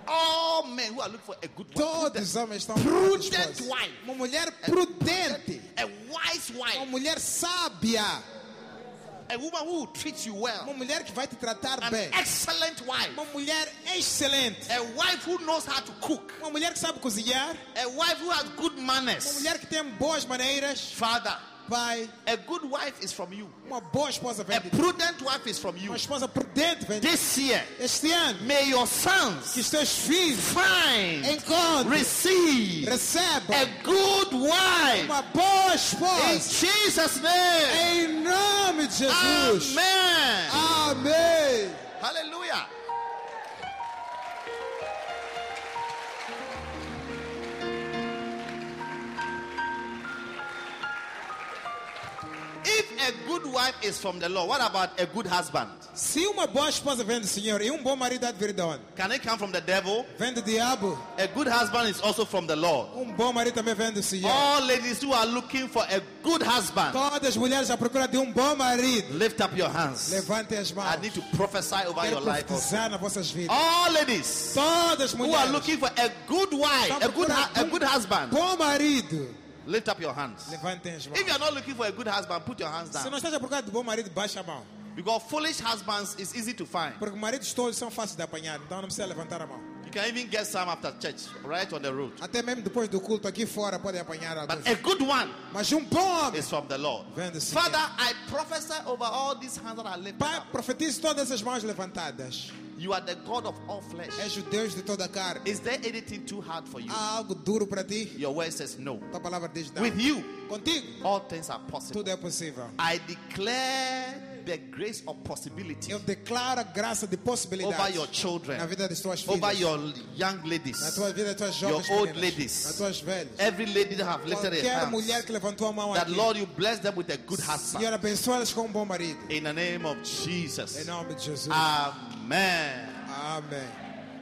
Speaker 3: All men who are looking for a good wife.
Speaker 4: Todos os homens estão à procura de
Speaker 3: Prudent
Speaker 4: esposa.
Speaker 3: wife. É
Speaker 4: Uma mulher prudente.
Speaker 3: A wise
Speaker 4: Uma
Speaker 3: wife.
Speaker 4: mulher sábia.
Speaker 3: A woman who will treat you
Speaker 4: Uma
Speaker 3: well.
Speaker 4: mulher que vai te tratar
Speaker 3: An
Speaker 4: bem.
Speaker 3: excellent wife.
Speaker 4: Uma mulher excelente.
Speaker 3: A wife who knows how to cook.
Speaker 4: Uma mulher que sabe cozinhar.
Speaker 3: A wife who has good
Speaker 4: Uma
Speaker 3: manners.
Speaker 4: mulher que tem boas maneiras.
Speaker 3: Father,
Speaker 4: pai,
Speaker 3: A good wife is from you.
Speaker 4: uma boa esposa vem
Speaker 3: A
Speaker 4: de Deus.
Speaker 3: prudent wife is from you.
Speaker 4: Uma esposa prudente vem de Deus.
Speaker 3: This year,
Speaker 4: Este ano,
Speaker 3: may your
Speaker 4: que
Speaker 3: sons
Speaker 4: os teus filhos
Speaker 3: find,
Speaker 4: encontrem,
Speaker 3: receive a
Speaker 4: recebam
Speaker 3: good wife
Speaker 4: uma boa
Speaker 3: in
Speaker 4: esposa.
Speaker 3: Jesus' name.
Speaker 4: Em nome de Jesus.
Speaker 3: Amen.
Speaker 4: Amém.
Speaker 3: Hallelujah. If a good wife is from the Lord, what about a good husband?
Speaker 4: Se uma boa esposa vem do Senhor e um bom marido há de vir de onde?
Speaker 3: Can it come from the devil?
Speaker 4: Vem do diabo.
Speaker 3: A good husband is also from the Lord.
Speaker 4: Um bom marido também vem do Senhor.
Speaker 3: All ladies who are looking for a good husband,
Speaker 4: Todas as mulheres à procura de um bom marido.
Speaker 3: lift up your hands.
Speaker 4: Levantem as mãos.
Speaker 3: I need to prophesy over your
Speaker 4: Quero
Speaker 3: life. oh. also.
Speaker 4: profetizar nas vossas vidas.
Speaker 3: All ladies
Speaker 4: Todas as
Speaker 3: who are
Speaker 4: mulheres.
Speaker 3: looking for a good wife, a good, hu- a good husband,
Speaker 4: Bom marido.
Speaker 3: lift up your hands.
Speaker 4: Levantem as mãos.
Speaker 3: If you are not looking for a good husband, put your hands
Speaker 4: Se não
Speaker 3: down.
Speaker 4: estás a procurar de bom marido, baixa a mão.
Speaker 3: Because foolish husbands is easy to find.
Speaker 4: Porque maridos todos são fáceis de apanhar, então não precisa levantar a mão.
Speaker 3: You can even get some after church, right on the road.
Speaker 4: Até mesmo depois do culto aqui fora podem apanhar alguns.
Speaker 3: But a good one
Speaker 4: Mas um bom homem.
Speaker 3: is from the Lord.
Speaker 4: Vem do Senhor.
Speaker 3: Father, I prophesy over all these hands that are lifted
Speaker 4: Pai,
Speaker 3: up.
Speaker 4: profetize todas as mãos levantadas.
Speaker 3: You are the God of all flesh.
Speaker 4: És o Deus de toda a carne.
Speaker 3: Is there anything too hard for you?
Speaker 4: Há algo duro para ti?
Speaker 3: Your word says no.
Speaker 4: Tua palavra diz não.
Speaker 3: With you,
Speaker 4: Contigo,
Speaker 3: all things are possible.
Speaker 4: tudo é possível.
Speaker 3: I declare the grace of possibility
Speaker 4: Eu declaro a graça de
Speaker 3: over
Speaker 4: possibilidades
Speaker 3: your children,
Speaker 4: na vida das tuas filhas,
Speaker 3: over your young
Speaker 4: na
Speaker 3: ladies,
Speaker 4: tua vida das tuas
Speaker 3: your
Speaker 4: jovens
Speaker 3: old
Speaker 4: meninas, nas
Speaker 3: ladies,
Speaker 4: tuas velhas.
Speaker 3: every lady that have lifted her
Speaker 4: Qualquer mulher
Speaker 3: hands.
Speaker 4: que levantou a mão
Speaker 3: That
Speaker 4: aqui,
Speaker 3: Lord, you bless them with a good
Speaker 4: Senhor,
Speaker 3: husband.
Speaker 4: abençoa-las com um bom marido.
Speaker 3: In the name of
Speaker 4: Em
Speaker 3: Jesus.
Speaker 4: nome de Jesus.
Speaker 3: Ah. Amém.
Speaker 4: Amém.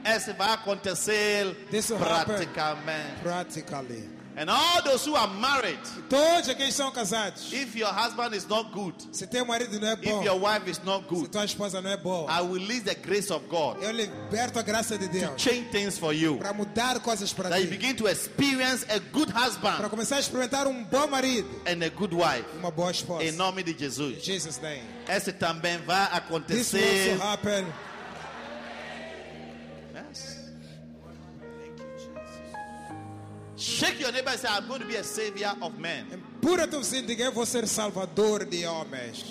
Speaker 3: Essa vai acontecer
Speaker 4: This will happen.
Speaker 3: praticamente.
Speaker 4: Practically.
Speaker 3: And all those who are married,
Speaker 4: Todos aqueles que são casados.
Speaker 3: if your husband is not good,
Speaker 4: Se teu marido não é
Speaker 3: if your
Speaker 4: bom,
Speaker 3: wife is not
Speaker 4: se
Speaker 3: good,
Speaker 4: tua esposa não é boa,
Speaker 3: I will release the grace of God
Speaker 4: eu liberto a graça de
Speaker 3: to
Speaker 4: Deus
Speaker 3: change things for you.
Speaker 4: para mudar coisas para
Speaker 3: That you
Speaker 4: ti.
Speaker 3: begin to experience a good
Speaker 4: Para
Speaker 3: husband
Speaker 4: começar a experimentar um bom marido
Speaker 3: and a good wife.
Speaker 4: e uma boa esposa.
Speaker 3: Em
Speaker 4: Em
Speaker 3: nome de Jesus.
Speaker 4: Jesus' name.
Speaker 3: Esse também vai
Speaker 4: This will also
Speaker 3: acontecer.
Speaker 4: happen.
Speaker 3: Yes. Shake your neighbor and say, I'm going to be a savior of men.
Speaker 4: Pura teu vizinho, diga, eu vou ser salvador de homens.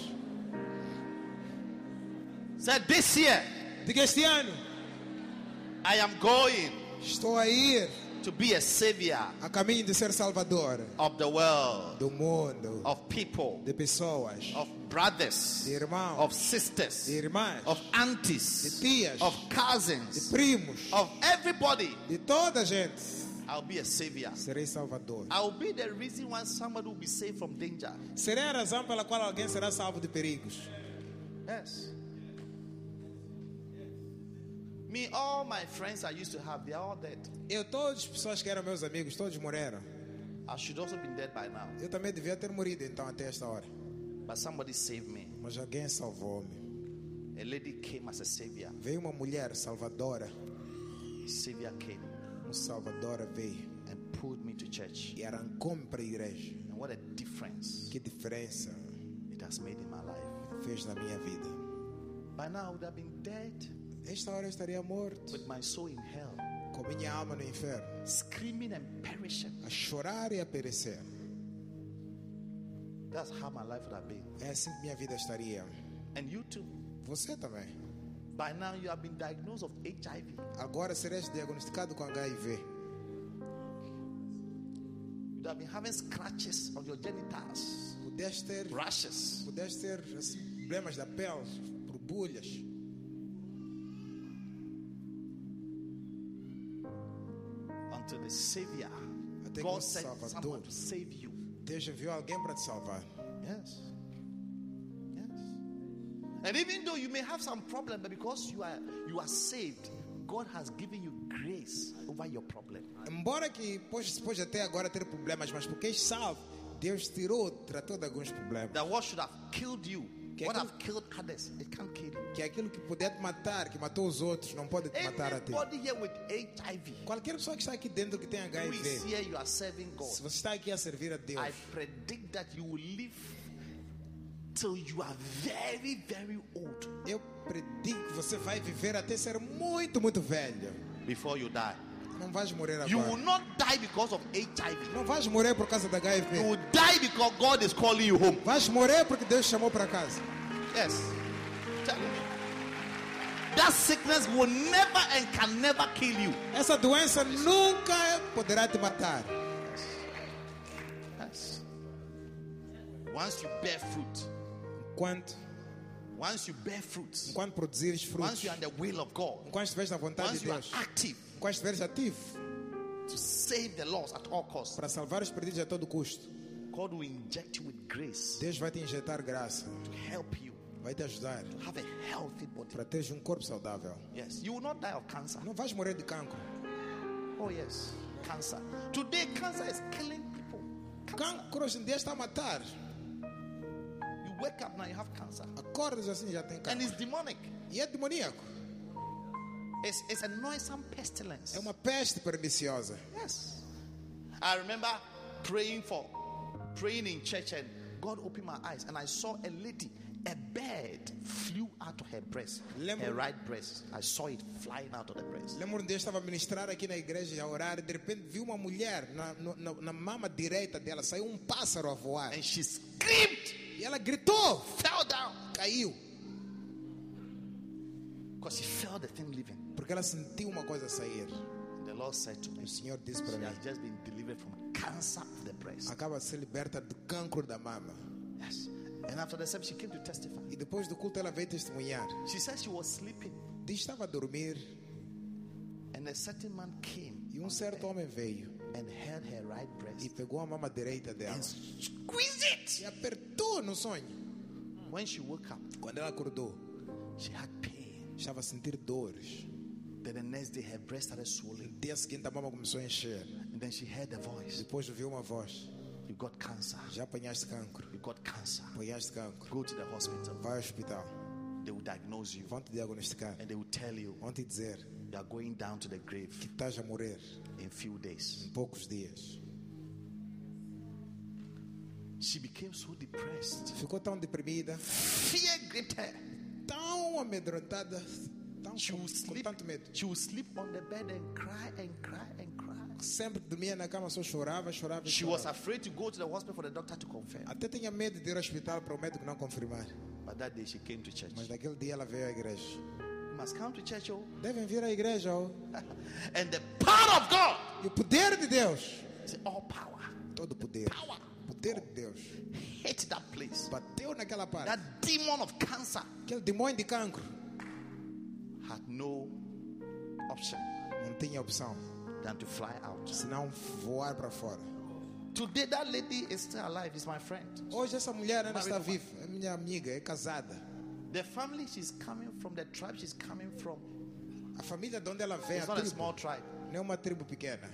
Speaker 3: Say, this year,
Speaker 4: Diga, este ano,
Speaker 3: I am going
Speaker 4: estou a ir
Speaker 3: to be a savior
Speaker 4: a caminho de ser salvador
Speaker 3: of the world,
Speaker 4: do mundo,
Speaker 3: of people,
Speaker 4: de pessoas,
Speaker 3: of brothers,
Speaker 4: de irmãos,
Speaker 3: of sisters,
Speaker 4: de irmãs,
Speaker 3: of aunties,
Speaker 4: de tias,
Speaker 3: of
Speaker 4: de
Speaker 3: cousins,
Speaker 4: primos,
Speaker 3: of everybody.
Speaker 4: de toda a gente.
Speaker 3: I'll be a savior.
Speaker 4: Serei salvador.
Speaker 3: I'll be the reason why somebody will be saved from danger.
Speaker 4: Serei a razão pela qual alguém será salvo de perigos.
Speaker 3: Yes. Me, all my friends I used to have, they are all dead.
Speaker 4: Eu, todas as pessoas que eram meus amigos, todos morreram.
Speaker 3: I should also been dead by now.
Speaker 4: Eu também devia ter morrido então até esta hora.
Speaker 3: But somebody saved me.
Speaker 4: Mas alguém salvou-me.
Speaker 3: A lady came as a savior.
Speaker 4: Veio uma mulher salvadora.
Speaker 3: Savior came
Speaker 4: Um salvadora veio
Speaker 3: and pulled me to church.
Speaker 4: e arrancou-me para a igreja.
Speaker 3: And what a difference
Speaker 4: Que diferença
Speaker 3: it has made in my life.
Speaker 4: fez na minha vida.
Speaker 3: By now I would have been dead
Speaker 4: Esta hora eu estaria morto,
Speaker 3: with my soul in hell,
Speaker 4: com minha alma no inferno,
Speaker 3: screaming and perishing.
Speaker 4: a chorar e a perecer.
Speaker 3: That's how my life would have been.
Speaker 4: É assim que minha vida estaria.
Speaker 3: And you too.
Speaker 4: Você também.
Speaker 3: By now you have been diagnosed of HIV.
Speaker 4: Agora serás diagnosticado com HIV.
Speaker 3: You'd have been having scratches on your genitals,
Speaker 4: Pudeste ter
Speaker 3: rashes.
Speaker 4: Pudeste ter assim, problemas da pele, por bolhas.
Speaker 3: Until the Savior,
Speaker 4: Até que o
Speaker 3: God sent someone
Speaker 4: Salvador.
Speaker 3: to save you.
Speaker 4: Deus enviou alguém para te salvar.
Speaker 3: Yes. Yes. And even though you may have some problem, but because you are you are saved, God has given you grace over your problem.
Speaker 4: Embora que pois, pois até agora ter problemas, mas porque és salvo, Deus tirou, tratou de alguns problemas.
Speaker 3: That what should have killed you,
Speaker 4: Que
Speaker 3: what
Speaker 4: aquilo-
Speaker 3: have killed others, it can't kill you.
Speaker 4: Que aquilo que puder te matar, que matou os outros, não pode te matar a ti.
Speaker 3: Anybody here with HIV,
Speaker 4: Qualquer pessoa que está aqui dentro que tem
Speaker 3: who is
Speaker 4: HIV,
Speaker 3: here, you are serving God.
Speaker 4: se você está aqui a servir a Deus,
Speaker 3: I predict that you will live till you are very, very old
Speaker 4: eu predigo que você vai viver até ser muito, muito velho.
Speaker 3: before you die.
Speaker 4: Não vais morrer
Speaker 3: You will
Speaker 4: agora.
Speaker 3: not die because of HIV.
Speaker 4: Não vais morrer por causa da
Speaker 3: You
Speaker 4: HIV.
Speaker 3: will die because God is calling you home.
Speaker 4: Vais morrer porque Deus te chamou para casa.
Speaker 3: Yes. Tell me. That sickness will never and can never kill you.
Speaker 4: Essa doença nunca poderá te matar.
Speaker 3: Yes. Once you bear fruit,
Speaker 4: Enquanto,
Speaker 3: once you bear fruit,
Speaker 4: enquanto produzires frutos,
Speaker 3: once you are in the will of God,
Speaker 4: enquanto estiveres na vontade
Speaker 3: once
Speaker 4: de
Speaker 3: you are
Speaker 4: Deus,
Speaker 3: active
Speaker 4: enquanto estiveres ativo
Speaker 3: to save the lost at all costs,
Speaker 4: para salvar os perdidos a todo custo,
Speaker 3: God will inject you with grace
Speaker 4: Deus vai te injetar graça,
Speaker 3: to help you
Speaker 4: vai te ajudar
Speaker 3: to have a healthy body.
Speaker 4: para teres um corpo saudável.
Speaker 3: Yes, you will not die of cancer.
Speaker 4: Não vais morrer de cancro.
Speaker 3: Oh yes, cancer. Today, cancer is killing people. Cancer.
Speaker 4: Cancro hoje em dia está a matar.
Speaker 3: You wake up now, you have cancer,
Speaker 4: Acordas assim já tem
Speaker 3: and
Speaker 4: cancro.
Speaker 3: it's demonic.
Speaker 4: E é demoníaco.
Speaker 3: It's, it's a noisome pestilence.
Speaker 4: É uma peste perniciosa.
Speaker 3: Yes. I remember praying for, praying in church, and God opened my eyes, and I saw a lady, a bird flew out of her breast,
Speaker 4: Lembro-
Speaker 3: her right breast. I saw it flying out of the breast.
Speaker 4: Lembro um dia eu estava a ministrar aqui na igreja e a orar e de repente vi uma mulher na, no- na, na mama direita dela, saiu um pássaro a voar.
Speaker 3: And she screamed,
Speaker 4: E ela gritou,
Speaker 3: fell down,
Speaker 4: caiu,
Speaker 3: because she felt the thing living.
Speaker 4: porque ela sentiu uma coisa sair.
Speaker 3: The Lord said to me,
Speaker 4: O Senhor disse para
Speaker 3: She has
Speaker 4: mim,
Speaker 3: just been delivered from cancer of the breast.
Speaker 4: acaba de ser liberta do cancro da mama.
Speaker 3: Yes. And after the service, she came to testify.
Speaker 4: E depois do culto ela veio testemunhar.
Speaker 3: She said she was sleeping,
Speaker 4: Diz estava a dormir
Speaker 3: and a certain man came
Speaker 4: e um certo homem veio
Speaker 3: and held her right
Speaker 4: e
Speaker 3: breast
Speaker 4: pegou a mama direita dela
Speaker 3: and squeezed it.
Speaker 4: e apertou no sonho.
Speaker 3: When she woke up,
Speaker 4: Quando ela acordou,
Speaker 3: she had pain.
Speaker 4: estava a sentir dores.
Speaker 3: Then the next day, her breast started swelling.
Speaker 4: No dia seguinte a mama começou a encher.
Speaker 3: And then she heard a voice
Speaker 4: Depois ouviu uma voz:
Speaker 3: You got cancer.
Speaker 4: Já apanhaste cancro.
Speaker 3: You got cancer.
Speaker 4: apanhaste cancro,
Speaker 3: Go to the hospital.
Speaker 4: vai ao hospital,
Speaker 3: They will diagnose you.
Speaker 4: vão te diagnosticar,
Speaker 3: And they will tell you
Speaker 4: vão te dizer
Speaker 3: you are going down to the grave
Speaker 4: que estás a morrer
Speaker 3: in few days.
Speaker 4: em poucos dias.
Speaker 3: She became so depressed.
Speaker 4: Ficou tão deprimida,
Speaker 3: Fear gripped her.
Speaker 4: tão amedrontada, tão
Speaker 3: She
Speaker 4: com,
Speaker 3: will
Speaker 4: com
Speaker 3: sleep.
Speaker 4: tanto medo.
Speaker 3: She will sleep on the bed and cry and cry and cry.
Speaker 4: Sempre que dormia na cama, só chorava, chorava e
Speaker 3: She was
Speaker 4: chorava.
Speaker 3: afraid to go to the hospital for the doctor to confirm.
Speaker 4: Até tinha medo de ir ao hospital para o médico não confirmar.
Speaker 3: But that day she came to church.
Speaker 4: Mas naquele dia ela veio à igreja.
Speaker 3: You must come to church, oh.
Speaker 4: Devem vir à igreja, ó.
Speaker 3: And the power of God
Speaker 4: E o poder de Deus,
Speaker 3: is all power.
Speaker 4: todo poder,
Speaker 3: Power.
Speaker 4: poder de Deus,
Speaker 3: hate that place.
Speaker 4: bateu naquela
Speaker 3: That
Speaker 4: parte.
Speaker 3: demon of cancer
Speaker 4: Aquele demônio de cancro
Speaker 3: had no option
Speaker 4: não tinha opção
Speaker 3: than to fly out.
Speaker 4: senão voar para fora.
Speaker 3: Today, that lady is still alive, is my friend.
Speaker 4: Hoje essa mulher ainda
Speaker 3: Marido
Speaker 4: está
Speaker 3: do
Speaker 4: viva, é minha amiga, é casada.
Speaker 3: The family she's coming from, the tribe she's coming from,
Speaker 4: A família de onde ela vem, a
Speaker 3: it's not a
Speaker 4: tribo,
Speaker 3: small tribe.
Speaker 4: não é uma tribo pequena.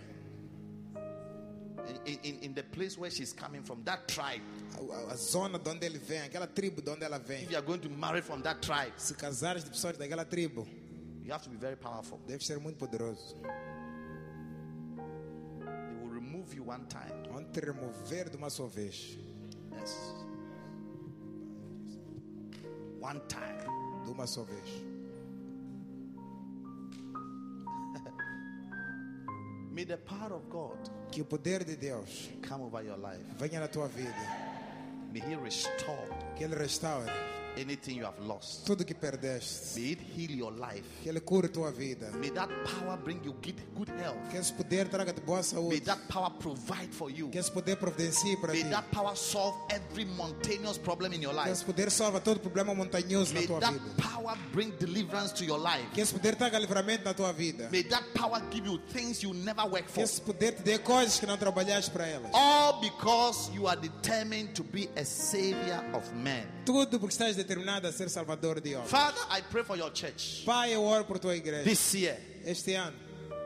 Speaker 3: In, in, in the place where she's coming from, that tribe,
Speaker 4: A, a- a zona de onde ele vem, aquela tribo de onde ela vem.
Speaker 3: if you are going to marry from that tribe,
Speaker 4: Se casares de pessoas daquela tribo,
Speaker 3: you have to be very powerful.
Speaker 4: deve ser muito poderoso.
Speaker 3: They will remove you one time.
Speaker 4: Vão te remover de uma só vez.
Speaker 3: Yes. One time.
Speaker 4: De uma só vez.
Speaker 3: May the power of God
Speaker 4: Que o poder de Deus
Speaker 3: come over your life.
Speaker 4: venha na tua vida.
Speaker 3: May He restore
Speaker 4: Que Ele restaure
Speaker 3: anything you have lost.
Speaker 4: tudo que perdeste.
Speaker 3: May it heal your life.
Speaker 4: Que Ele cure tua vida.
Speaker 3: May that power bring you good, good health.
Speaker 4: Que esse poder traga-te boa
Speaker 3: May
Speaker 4: saúde.
Speaker 3: that power provide for you.
Speaker 4: Que esse poder providencie para
Speaker 3: May
Speaker 4: ti.
Speaker 3: that power solve every mountainous problem in your
Speaker 4: Que
Speaker 3: life.
Speaker 4: esse poder salva todo problema montanhoso na
Speaker 3: May
Speaker 4: tua
Speaker 3: that
Speaker 4: vida.
Speaker 3: power bring deliverance to your life.
Speaker 4: Que esse poder traga livramento na tua vida.
Speaker 3: May that power give you things you never work
Speaker 4: Que
Speaker 3: for.
Speaker 4: esse poder te dê coisas que não trabalhaste para elas.
Speaker 3: All because you are determined to be a savior of men.
Speaker 4: Tudo porque estás determinado a ser salvador de homens.
Speaker 3: Father, I pray for your church.
Speaker 4: Pai, eu oro por tua igreja.
Speaker 3: This year,
Speaker 4: Este ano,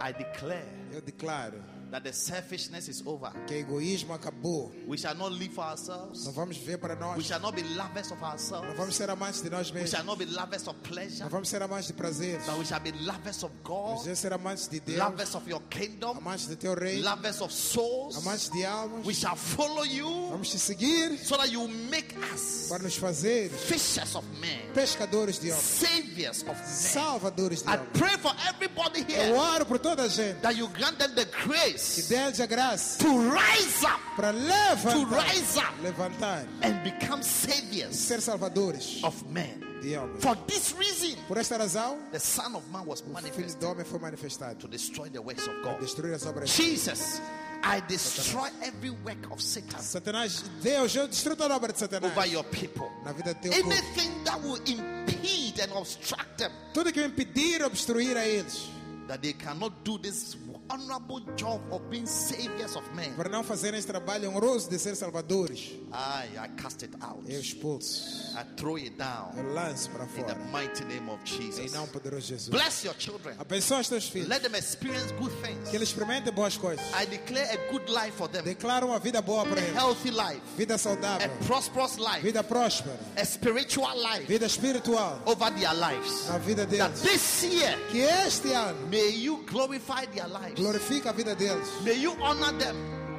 Speaker 3: I declare
Speaker 4: eu declaro
Speaker 3: that the selfishness is over.
Speaker 4: que o egoísmo acabou.
Speaker 3: We shall not live for ourselves.
Speaker 4: Não vamos viver para
Speaker 3: We
Speaker 4: nós.
Speaker 3: shall not be lovers of
Speaker 4: Não
Speaker 3: ourselves.
Speaker 4: vamos ser amantes de nós
Speaker 3: We
Speaker 4: mesmos.
Speaker 3: shall not be lovers of pleasure.
Speaker 4: Não vamos ser amantes de prazer.
Speaker 3: But we shall be lovers of
Speaker 4: Vamos
Speaker 3: God,
Speaker 4: ser amantes de Deus.
Speaker 3: lovers of your kingdom,
Speaker 4: Amantes do teu reino.
Speaker 3: lovers of souls.
Speaker 4: Amantes de almas.
Speaker 3: We shall follow you
Speaker 4: Vamos te seguir
Speaker 3: so that you make us
Speaker 4: para nos fazer
Speaker 3: fishers of men,
Speaker 4: pescadores de homens.
Speaker 3: saviors of men.
Speaker 4: Salvadores de
Speaker 3: I
Speaker 4: homens.
Speaker 3: pray for everybody
Speaker 4: Eu
Speaker 3: here
Speaker 4: oro por toda a gente.
Speaker 3: that you grant them the
Speaker 4: Que
Speaker 3: grace
Speaker 4: deles a graça
Speaker 3: to rise up,
Speaker 4: para
Speaker 3: to
Speaker 4: levantar.
Speaker 3: rise up
Speaker 4: Levantar.
Speaker 3: and become saviors
Speaker 4: Ser salvadores
Speaker 3: of men.
Speaker 4: de homens.
Speaker 3: For this reason,
Speaker 4: Por esta razão,
Speaker 3: the Son of Man was
Speaker 4: o Filho
Speaker 3: manifested
Speaker 4: do homem foi
Speaker 3: to
Speaker 4: manifestado.
Speaker 3: destroy the works of
Speaker 4: Para
Speaker 3: God.
Speaker 4: destruir as obras.
Speaker 3: Jesus, I destroy every work of Satan
Speaker 4: Satanás, Deus, eu destruo toda a obra de Satanás.
Speaker 3: over your people.
Speaker 4: Na vida do teu povo.
Speaker 3: Anything that will impede and obstruct them
Speaker 4: Tudo que eu impedir, obstruir a eles.
Speaker 3: that they cannot do this honorable job of being saviors of men.
Speaker 4: Para não fazerem esse trabalho honroso de ser salvadores.
Speaker 3: I, I cast it out.
Speaker 4: Eu expulso.
Speaker 3: I throw it down
Speaker 4: Eu lanço para
Speaker 3: in the
Speaker 4: fora.
Speaker 3: mighty name of
Speaker 4: Em
Speaker 3: Jesus.
Speaker 4: nome poderoso de Jesus.
Speaker 3: Bless your children.
Speaker 4: Abençoa os teus filhos.
Speaker 3: Let them experience good
Speaker 4: Que
Speaker 3: things.
Speaker 4: eles experimentem boas coisas.
Speaker 3: I declare a good life for them,
Speaker 4: Declara uma vida boa
Speaker 3: a
Speaker 4: para eles.
Speaker 3: healthy life,
Speaker 4: Vida
Speaker 3: a
Speaker 4: saudável.
Speaker 3: prosperous life,
Speaker 4: Vida próspera.
Speaker 3: a spiritual life
Speaker 4: Vida espiritual.
Speaker 3: over their lives.
Speaker 4: Na vida
Speaker 3: Oh. That
Speaker 4: deles.
Speaker 3: this year
Speaker 4: Que este ano
Speaker 3: May you glorify their lives.
Speaker 4: glorifica a vida deles.
Speaker 3: May you honor them.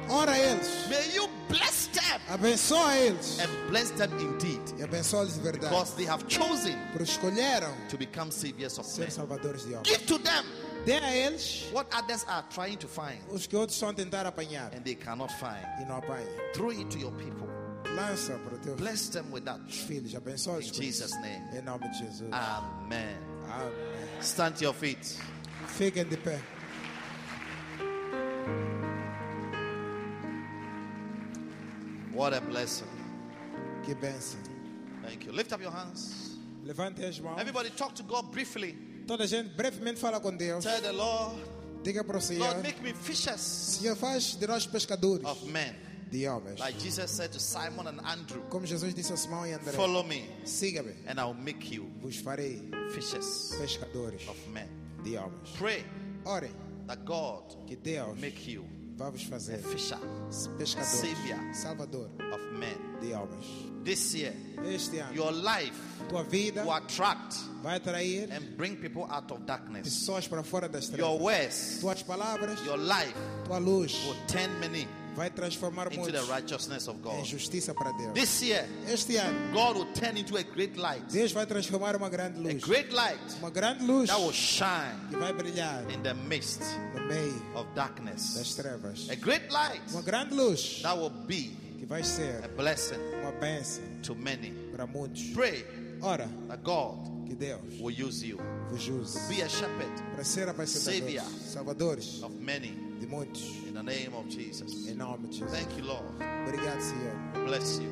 Speaker 4: Ora a eles.
Speaker 3: May you bless them
Speaker 4: Abençoa eles.
Speaker 3: and bless them indeed.
Speaker 4: E abençoa-lhes de verdade.
Speaker 3: Because they have chosen
Speaker 4: Porque escolheram
Speaker 3: to become saviors of men.
Speaker 4: ser salvadores de homens.
Speaker 3: Give to them
Speaker 4: Dê a eles
Speaker 3: what others are trying to find
Speaker 4: os que outros estão a tentar apanhar.
Speaker 3: and they cannot find.
Speaker 4: E não apanhem.
Speaker 3: Throw it to your people.
Speaker 4: Lança para os teus
Speaker 3: Bless them with that.
Speaker 4: filhos. Abençoa-os.
Speaker 3: In
Speaker 4: com isso.
Speaker 3: Jesus' name. Ah.
Speaker 4: Em nome de Jesus.
Speaker 3: Amen.
Speaker 4: Amém.
Speaker 3: Stand to your feet.
Speaker 4: Fiquem de pé.
Speaker 3: What a blessing.
Speaker 4: Que bênção.
Speaker 3: Thank you. Lift up your hands.
Speaker 4: Levante as mãos.
Speaker 3: Everybody talk to God briefly.
Speaker 4: Toda a gente brevemente fala com Deus.
Speaker 3: Tell the Lord,
Speaker 4: Diga para o Senhor.
Speaker 3: Lord, make me fishers
Speaker 4: Senhor, faz de nós pescadores
Speaker 3: of men.
Speaker 4: de homens.
Speaker 3: Like Jesus said to Simon and Andrew,
Speaker 4: Como Jesus disse a Simão e André.
Speaker 3: follow me
Speaker 4: Siga-me.
Speaker 3: and I'll make you
Speaker 4: Vos farei
Speaker 3: fishers
Speaker 4: pescadores
Speaker 3: of men.
Speaker 4: de homens.
Speaker 3: Pray
Speaker 4: Orem
Speaker 3: that God
Speaker 4: que Deus
Speaker 3: will make you
Speaker 4: vai vos
Speaker 3: a
Speaker 4: fazer
Speaker 3: fisher Savior.
Speaker 4: pescadores. Salvador
Speaker 3: of men.
Speaker 4: de homens.
Speaker 3: This year,
Speaker 4: Este ano,
Speaker 3: your life
Speaker 4: tua vida
Speaker 3: will attract
Speaker 4: vai atrair
Speaker 3: and bring people out of darkness.
Speaker 4: pessoas para fora das
Speaker 3: Your
Speaker 4: trevas.
Speaker 3: words,
Speaker 4: Tuas palavras,
Speaker 3: your life
Speaker 4: tua luz
Speaker 3: will turn many
Speaker 4: vai transformar
Speaker 3: into the
Speaker 4: muitos
Speaker 3: righteousness of
Speaker 4: em
Speaker 3: God.
Speaker 4: justiça para Deus.
Speaker 3: This year,
Speaker 4: Este ano,
Speaker 3: God will turn into a great light,
Speaker 4: Deus vai transformar uma grande
Speaker 3: a
Speaker 4: luz.
Speaker 3: great light
Speaker 4: Uma grande luz
Speaker 3: that will shine
Speaker 4: que vai brilhar
Speaker 3: in the midst
Speaker 4: no meio
Speaker 3: of
Speaker 4: das
Speaker 3: darkness.
Speaker 4: trevas.
Speaker 3: A great light
Speaker 4: Uma grande luz
Speaker 3: that will be
Speaker 4: que vai
Speaker 3: a
Speaker 4: ser
Speaker 3: blessing
Speaker 4: uma bênção
Speaker 3: to many.
Speaker 4: para muitos.
Speaker 3: Pray
Speaker 4: Ora,
Speaker 3: that God
Speaker 4: que Deus
Speaker 3: will use you.
Speaker 4: vos use
Speaker 3: Be a shepherd
Speaker 4: para ser apaixonadores,
Speaker 3: Savior.
Speaker 4: salvadores
Speaker 3: of many
Speaker 4: de muitos.
Speaker 3: in the name of Jesus.
Speaker 4: Em nome de Jesus.
Speaker 3: Thank you, Lord.
Speaker 4: Obrigado, Senhor.
Speaker 3: Bless you.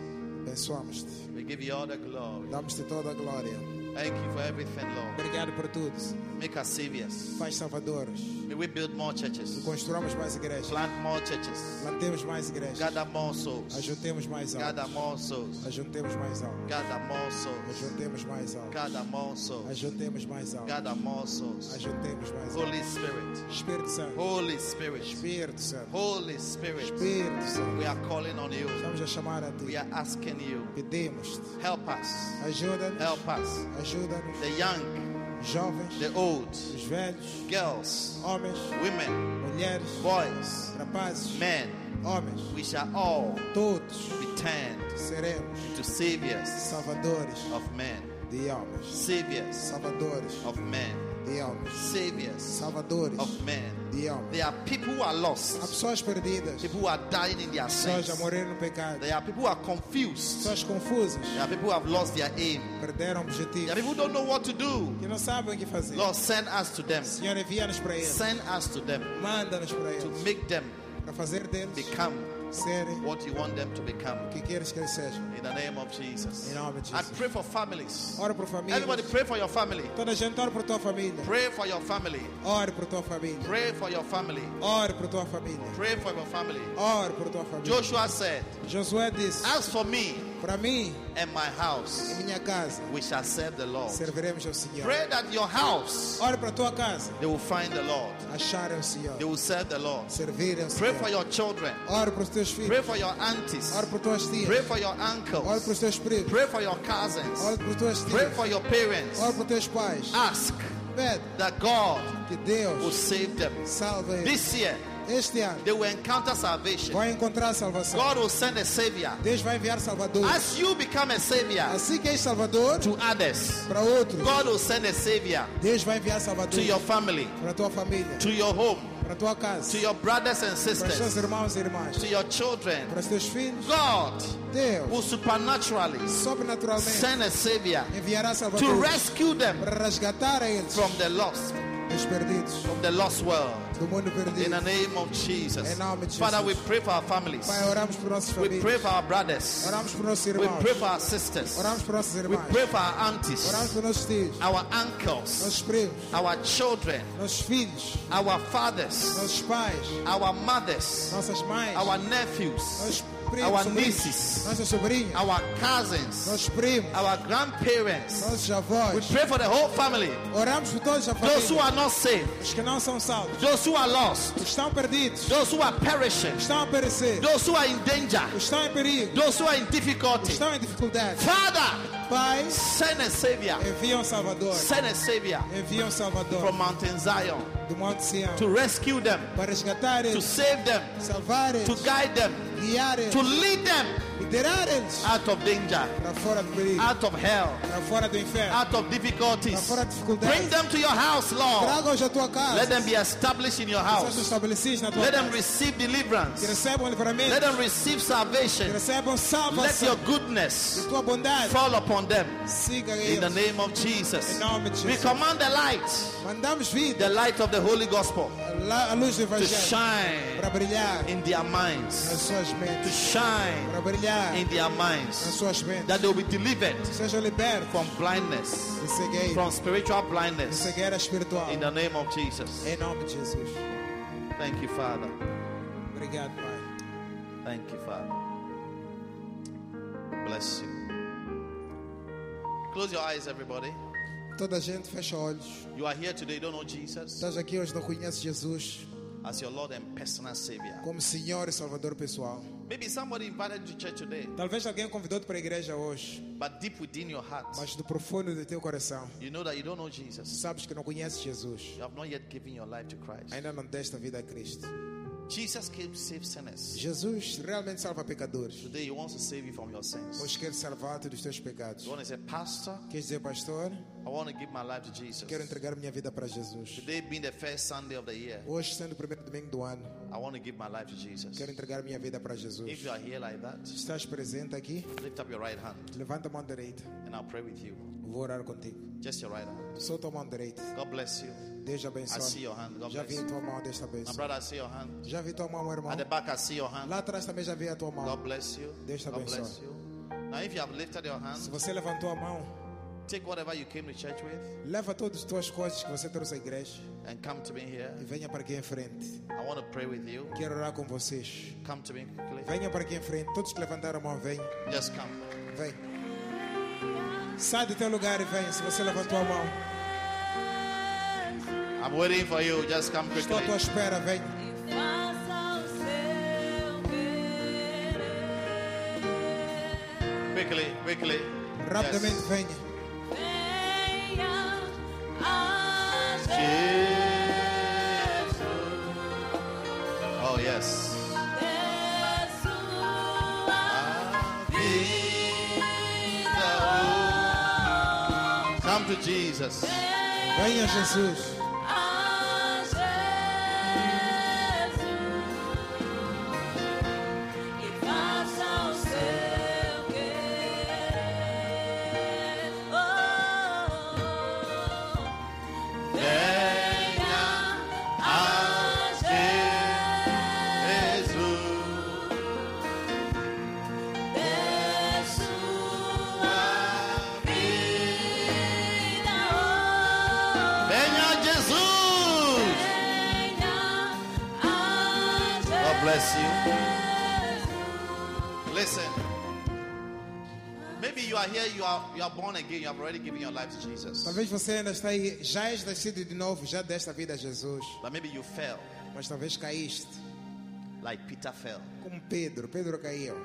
Speaker 4: Abençoamos-te.
Speaker 3: We give you all the glory.
Speaker 4: Damos-te toda a glória.
Speaker 3: Thank you for everything, Lord.
Speaker 4: Obrigado por tudo.
Speaker 3: Make us saviors.
Speaker 4: Faz salvadores.
Speaker 3: May we build more churches,
Speaker 4: Construamos mais igrejas.
Speaker 3: plant more churches,
Speaker 4: Plantemos mais igrejas.
Speaker 3: gather more souls,
Speaker 4: Ajuntemos mais
Speaker 3: gather
Speaker 4: almas.
Speaker 3: more souls,
Speaker 4: Ajuntemos mais almas.
Speaker 3: gather more souls,
Speaker 4: Ajuntemos mais almas.
Speaker 3: gather more souls,
Speaker 4: Ajuntemos mais almas.
Speaker 3: gather more souls.
Speaker 4: Ajuntemos mais almas.
Speaker 3: Holy Spirit,
Speaker 4: Espírito Santo.
Speaker 3: Holy Spirit,
Speaker 4: Espírito Santo.
Speaker 3: Holy Spirit,
Speaker 4: Espírito Santo.
Speaker 3: we are calling on you.
Speaker 4: Estamos a chamar a
Speaker 3: We
Speaker 4: Ti.
Speaker 3: are asking you,
Speaker 4: Pedimos-te.
Speaker 3: help us,
Speaker 4: Ajuda-nos.
Speaker 3: help us.
Speaker 4: Ajuda-nos.
Speaker 3: The young,
Speaker 4: Jovens.
Speaker 3: the old,
Speaker 4: Os velhos.
Speaker 3: girls,
Speaker 4: Homens.
Speaker 3: women,
Speaker 4: Mulheres.
Speaker 3: boys,
Speaker 4: Rapazes.
Speaker 3: men,
Speaker 4: Homens.
Speaker 3: we shall all
Speaker 4: Todos
Speaker 3: be turned
Speaker 4: seremos
Speaker 3: to saviors
Speaker 4: salvadores
Speaker 3: of men,
Speaker 4: de almas.
Speaker 3: saviors
Speaker 4: Salvadores
Speaker 3: of men,
Speaker 4: de almas.
Speaker 3: saviors
Speaker 4: Salvadores
Speaker 3: of men.
Speaker 4: de almas.
Speaker 3: There are people who are
Speaker 4: Há
Speaker 3: lost,
Speaker 4: pessoas perdidas.
Speaker 3: people who are dying in their
Speaker 4: Pessoas
Speaker 3: sins.
Speaker 4: a morrer no pecado.
Speaker 3: There are people who are confused.
Speaker 4: Pessoas confusas.
Speaker 3: There are people who have lost their aim.
Speaker 4: Perderam
Speaker 3: There are
Speaker 4: objetivos.
Speaker 3: people who don't know what to do.
Speaker 4: Que não sabem o que fazer.
Speaker 3: Lord, send us to them.
Speaker 4: Senhor, envia-nos para eles.
Speaker 3: Send us to them
Speaker 4: Manda-nos para
Speaker 3: to
Speaker 4: eles.
Speaker 3: make them
Speaker 4: Para fazer deles
Speaker 3: become
Speaker 4: serem
Speaker 3: what you want them to become.
Speaker 4: o que queres que eles sejam.
Speaker 3: In the name of Jesus.
Speaker 4: Em nome de
Speaker 3: I
Speaker 4: Jesus.
Speaker 3: pray for families.
Speaker 4: Ora por família.
Speaker 3: Everybody pray for your family.
Speaker 4: Toda a gente ora por tua família.
Speaker 3: Pray for your family.
Speaker 4: Ore por tua família.
Speaker 3: Pray for your family.
Speaker 4: Ore por tua família.
Speaker 3: Pray for your family.
Speaker 4: Ore por tua família.
Speaker 3: Joshua said,
Speaker 4: Josué disse:
Speaker 3: As for me,
Speaker 4: Para mim,
Speaker 3: and my house,
Speaker 4: em minha casa,
Speaker 3: we shall serve the Lord.
Speaker 4: serviremos ao Senhor.
Speaker 3: Pray that your house,
Speaker 4: Ore para tua casa,
Speaker 3: they will find the Lord.
Speaker 4: acharem o Senhor,
Speaker 3: They will serve the Lord.
Speaker 4: servirem ao
Speaker 3: Pray
Speaker 4: Senhor.
Speaker 3: for your children.
Speaker 4: Ore para os teus
Speaker 3: Pray
Speaker 4: filhos,
Speaker 3: for your aunties.
Speaker 4: ore para tuas
Speaker 3: Pray
Speaker 4: tias,
Speaker 3: for your
Speaker 4: ore para os
Speaker 3: uncles.
Speaker 4: teus primos,
Speaker 3: Pray for your cousins.
Speaker 4: ore para tuas
Speaker 3: Pray
Speaker 4: tias,
Speaker 3: for Ah. your parents.
Speaker 4: ore para teus pais.
Speaker 3: Ask
Speaker 4: Pede
Speaker 3: that God
Speaker 4: que
Speaker 3: will
Speaker 4: Deus
Speaker 3: save them.
Speaker 4: salve eles.
Speaker 3: This year,
Speaker 4: Este ano,
Speaker 3: they will encounter salvation.
Speaker 4: vai encontrar a salvação.
Speaker 3: God will send a savior.
Speaker 4: Deus vai enviar Salvador.
Speaker 3: As you become a savior
Speaker 4: Assim que és Salvador,
Speaker 3: to others,
Speaker 4: para outros,
Speaker 3: God will send a savior
Speaker 4: Deus vai enviar Salvador
Speaker 3: to your family,
Speaker 4: para tua família,
Speaker 3: to your home,
Speaker 4: para tua casa,
Speaker 3: to your brothers and
Speaker 4: para os teus
Speaker 3: sisters,
Speaker 4: irmãos e irmãs,
Speaker 3: to your children.
Speaker 4: para os teus filhos.
Speaker 3: God will
Speaker 4: Deus
Speaker 3: supernaturally
Speaker 4: sobrenaturalmente
Speaker 3: send a savior
Speaker 4: enviará
Speaker 3: to
Speaker 4: Salvador
Speaker 3: rescue them
Speaker 4: para resgatar a eles
Speaker 3: from the lost,
Speaker 4: dos perdidos,
Speaker 3: from the lost world.
Speaker 4: do mundo
Speaker 3: In
Speaker 4: perdido.
Speaker 3: the name of Jesus.
Speaker 4: Em nome de
Speaker 3: Father, we
Speaker 4: Jesus.
Speaker 3: pray for our families.
Speaker 4: Pai, oramos por nossos
Speaker 3: We pray
Speaker 4: famílias,
Speaker 3: for our brothers.
Speaker 4: oramos por nossos
Speaker 3: We
Speaker 4: irmãos,
Speaker 3: pray for our sisters.
Speaker 4: oramos por nossos
Speaker 3: We
Speaker 4: irmãs,
Speaker 3: pray for our
Speaker 4: oramos
Speaker 3: aunties,
Speaker 4: por nossos tios,
Speaker 3: our uncles,
Speaker 4: nossos primos,
Speaker 3: our children,
Speaker 4: nossos filhos,
Speaker 3: our fathers,
Speaker 4: nossos pais,
Speaker 3: our mothers,
Speaker 4: nossas mães,
Speaker 3: our nephews,
Speaker 4: nossos primos,
Speaker 3: our
Speaker 4: sobrinhos,
Speaker 3: nieces,
Speaker 4: nossas sobrinhas,
Speaker 3: our cousins,
Speaker 4: nossos primos,
Speaker 3: our grandparents.
Speaker 4: nossos
Speaker 3: We
Speaker 4: avós.
Speaker 3: pray for the whole family.
Speaker 4: Oramos por todos a
Speaker 3: Those who
Speaker 4: família,
Speaker 3: are not saved,
Speaker 4: os que não são salvos,
Speaker 3: those who are lost,
Speaker 4: os que estão perdidos, os
Speaker 3: those who are perishing,
Speaker 4: que estão a perecer,
Speaker 3: those who are in danger,
Speaker 4: os que estão em perigo,
Speaker 3: those who are in
Speaker 4: os que
Speaker 3: difficulty.
Speaker 4: estão em dificuldade.
Speaker 3: Father,
Speaker 4: Pai,
Speaker 3: send a savior.
Speaker 4: envia um Salvador,
Speaker 3: Send a savior
Speaker 4: envia um Salvador
Speaker 3: from Mount Zion
Speaker 4: do Monte Sião
Speaker 3: to rescue them,
Speaker 4: para resgatar
Speaker 3: to
Speaker 4: eles,
Speaker 3: save them,
Speaker 4: salvar
Speaker 3: to
Speaker 4: eles,
Speaker 3: guide them,
Speaker 4: guiar eles,
Speaker 3: to lead them
Speaker 4: liderar eles
Speaker 3: out of danger,
Speaker 4: para fora do perigo,
Speaker 3: out of hell,
Speaker 4: para fora do inferno,
Speaker 3: out of
Speaker 4: para
Speaker 3: difficulties.
Speaker 4: fora de
Speaker 3: Bring
Speaker 4: dificuldades.
Speaker 3: them to your house, Lord.
Speaker 4: Traga-os à tua
Speaker 3: Let
Speaker 4: casa,
Speaker 3: them be established in your
Speaker 4: sejam
Speaker 3: house.
Speaker 4: estabelecidos na tua
Speaker 3: Let them
Speaker 4: casa,
Speaker 3: receive
Speaker 4: que
Speaker 3: deliverance.
Speaker 4: recebam livramento,
Speaker 3: Let them receive
Speaker 4: que
Speaker 3: salvation.
Speaker 4: recebam
Speaker 3: Let your
Speaker 4: salvação,
Speaker 3: goodness
Speaker 4: que tua bondade
Speaker 3: fall upon them.
Speaker 4: siga
Speaker 3: In the
Speaker 4: eles.
Speaker 3: name of Jesus.
Speaker 4: Em nome de
Speaker 3: We
Speaker 4: Jesus.
Speaker 3: command the light,
Speaker 4: Mandamos
Speaker 3: the
Speaker 4: vida,
Speaker 3: light of the Holy Gospel,
Speaker 4: a luz do
Speaker 3: to
Speaker 4: Evangelho,
Speaker 3: shine
Speaker 4: para brilhar
Speaker 3: in their minds.
Speaker 4: nas suas
Speaker 3: To
Speaker 4: mentes,
Speaker 3: shine
Speaker 4: para brilhar
Speaker 3: in their
Speaker 4: nas
Speaker 3: minds.
Speaker 4: suas mentes.
Speaker 3: That they will be delivered
Speaker 4: Sejam libertos
Speaker 3: from blindness,
Speaker 4: de cegueira,
Speaker 3: from spiritual
Speaker 4: de
Speaker 3: blindness.
Speaker 4: cegueira espiritual.
Speaker 3: In the name of Jesus.
Speaker 4: Em nome de Jesus.
Speaker 3: Thank you, Father.
Speaker 4: Obrigado, Pai.
Speaker 3: Thank you, Father. Bless you. Close your eyes, everybody.
Speaker 4: Toda a gente fecha olhos.
Speaker 3: You are here today, you don't know Jesus
Speaker 4: Estás aqui hoje, não conheces Jesus
Speaker 3: as your Lord and personal Savior.
Speaker 4: como Senhor e Salvador pessoal.
Speaker 3: Maybe somebody invited you to church today,
Speaker 4: Talvez alguém convidou-te para a igreja hoje,
Speaker 3: but deep within your heart,
Speaker 4: mas do profundo do teu coração,
Speaker 3: you know that you don't know Jesus.
Speaker 4: sabes que não conheces Jesus.
Speaker 3: You have not yet given your life to Christ.
Speaker 4: Ainda não deste a vida a Cristo.
Speaker 3: Jesus came to save sinners.
Speaker 4: Jesus realmente salva pecadores.
Speaker 3: Today, He wants to save you from your sins.
Speaker 4: Hoje quer salvar-te dos teus pecados.
Speaker 3: You want to say, Pastor,
Speaker 4: Queres dizer, pastor,
Speaker 3: I want to give my life to Jesus.
Speaker 4: quero entregar minha vida para Jesus.
Speaker 3: Today being the first Sunday of the year,
Speaker 4: Hoje, sendo o primeiro domingo do ano,
Speaker 3: I want to give my life to Jesus.
Speaker 4: quero entregar minha vida para Jesus.
Speaker 3: If you are here like that,
Speaker 4: Estás presente aqui?
Speaker 3: lift up your right hand
Speaker 4: Levanta a mão direita.
Speaker 3: and I'll pray with you.
Speaker 4: Vou orar contigo.
Speaker 3: Just your right hand.
Speaker 4: Solta a mão direita.
Speaker 3: God bless you.
Speaker 4: Deus te
Speaker 3: I see
Speaker 4: abençoe.
Speaker 3: your hand. Assim, God
Speaker 4: Já
Speaker 3: bless
Speaker 4: vi a
Speaker 3: you.
Speaker 4: tua mão, Deus te
Speaker 3: My
Speaker 4: abençoe.
Speaker 3: brother, I see your hand.
Speaker 4: Já vi tua mão, meu irmão.
Speaker 3: At the back, I see your hand.
Speaker 4: Lá atrás também já vi a tua mão.
Speaker 3: God bless you.
Speaker 4: Deus te
Speaker 3: God bless
Speaker 4: abençoe.
Speaker 3: you. Now, if you have lifted your hand,
Speaker 4: Se você levantou a mão,
Speaker 3: take whatever you came to church with
Speaker 4: leva todas as tuas coisas que você trouxe à igreja
Speaker 3: and come to me here.
Speaker 4: e venha para aqui em frente.
Speaker 3: I want to pray with you.
Speaker 4: Quero orar com vocês.
Speaker 3: Come to me quickly.
Speaker 4: Venha para aqui em frente. Todos que levantaram a mão, venham.
Speaker 3: Just come.
Speaker 4: Vem. Sai do teu lugar e venha. Se você levantou a mão,
Speaker 3: I'm waiting for you. Just come
Speaker 4: estou à tua
Speaker 3: quickly.
Speaker 4: espera, venha.
Speaker 2: Faça o seu querer.
Speaker 3: Quickly, quickly.
Speaker 4: Rapidamente
Speaker 3: Yes.
Speaker 4: venha.
Speaker 2: Venha a
Speaker 3: Jesus. Oh, yes.
Speaker 2: Jesus.
Speaker 3: Come to Jesus.
Speaker 4: Venha, Jesus.
Speaker 2: A Jesus. E faça o seu querer. Oh,
Speaker 3: Venha a Jesus.
Speaker 2: é sua vida.
Speaker 3: Venha Jesus.
Speaker 2: Venha a
Speaker 3: God bless you. Listen. Maybe you are here, you are you are born again, you have already given your life to Jesus.
Speaker 4: Talvez você ainda está aí, já és nascido de novo, já deste a vida a Jesus,
Speaker 3: But maybe you fell,
Speaker 4: mas talvez caíste,
Speaker 3: like Peter fell.
Speaker 4: como Pedro. Pedro caiu,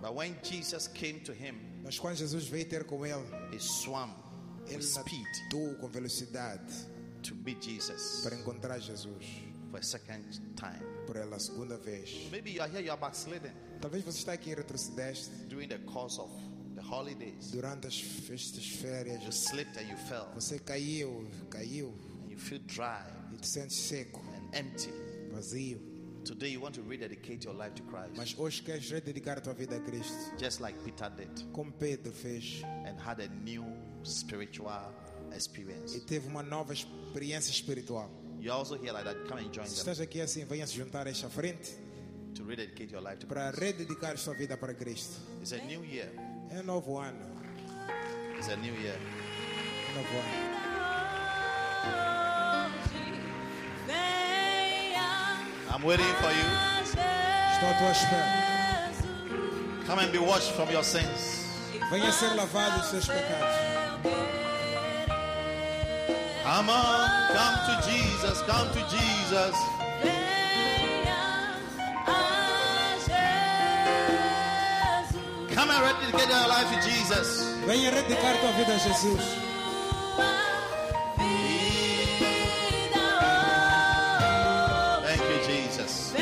Speaker 3: But when Jesus came to him,
Speaker 4: mas quando Jesus veio ter com ele,
Speaker 3: he swam with
Speaker 4: ele
Speaker 3: speed
Speaker 4: nadou com velocidade
Speaker 3: to meet Jesus
Speaker 4: para encontrar Jesus
Speaker 3: for a second time.
Speaker 4: por ela a segunda vez.
Speaker 3: Maybe you are here, you are backslidden
Speaker 4: Talvez você está aqui e retrocedeste
Speaker 3: during the course of the holidays.
Speaker 4: durante as festas férias,
Speaker 3: You slipped and you fell,
Speaker 4: você caiu, caiu
Speaker 3: and you feel dry
Speaker 4: e te sentes seco,
Speaker 3: and empty.
Speaker 4: vazio.
Speaker 3: Today you want to rededicate your life to Christ,
Speaker 4: Mas hoje queres rededicar a tua vida a Cristo,
Speaker 3: just like Peter did,
Speaker 4: como Pedro fez,
Speaker 3: and had a new spiritual experience.
Speaker 4: e teve uma nova experiência espiritual.
Speaker 3: You're also here like that. Come and join
Speaker 4: Se
Speaker 3: them
Speaker 4: estás aqui assim, venha se juntar a esta frente
Speaker 3: to rededicate your life to
Speaker 4: para
Speaker 3: Christ.
Speaker 4: rededicar sua vida para Cristo.
Speaker 3: It's a new year.
Speaker 4: É um novo ano,
Speaker 3: It's a new year.
Speaker 4: um novo ano.
Speaker 3: I'm waiting for you.
Speaker 4: Estou à tua espera.
Speaker 3: Come and be washed from your sins.
Speaker 4: Venha ser lavado dos seus pecados.
Speaker 3: Come on, come to Jesus, come to Jesus. Come and rededicate your life to Jesus.
Speaker 4: Venha dedicar tua vida a Jesus.
Speaker 3: Thank you, Jesus.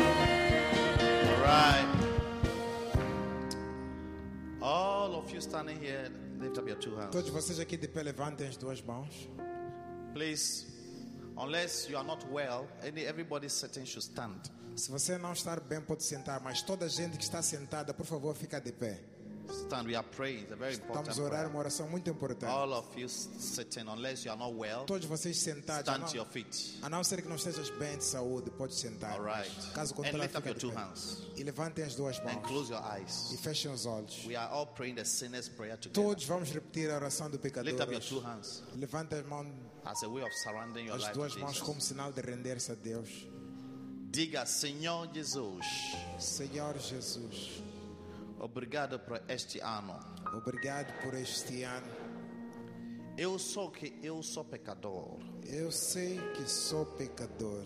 Speaker 3: All right. All of you standing here, lift up your two hands.
Speaker 4: Todos vocês aqui de pé levantem as duas mãos.
Speaker 3: Please, unless you are not well, any everybody sitting should stand.
Speaker 4: Se você não estar bem, pode sentar, mas toda a gente que está sentada, por favor, fica de pé.
Speaker 3: Stand. We are praying. It's a very important
Speaker 4: Vamos orar
Speaker 3: prayer.
Speaker 4: uma oração muito importante.
Speaker 3: All of you sitting, unless you are not well,
Speaker 4: Todos vocês sentados, a
Speaker 3: stand to your
Speaker 4: não,
Speaker 3: feet.
Speaker 4: a não ser que não estejas bem de saúde, pode sentar.
Speaker 3: All right.
Speaker 4: Caso
Speaker 3: And
Speaker 4: contrário,
Speaker 3: lift up
Speaker 4: fica
Speaker 3: your
Speaker 4: de
Speaker 3: two
Speaker 4: pé.
Speaker 3: hands
Speaker 4: E levantem as duas
Speaker 3: and
Speaker 4: mãos.
Speaker 3: close your
Speaker 4: E
Speaker 3: eyes.
Speaker 4: fechem os olhos.
Speaker 3: We are all praying the sinner's prayer together.
Speaker 4: Todos vamos repetir a oração do pecador.
Speaker 3: Lift up your
Speaker 4: hoje.
Speaker 3: two hands
Speaker 4: Levanta as, mãos,
Speaker 3: as a way of surrendering your
Speaker 4: as
Speaker 3: life to
Speaker 4: duas mãos
Speaker 3: Jesus.
Speaker 4: como sinal de render-se a Deus.
Speaker 3: Diga, Senhor Jesus,
Speaker 4: Senhor Jesus,
Speaker 3: obrigado por este ano.
Speaker 4: obrigado por este ano.
Speaker 3: Eu sou que eu sou pecador,
Speaker 4: Eu sei que sou pecador,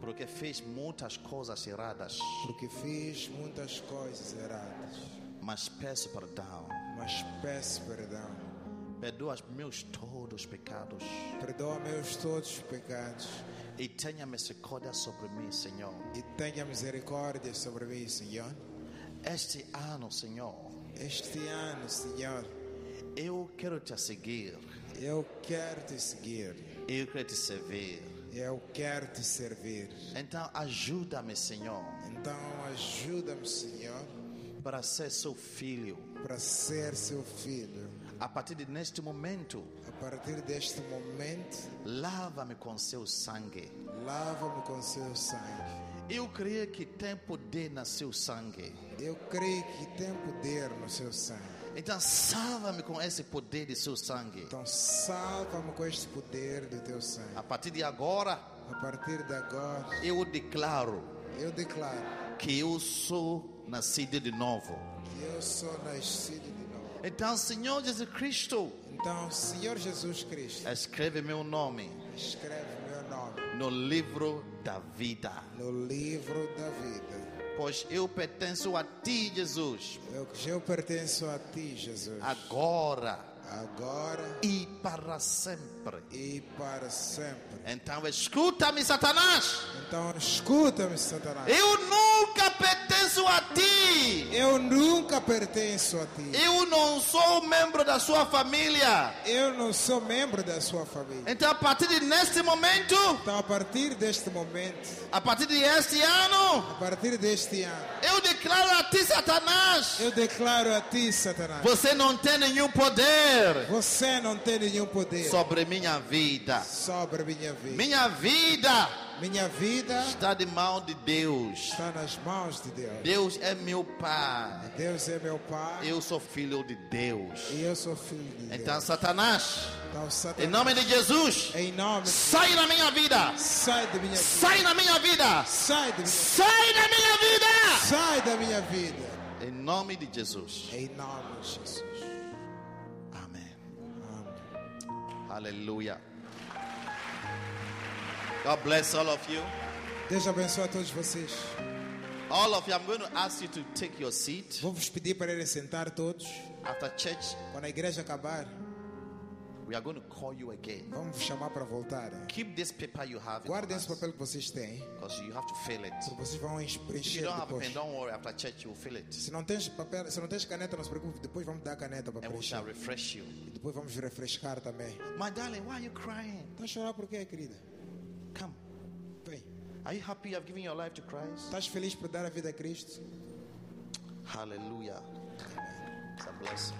Speaker 3: porque fiz muitas coisas erradas,
Speaker 4: porque fiz muitas coisas erradas.
Speaker 3: mas peço perdão.
Speaker 4: Mas peço perdão.
Speaker 3: Perdoa meus todos os pecados
Speaker 4: Perdoa meus todos os pecados
Speaker 3: e tenha misericórdia sobre mim, Senhor.
Speaker 4: e tenha misericórdia sobre mim, Senhor.
Speaker 3: Este ano, Senhor,
Speaker 4: Este ano, Senhor,
Speaker 3: eu quero te seguir,
Speaker 4: eu quero te seguir,
Speaker 3: eu quero te servir.
Speaker 4: eu quero te servir.
Speaker 3: Então ajuda-me, Senhor,
Speaker 4: Então ajuda-me, Senhor,
Speaker 3: para ser seu filho.
Speaker 4: para ser seu filho.
Speaker 3: A partir de neste momento,
Speaker 4: A partir deste momento,
Speaker 3: lava-me com seu sangue.
Speaker 4: lava-me com seu sangue.
Speaker 3: Eu creio que tem poder no seu sangue.
Speaker 4: Eu creio que tem poder no seu sangue.
Speaker 3: Então salva-me com esse poder de seu sangue.
Speaker 4: Então salva-me com este poder do teu sangue.
Speaker 3: A partir de agora,
Speaker 4: A partir de agora,
Speaker 3: eu declaro
Speaker 4: eu declaro
Speaker 3: que eu sou nascido de novo.
Speaker 4: que eu sou nascido de novo.
Speaker 3: Então, Senhor Jesus Cristo,
Speaker 4: Então, Senhor Jesus Cristo,
Speaker 3: escreve meu nome
Speaker 4: escreve meu nome
Speaker 3: no livro da vida,
Speaker 4: no livro da vida.
Speaker 3: pois eu pertenço a ti, Jesus,
Speaker 4: Eu, eu pertenço a ti, Jesus.
Speaker 3: agora
Speaker 4: Agora
Speaker 3: e para sempre.
Speaker 4: e para sempre.
Speaker 3: Então, escuta-me, Satanás.
Speaker 4: Então escuta-me, Satanás.
Speaker 3: Eu nunca pertenço a ti.
Speaker 4: Eu nunca pertenço a ti.
Speaker 3: Eu não sou membro da sua família.
Speaker 4: Eu não sou membro da sua família.
Speaker 3: Então, a partir de neste momento,
Speaker 4: Então, a partir deste momento,
Speaker 3: a partir de este ano,
Speaker 4: a partir deste ano,
Speaker 3: eu declaro a ti, Satanás.
Speaker 4: eu declaro a ti, Satanás:
Speaker 3: Você não tem nenhum poder
Speaker 4: Você não tem nenhum poder
Speaker 3: sobre minha vida.
Speaker 4: sobre minha vida.
Speaker 3: Minha vida
Speaker 4: Minha vida
Speaker 3: está de mão de Deus.
Speaker 4: está nas mãos de Deus.
Speaker 3: Deus é meu pai.
Speaker 4: Deus é meu Pai
Speaker 3: Eu sou filho de Deus.
Speaker 4: e eu sou filho de
Speaker 3: Então,
Speaker 4: Deus.
Speaker 3: Satanás,
Speaker 4: Então,
Speaker 3: em
Speaker 4: Satanás,
Speaker 3: nome de Jesus,
Speaker 4: em nome de
Speaker 3: sai da minha vida.
Speaker 4: Sai da minha vida.
Speaker 3: Sai da minha vida.
Speaker 4: Sai da minha vida.
Speaker 3: Sai da minha vida.
Speaker 4: Sai da minha vida.
Speaker 3: Em nome de Jesus.
Speaker 4: Em nome de Jesus.
Speaker 3: Amém. Um, Hallelujah. God bless all of you.
Speaker 4: Deus abençoe a todos vocês.
Speaker 3: All of you, I'm going to ask you to take your seat.
Speaker 4: Vou vos pedir para irem sentar todos.
Speaker 3: After church,
Speaker 4: Quando a igreja acabar,
Speaker 3: we are going to call you again.
Speaker 4: vamos vos chamar para voltar.
Speaker 3: Keep this paper you have
Speaker 4: Guardem esse papel que vocês têm,
Speaker 3: because you have to fill it.
Speaker 4: porque vocês vão
Speaker 3: If you
Speaker 4: preencher
Speaker 3: don't have a
Speaker 4: depois.
Speaker 3: pen, don't worry. After church, you'll fill it.
Speaker 4: Se não tens papel, se não tens caneta, não se preocupe, depois vamos dar a caneta para
Speaker 3: And we
Speaker 4: preencher.
Speaker 3: shall refresh you.
Speaker 4: E depois vamos refrescar também.
Speaker 3: My darling, why are you crying?
Speaker 4: Tá a chorar por quê, querida?
Speaker 3: Come.
Speaker 4: Vem.
Speaker 3: Are you happy you have given your life to Christ?
Speaker 4: Estás feliz por dar a vida a Cristo?
Speaker 3: Hallelujah. It's a blessing.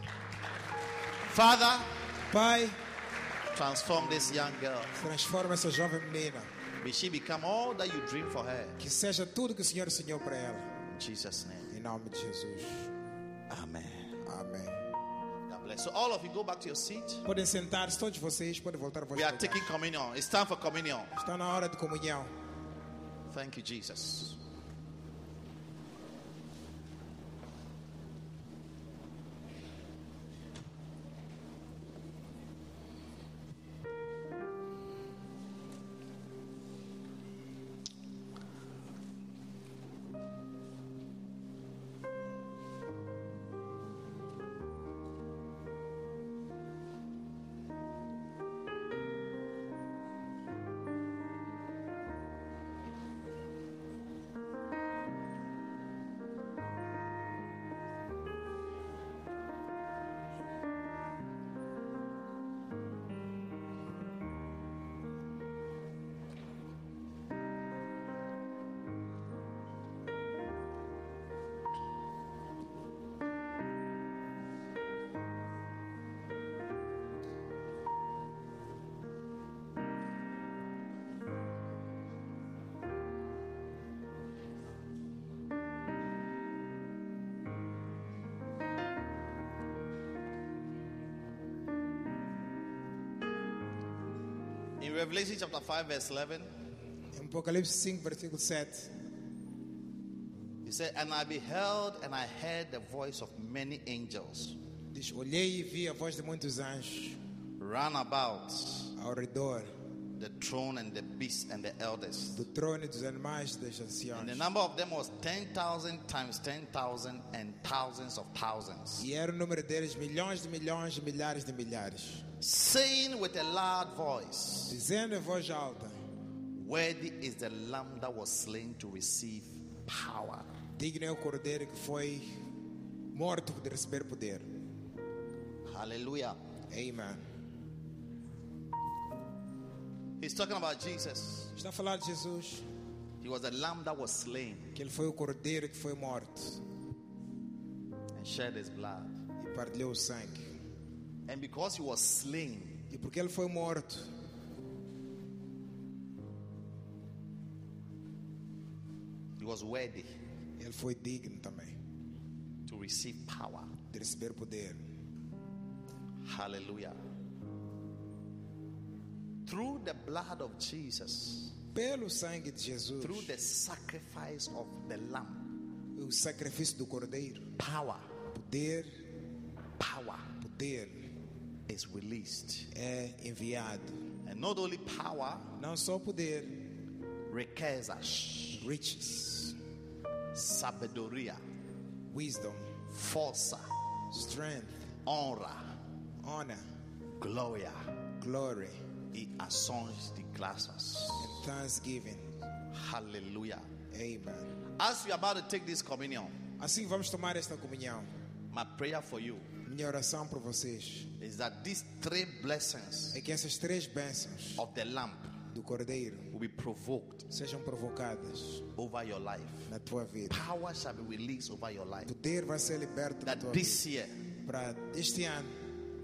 Speaker 3: Father,
Speaker 4: Pai,
Speaker 3: transform this young girl.
Speaker 4: transforma essa jovem menina.
Speaker 3: May she become all that you dream for her.
Speaker 4: Que seja tudo que o Senhor sonhou para ela.
Speaker 3: In Jesus' name.
Speaker 4: Em nome de Jesus.
Speaker 3: Amen.
Speaker 4: Amém.
Speaker 3: God bless. So all of you go back to your seat.
Speaker 4: Podem sentar-se todos vocês, podem voltar a
Speaker 3: We are
Speaker 4: vossa
Speaker 3: taking communion. It's time for communion.
Speaker 4: Está na hora de comunhão.
Speaker 3: Thank you, Jesus. In Revelation chapter 5, verse 11,
Speaker 4: Em Apocalipse 5, versículo 7.
Speaker 3: he said, And I beheld and I heard the voice of many angels
Speaker 4: Diz: Olhei e vi a voz de muitos anjos
Speaker 3: round about
Speaker 4: ao redor
Speaker 3: the throne and the beasts and the elders.
Speaker 4: do trono e dos animais e dos
Speaker 3: And the
Speaker 4: anciãos.
Speaker 3: number of them was 10,000 times 10,000 and thousands of thousands,
Speaker 4: E era o número deles milhões de milhões e milhares de milhares.
Speaker 3: saying with a loud voice,
Speaker 4: Dizendo em voz alta:
Speaker 3: Worthy is the Lamb that was slain to receive power
Speaker 4: Digno é o cordeiro que foi morto de receber poder.
Speaker 3: Hallelujah.
Speaker 4: Amen.
Speaker 3: He's talking about Jesus.
Speaker 4: Está a falar de Jesus,
Speaker 3: He was the lamb that was slain
Speaker 4: que ele foi o cordeiro que foi morto
Speaker 3: and shed his blood.
Speaker 4: e partilhou o sangue.
Speaker 3: And because he was slain,
Speaker 4: E porque ele foi morto,
Speaker 3: he was worthy
Speaker 4: ele foi digno também
Speaker 3: to receive power.
Speaker 4: de receber poder.
Speaker 3: Hallelujah. Through the blood of Jesus,
Speaker 4: Pelo sangue de Jesus,
Speaker 3: through the sacrifice of the lamb,
Speaker 4: o sacrifício do cordeiro,
Speaker 3: power,
Speaker 4: poder,
Speaker 3: power
Speaker 4: poder
Speaker 3: is released.
Speaker 4: é enviado.
Speaker 3: And not only power,
Speaker 4: Não só poder,
Speaker 3: riquezas,
Speaker 4: riches,
Speaker 3: sabedoria,
Speaker 4: wisdom,
Speaker 3: força,
Speaker 4: strength,
Speaker 3: honra,
Speaker 4: honor,
Speaker 3: glória.
Speaker 4: glory,
Speaker 3: e ações de graças.
Speaker 4: and thanksgiving.
Speaker 3: Hallelujah.
Speaker 4: Amen.
Speaker 3: As we are about to take this communion,
Speaker 4: Assim vamos tomar esta comunhão.
Speaker 3: my prayer for you
Speaker 4: Minha oração por vocês
Speaker 3: is that these three blessings
Speaker 4: é que essas três bênçãos
Speaker 3: of the lamp
Speaker 4: do cordeiro
Speaker 3: will be provoked
Speaker 4: sejam provocadas
Speaker 3: over your life.
Speaker 4: na tua vida.
Speaker 3: Power shall be released over your life.
Speaker 4: Poder vai ser liberto na
Speaker 3: That
Speaker 4: tua vida.
Speaker 3: this year
Speaker 4: Para este ano,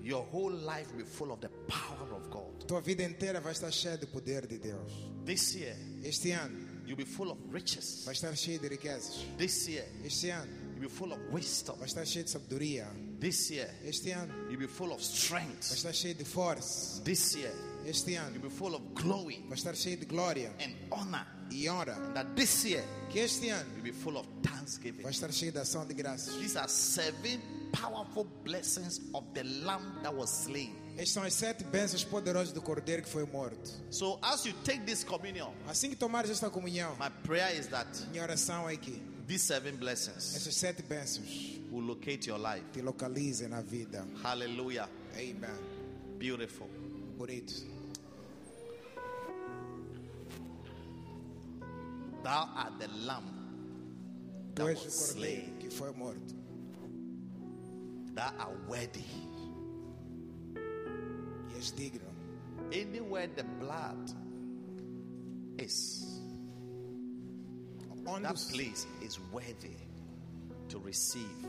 Speaker 3: Your whole life will be full of the power of God.
Speaker 4: Tua vida inteira vai estar cheia do poder de Deus.
Speaker 3: This year,
Speaker 4: Este ano
Speaker 3: you'll be full of riches.
Speaker 4: vai estar cheio de riquezas.
Speaker 3: This year,
Speaker 4: Este ano
Speaker 3: you'll be full of wisdom.
Speaker 4: vai estar cheio de sabedoria.
Speaker 3: This year,
Speaker 4: Este ano
Speaker 3: you'll be full of
Speaker 4: vai
Speaker 3: strength.
Speaker 4: estar cheio de força.
Speaker 3: This year,
Speaker 4: Este
Speaker 3: you'll
Speaker 4: ano
Speaker 3: be full of glory
Speaker 4: vai estar cheio de glória
Speaker 3: and honor.
Speaker 4: e honra.
Speaker 3: And that this year,
Speaker 4: Que este ano
Speaker 3: you'll be full of thanksgiving.
Speaker 4: vai estar cheio de ação de graças.
Speaker 3: These are seven powerful blessings of the lamb that was slain.
Speaker 4: Estas são as sete bênçãos poderosas do Cordeiro que foi morto.
Speaker 3: So as you take this communion,
Speaker 4: Assim que tomares esta comunhão,
Speaker 3: my prayer is that
Speaker 4: minha oração é que
Speaker 3: these seven blessings
Speaker 4: essas sete bênçãos
Speaker 3: will locate your life.
Speaker 4: te localizem na vida.
Speaker 3: Hallelujah.
Speaker 4: Amen.
Speaker 3: Beautiful.
Speaker 4: Bonito.
Speaker 3: Thou art the lamb that
Speaker 4: Tu
Speaker 3: was
Speaker 4: és o Cordeiro
Speaker 3: slain.
Speaker 4: que foi morto.
Speaker 3: Thou art worthy.
Speaker 4: E és digno.
Speaker 3: Anywhere the blood is,
Speaker 4: Onde,
Speaker 3: that place is worthy to receive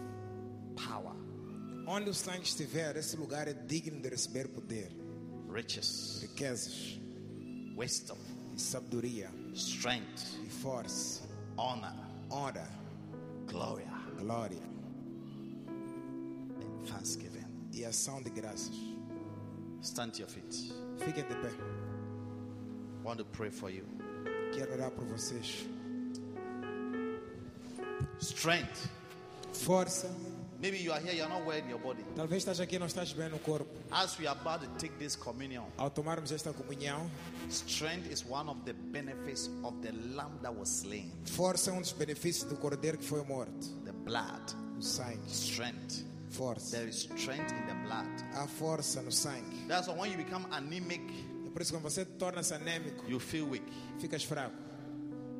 Speaker 3: power,
Speaker 4: onde o sangue estiver, esse lugar é digno de receber poder,
Speaker 3: riches,
Speaker 4: riquezas,
Speaker 3: wisdom,
Speaker 4: e sabedoria,
Speaker 3: strength,
Speaker 4: e força,
Speaker 3: honor,
Speaker 4: honra,
Speaker 3: glory,
Speaker 4: glória
Speaker 3: and thanksgiving.
Speaker 4: e ação de graças.
Speaker 3: Stand to your feet.
Speaker 4: Fiquem de pé.
Speaker 3: I want to pray for you.
Speaker 4: Quero orar por vocês.
Speaker 3: Strength.
Speaker 4: Força.
Speaker 3: Maybe you are here, you are not well in your body.
Speaker 4: Talvez estás aqui e não estás bem no corpo.
Speaker 3: As we are about to take this communion,
Speaker 4: Ao tomarmos esta comunhão,
Speaker 3: strength is one of the benefits of the lamb that was slain.
Speaker 4: força é um dos benefícios do cordeiro que foi morto.
Speaker 3: The blood,
Speaker 4: O sangue.
Speaker 3: strength.
Speaker 4: Força.
Speaker 3: There is strength in the blood.
Speaker 4: Há força no sangue.
Speaker 3: That's why when you become anemic,
Speaker 4: É por isso que quando você torna-se anêmico,
Speaker 3: you feel weak.
Speaker 4: ficas fraco.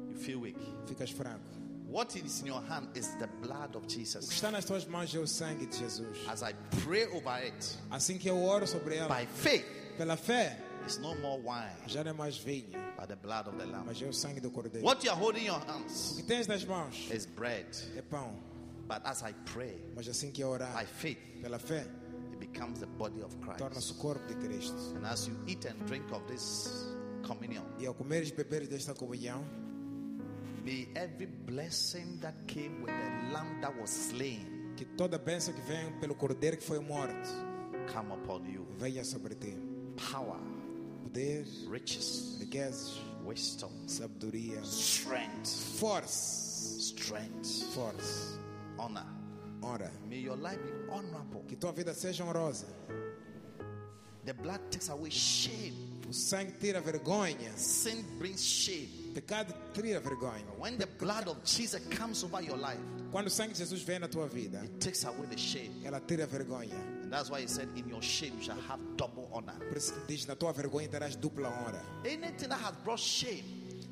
Speaker 3: You feel weak.
Speaker 4: Ficas fraco.
Speaker 3: What is in your hand is the blood of
Speaker 4: O que
Speaker 3: Jesus.
Speaker 4: está nas tuas mãos é o sangue de Jesus.
Speaker 3: As I pray over it,
Speaker 4: Assim que eu oro sobre ela,
Speaker 3: by faith,
Speaker 4: pela fé,
Speaker 3: it's no more wine,
Speaker 4: já não é mais vinho,
Speaker 3: but the blood of the lamb.
Speaker 4: mas é o sangue do cordeiro.
Speaker 3: What you are holding in your
Speaker 4: O
Speaker 3: hands
Speaker 4: que tens nas mãos
Speaker 3: is bread.
Speaker 4: é pão,
Speaker 3: But as I pray,
Speaker 4: mas assim que eu orar,
Speaker 3: by faith,
Speaker 4: pela fé,
Speaker 3: it becomes the body of
Speaker 4: torna-se
Speaker 3: Christ.
Speaker 4: o corpo de Cristo.
Speaker 3: And as you eat and drink of this communion,
Speaker 4: E ao comeres e beberes desta comunhão,
Speaker 3: may every blessing that came with the lamb that was slain
Speaker 4: que toda bênção que vem pelo cordeiro que foi morto
Speaker 3: come upon you.
Speaker 4: venha sobre ti.
Speaker 3: Power,
Speaker 4: Poder,
Speaker 3: riches,
Speaker 4: riquezas,
Speaker 3: wisdom,
Speaker 4: sabedoria,
Speaker 3: strength,
Speaker 4: força,
Speaker 3: strength,
Speaker 4: força,
Speaker 3: honor.
Speaker 4: honra.
Speaker 3: May your life be honorable.
Speaker 4: Que tua vida seja honrosa.
Speaker 3: The blood takes away shame.
Speaker 4: O sangue tira vergonha.
Speaker 3: Sin brings shame.
Speaker 4: Pecado tira vergonha.
Speaker 3: When the blood of Jesus comes over your life,
Speaker 4: Quando o sangue de Jesus vem na tua vida,
Speaker 3: it takes away the shame.
Speaker 4: ela tira vergonha.
Speaker 3: And that's why he said, In your shame you shall have double honor.
Speaker 4: Por isso que diz, na tua vergonha terás dupla honra.
Speaker 3: Anything that has brought shame,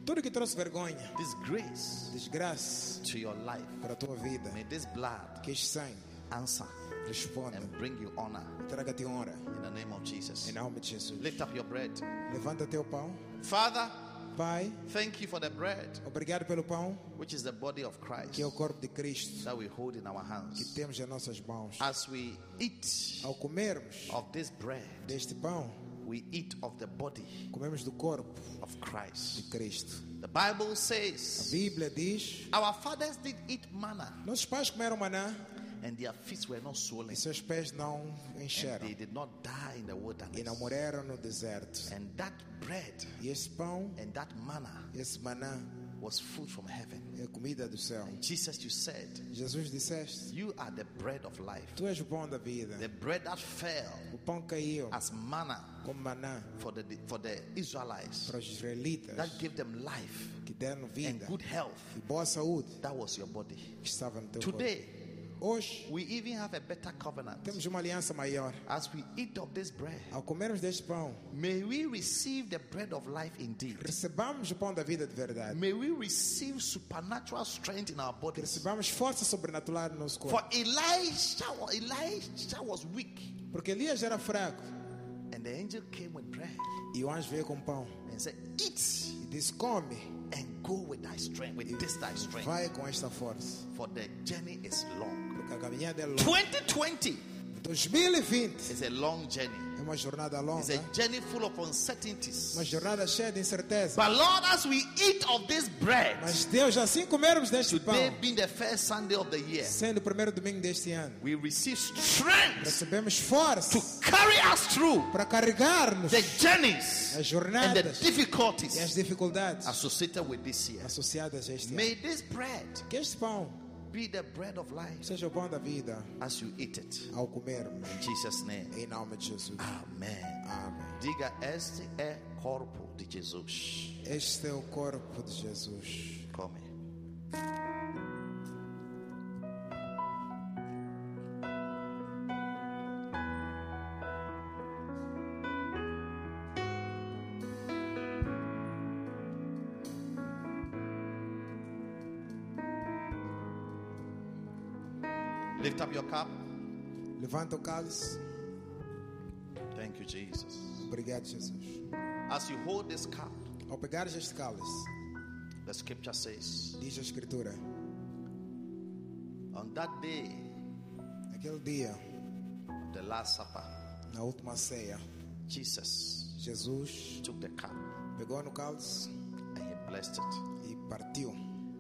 Speaker 4: Tudo que trouxe vergonha,
Speaker 3: disgrace
Speaker 4: desgraça
Speaker 3: to your life,
Speaker 4: para a tua vida,
Speaker 3: may this blood
Speaker 4: que este sangue
Speaker 3: answer
Speaker 4: responda,
Speaker 3: and bring you honor
Speaker 4: traga-te honra.
Speaker 3: in the name of Jesus.
Speaker 4: Em nome de Jesus.
Speaker 3: Lift up your bread.
Speaker 4: Levanta teu pão.
Speaker 3: Father,
Speaker 4: Pai,
Speaker 3: thank you for the bread,
Speaker 4: obrigado pelo pão,
Speaker 3: which is the body of Christ
Speaker 4: que é o corpo de Cristo,
Speaker 3: that we hold in our
Speaker 4: que
Speaker 3: hands.
Speaker 4: temos em nossas mãos.
Speaker 3: As we eat
Speaker 4: Ao comermos
Speaker 3: of this bread,
Speaker 4: deste pão,
Speaker 3: we eat of the body
Speaker 4: comemos do corpo
Speaker 3: of
Speaker 4: de
Speaker 3: Christ.
Speaker 4: Cristo.
Speaker 3: The Bible
Speaker 4: A
Speaker 3: says,
Speaker 4: Bíblia diz:
Speaker 3: Our fathers did eat manna,
Speaker 4: Nossos pais comeram maná
Speaker 3: and their feet were not
Speaker 4: e
Speaker 3: swollen,
Speaker 4: seus pés não
Speaker 3: and
Speaker 4: encheram
Speaker 3: they did not die in the
Speaker 4: e
Speaker 3: wilderness.
Speaker 4: não morreram no deserto.
Speaker 3: And that bread
Speaker 4: E esse pão,
Speaker 3: and that manna
Speaker 4: esse maná,
Speaker 3: was food from heaven.
Speaker 4: é comida do céu.
Speaker 3: Jesus, you said,
Speaker 4: Jesus disseste:
Speaker 3: You are the bread of life.
Speaker 4: Tu és o pão da vida.
Speaker 3: The bread that fell
Speaker 4: O pão caiu
Speaker 3: as manna
Speaker 4: como maná
Speaker 3: for the for the Israelites
Speaker 4: para os israelitas
Speaker 3: that gave them life
Speaker 4: que deram
Speaker 3: and
Speaker 4: vida
Speaker 3: good health.
Speaker 4: e boa saúde
Speaker 3: That was your body.
Speaker 4: que estava no teu corpo.
Speaker 3: Today
Speaker 4: Hoje
Speaker 3: we even have a better covenant.
Speaker 4: temos uma aliança maior.
Speaker 3: As we eat of this bread,
Speaker 4: Ao comermos deste pão,
Speaker 3: may we receive the bread of life indeed.
Speaker 4: recebamos o pão da vida de verdade.
Speaker 3: May we receive supernatural strength in our bodies.
Speaker 4: Recebamos força sobrenatural no nosso
Speaker 3: For
Speaker 4: corpo.
Speaker 3: Elijah, Elijah was weak,
Speaker 4: Porque Elias era fraco
Speaker 3: and the angel came with bread
Speaker 4: e o anjo veio com pão
Speaker 3: and said, "Eat
Speaker 4: e disse: Come
Speaker 3: and go with thy strength, with this thy
Speaker 4: e
Speaker 3: strength,
Speaker 4: vai com esta força.
Speaker 3: for the journey is long."
Speaker 4: Porque a caminhada é longa.
Speaker 3: 2020
Speaker 4: 2020
Speaker 3: It's a long journey.
Speaker 4: é uma jornada
Speaker 3: It's a
Speaker 4: longa,
Speaker 3: journey full of uncertainties.
Speaker 4: uma jornada cheia de incerteza.
Speaker 3: But Lord, as we eat of this bread,
Speaker 4: Mas Deus, assim comermos deste pão,
Speaker 3: today being the first Sunday of the year,
Speaker 4: sendo o primeiro domingo deste ano,
Speaker 3: we receive strength
Speaker 4: recebemos
Speaker 3: to
Speaker 4: força
Speaker 3: carry us through
Speaker 4: para carregar-nos
Speaker 3: the journeys
Speaker 4: as
Speaker 3: and the
Speaker 4: jornadas e as
Speaker 3: difficulties
Speaker 4: dificuldades
Speaker 3: associated with this year.
Speaker 4: associadas a este ano.
Speaker 3: May this bread
Speaker 4: Que este pão
Speaker 3: be the bread of life
Speaker 4: seja o pão da vida
Speaker 3: as you eat it.
Speaker 4: ao comermos,
Speaker 3: In Jesus' name.
Speaker 4: em nome de Jesus.
Speaker 3: Amém.
Speaker 4: Amém.
Speaker 3: Diga, este é corpo de Jesus.
Speaker 4: Este é o corpo de Jesus.
Speaker 3: Come. Lift up your cup.
Speaker 4: Levanta o cálice.
Speaker 3: Thank you, Jesus.
Speaker 4: Obrigado, Jesus.
Speaker 3: As you hold this cup,
Speaker 4: Ao pegares este cálice,
Speaker 3: the scripture says,
Speaker 4: diz a Escritura:
Speaker 3: On that day,
Speaker 4: naquele dia,
Speaker 3: of the Last Supper,
Speaker 4: na última ceia,
Speaker 3: Jesus
Speaker 4: Jesus
Speaker 3: took the cup
Speaker 4: pegou no cálice
Speaker 3: and he blessed it.
Speaker 4: e partiu.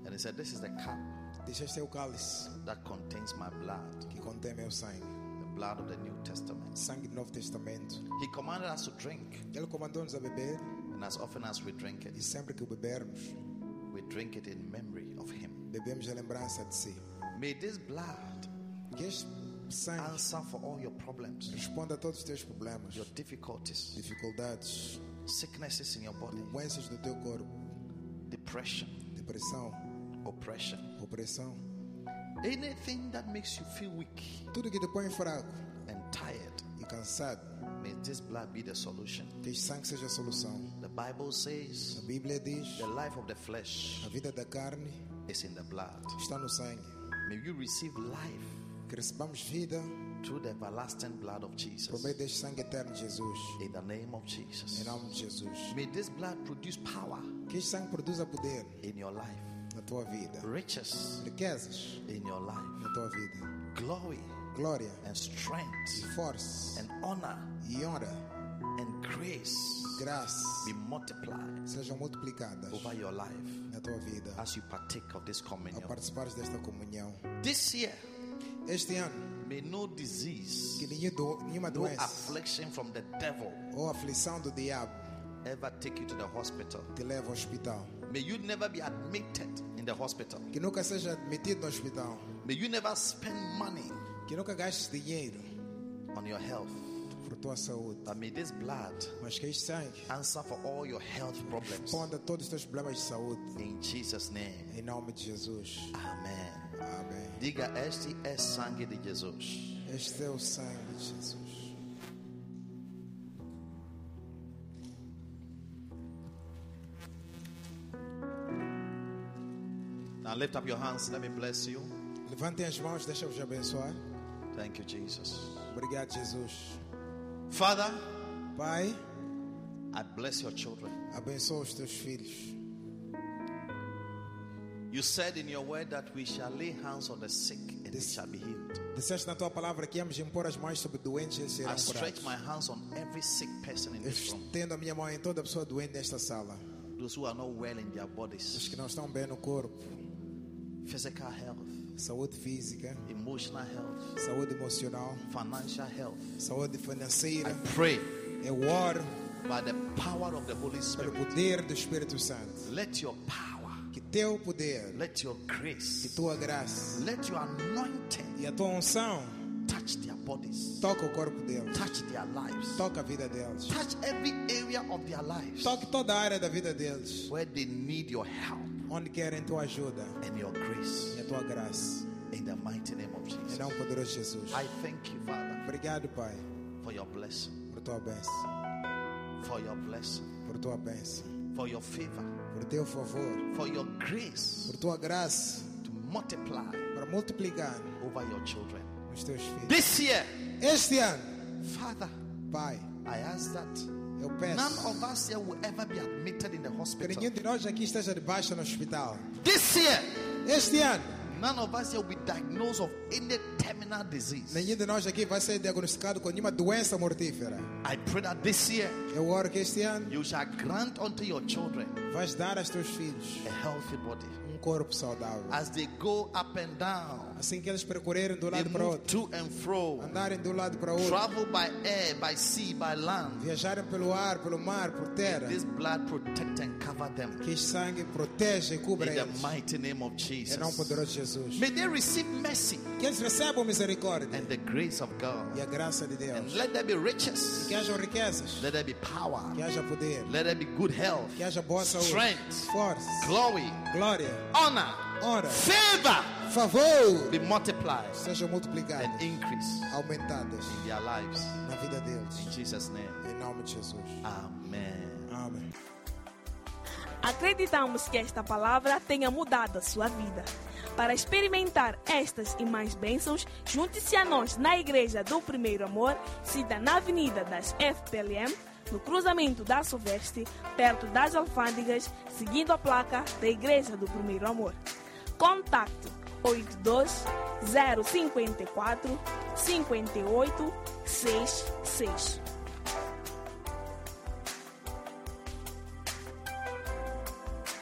Speaker 3: And he said, This is the cup
Speaker 4: Diz: Este é o cálice
Speaker 3: that contains my blood,
Speaker 4: que contém meu sangue,
Speaker 3: the blood of the New Testament.
Speaker 4: sangue do Novo Testamento.
Speaker 3: He commanded us to drink,
Speaker 4: Ele comandou-nos a beber,
Speaker 3: and as often as we drink it,
Speaker 4: e sempre que o bebermos,
Speaker 3: we drink it in memory of him.
Speaker 4: bebemos a lembrança de si.
Speaker 3: May this blood
Speaker 4: Que este sangue
Speaker 3: answer for all your problems,
Speaker 4: responda a todos os teus problemas,
Speaker 3: your difficulties,
Speaker 4: dificuldades,
Speaker 3: sicknesses in your body,
Speaker 4: doenças do teu corpo,
Speaker 3: depression,
Speaker 4: depressão,
Speaker 3: oppression,
Speaker 4: opressão,
Speaker 3: anything that makes you feel weak
Speaker 4: tudo que te põe fraco
Speaker 3: and tired.
Speaker 4: e cansado.
Speaker 3: May this blood be the solution.
Speaker 4: Que este sangue seja a solução.
Speaker 3: The Bible says
Speaker 4: A Bíblia diz:
Speaker 3: the life of the flesh
Speaker 4: a vida da carne
Speaker 3: is in the blood.
Speaker 4: está no sangue.
Speaker 3: May you receive life
Speaker 4: Que recebamos vida
Speaker 3: through the everlasting blood of
Speaker 4: por
Speaker 3: Jesus.
Speaker 4: meio deste sangue eterno de Jesus.
Speaker 3: In the name of
Speaker 4: Em
Speaker 3: Jesus.
Speaker 4: nome de Jesus.
Speaker 3: May this blood produce power
Speaker 4: Que este sangue produza poder
Speaker 3: in your life,
Speaker 4: na tua vida,
Speaker 3: riches
Speaker 4: riquezas
Speaker 3: in your life,
Speaker 4: na tua vida,
Speaker 3: glory
Speaker 4: glória
Speaker 3: and
Speaker 4: e
Speaker 3: strength
Speaker 4: força
Speaker 3: and honor
Speaker 4: e honra,
Speaker 3: and grace
Speaker 4: graça
Speaker 3: be multiplied
Speaker 4: sejam multiplicadas
Speaker 3: over your life
Speaker 4: na tua vida
Speaker 3: as you partake of this communion.
Speaker 4: ao participares desta comunhão.
Speaker 3: This year,
Speaker 4: Este ano,
Speaker 3: may no
Speaker 4: que
Speaker 3: disease,
Speaker 4: nenhum do- nenhuma
Speaker 3: no
Speaker 4: doença
Speaker 3: affliction from the devil
Speaker 4: ou aflição do diabo
Speaker 3: ever take you to the hospital.
Speaker 4: te leve ao hospital.
Speaker 3: May you never be admitted in the hospital.
Speaker 4: Que nunca seja admitido no hospital.
Speaker 3: May you never spend money
Speaker 4: Que nunca gastes dinheiro
Speaker 3: on your health.
Speaker 4: por tua saúde,
Speaker 3: But may this blood
Speaker 4: mas que este sangue
Speaker 3: answer for all your health problems.
Speaker 4: responda a todos os teus problemas de saúde.
Speaker 3: Em Jesus' name.
Speaker 4: Em nome de Jesus.
Speaker 3: Amém.
Speaker 4: Amém.
Speaker 3: Diga, este é sangue de Jesus.
Speaker 4: Este é o sangue de Jesus.
Speaker 3: Now lift up your hands. Let me bless you.
Speaker 4: Levantem as mãos, deixa-vos abençoar.
Speaker 3: Thank you, Jesus.
Speaker 4: Obrigado, Jesus.
Speaker 3: Father,
Speaker 4: Pai,
Speaker 3: I bless your children.
Speaker 4: abençoa os teus filhos.
Speaker 3: You said in your word that we shall lay hands on the sick and they
Speaker 4: This-
Speaker 3: shall be healed.
Speaker 4: Disseste na tua palavra que íamos impor as mãos sobre doentes e eles
Speaker 3: I
Speaker 4: serão
Speaker 3: stretch
Speaker 4: curados.
Speaker 3: my hands on every sick person in
Speaker 4: Eu
Speaker 3: this room.
Speaker 4: estendo a minha mão em toda pessoa doente desta sala.
Speaker 3: Those who are not well in their
Speaker 4: Os
Speaker 3: bodies,
Speaker 4: que não estão bem no corpo.
Speaker 3: physical health,
Speaker 4: Saúde física,
Speaker 3: emotional health,
Speaker 4: saúde emocional,
Speaker 3: financial health.
Speaker 4: saúde financeira.
Speaker 3: I pray
Speaker 4: Eu oro
Speaker 3: by the power of the Holy
Speaker 4: pelo
Speaker 3: Spirit.
Speaker 4: poder do Espírito Santo.
Speaker 3: Let your power,
Speaker 4: Que teu poder,
Speaker 3: let your
Speaker 4: que
Speaker 3: grace,
Speaker 4: tua graça
Speaker 3: let your anointing
Speaker 4: e a tua unção
Speaker 3: touch their bodies,
Speaker 4: toca o corpo deles.
Speaker 3: touch their lives,
Speaker 4: Toca a vida deles.
Speaker 3: touch every area of their lives
Speaker 4: Toque toda a área da vida deles.
Speaker 3: where they need your help
Speaker 4: Onde querem tua ajuda
Speaker 3: and your grace
Speaker 4: e a tua graça.
Speaker 3: in the mighty name of
Speaker 4: Em
Speaker 3: Jesus.
Speaker 4: nome poderoso de Jesus.
Speaker 3: I thank you, Father,
Speaker 4: Obrigado, Pai,
Speaker 3: for your blessing,
Speaker 4: por tua bênção.
Speaker 3: for your blessing,
Speaker 4: Por tua bênção.
Speaker 3: for your favor,
Speaker 4: Por teu favor.
Speaker 3: for your grace
Speaker 4: Por tua graça.
Speaker 3: to multiply
Speaker 4: Para multiplicar
Speaker 3: over your children.
Speaker 4: os teus filhos.
Speaker 3: This year,
Speaker 4: Este ano,
Speaker 3: Father,
Speaker 4: Pai,
Speaker 3: I ask that
Speaker 4: eu
Speaker 3: None
Speaker 4: peço
Speaker 3: of us here will ever be admitted in the
Speaker 4: que
Speaker 3: hospital.
Speaker 4: nenhum de nós aqui esteja debaixo no hospital.
Speaker 3: This year,
Speaker 4: Este ano,
Speaker 3: None of us here will be diagnosed of any terminal disease.
Speaker 4: Nenhum de nós aqui vai ser diagnosticado com nenhuma doença mortífera.
Speaker 3: I pray that this year
Speaker 4: Eu oro que este ano
Speaker 3: you shall grant unto your children
Speaker 4: vais dar aos teus filhos
Speaker 3: a healthy body.
Speaker 4: um corpo saudável.
Speaker 3: As they go up and down,
Speaker 4: Assim que eles percorrerem do
Speaker 3: they
Speaker 4: lado para o
Speaker 3: move
Speaker 4: outro,
Speaker 3: to and fro,
Speaker 4: andarem do lado para o outro,
Speaker 3: travel by air, by sea, by land.
Speaker 4: viajarem pelo ar, pelo mar, por terra,
Speaker 3: This blood protect and cover them
Speaker 4: que este sangue proteja e cubra
Speaker 3: in the
Speaker 4: eles.
Speaker 3: mighty name of
Speaker 4: Em nome
Speaker 3: Jesus.
Speaker 4: poderoso de Jesus.
Speaker 3: May they receive mercy
Speaker 4: Que eles recebam misericórdia
Speaker 3: and the grace of God.
Speaker 4: e a graça de
Speaker 3: And
Speaker 4: Deus.
Speaker 3: let there be riches.
Speaker 4: Que hajam riquezas,
Speaker 3: Let there be power.
Speaker 4: que haja poder,
Speaker 3: Let there be good health,
Speaker 4: que haja boa saúde,
Speaker 3: strength,
Speaker 4: força,
Speaker 3: glory,
Speaker 4: glória,
Speaker 3: honor,
Speaker 4: honra,
Speaker 3: favor
Speaker 4: favor,
Speaker 3: be multiplied
Speaker 4: sejam
Speaker 3: and
Speaker 4: multiplicadas,
Speaker 3: increase
Speaker 4: aumentadas
Speaker 3: in their lives.
Speaker 4: na vida deles.
Speaker 3: In Jesus' name,
Speaker 4: Em nome de Jesus.
Speaker 3: Amen.
Speaker 4: Amém.
Speaker 1: Acreditamos que esta palavra tenha mudado a sua vida. Para experimentar estas e mais bênçãos, junte-se a nós na Igreja do Primeiro Amor, sida na Avenida das FPLM, no cruzamento da Soveste, perto das alfândegas, seguindo a placa da Igreja do Primeiro Amor. Contato 82 054 58 66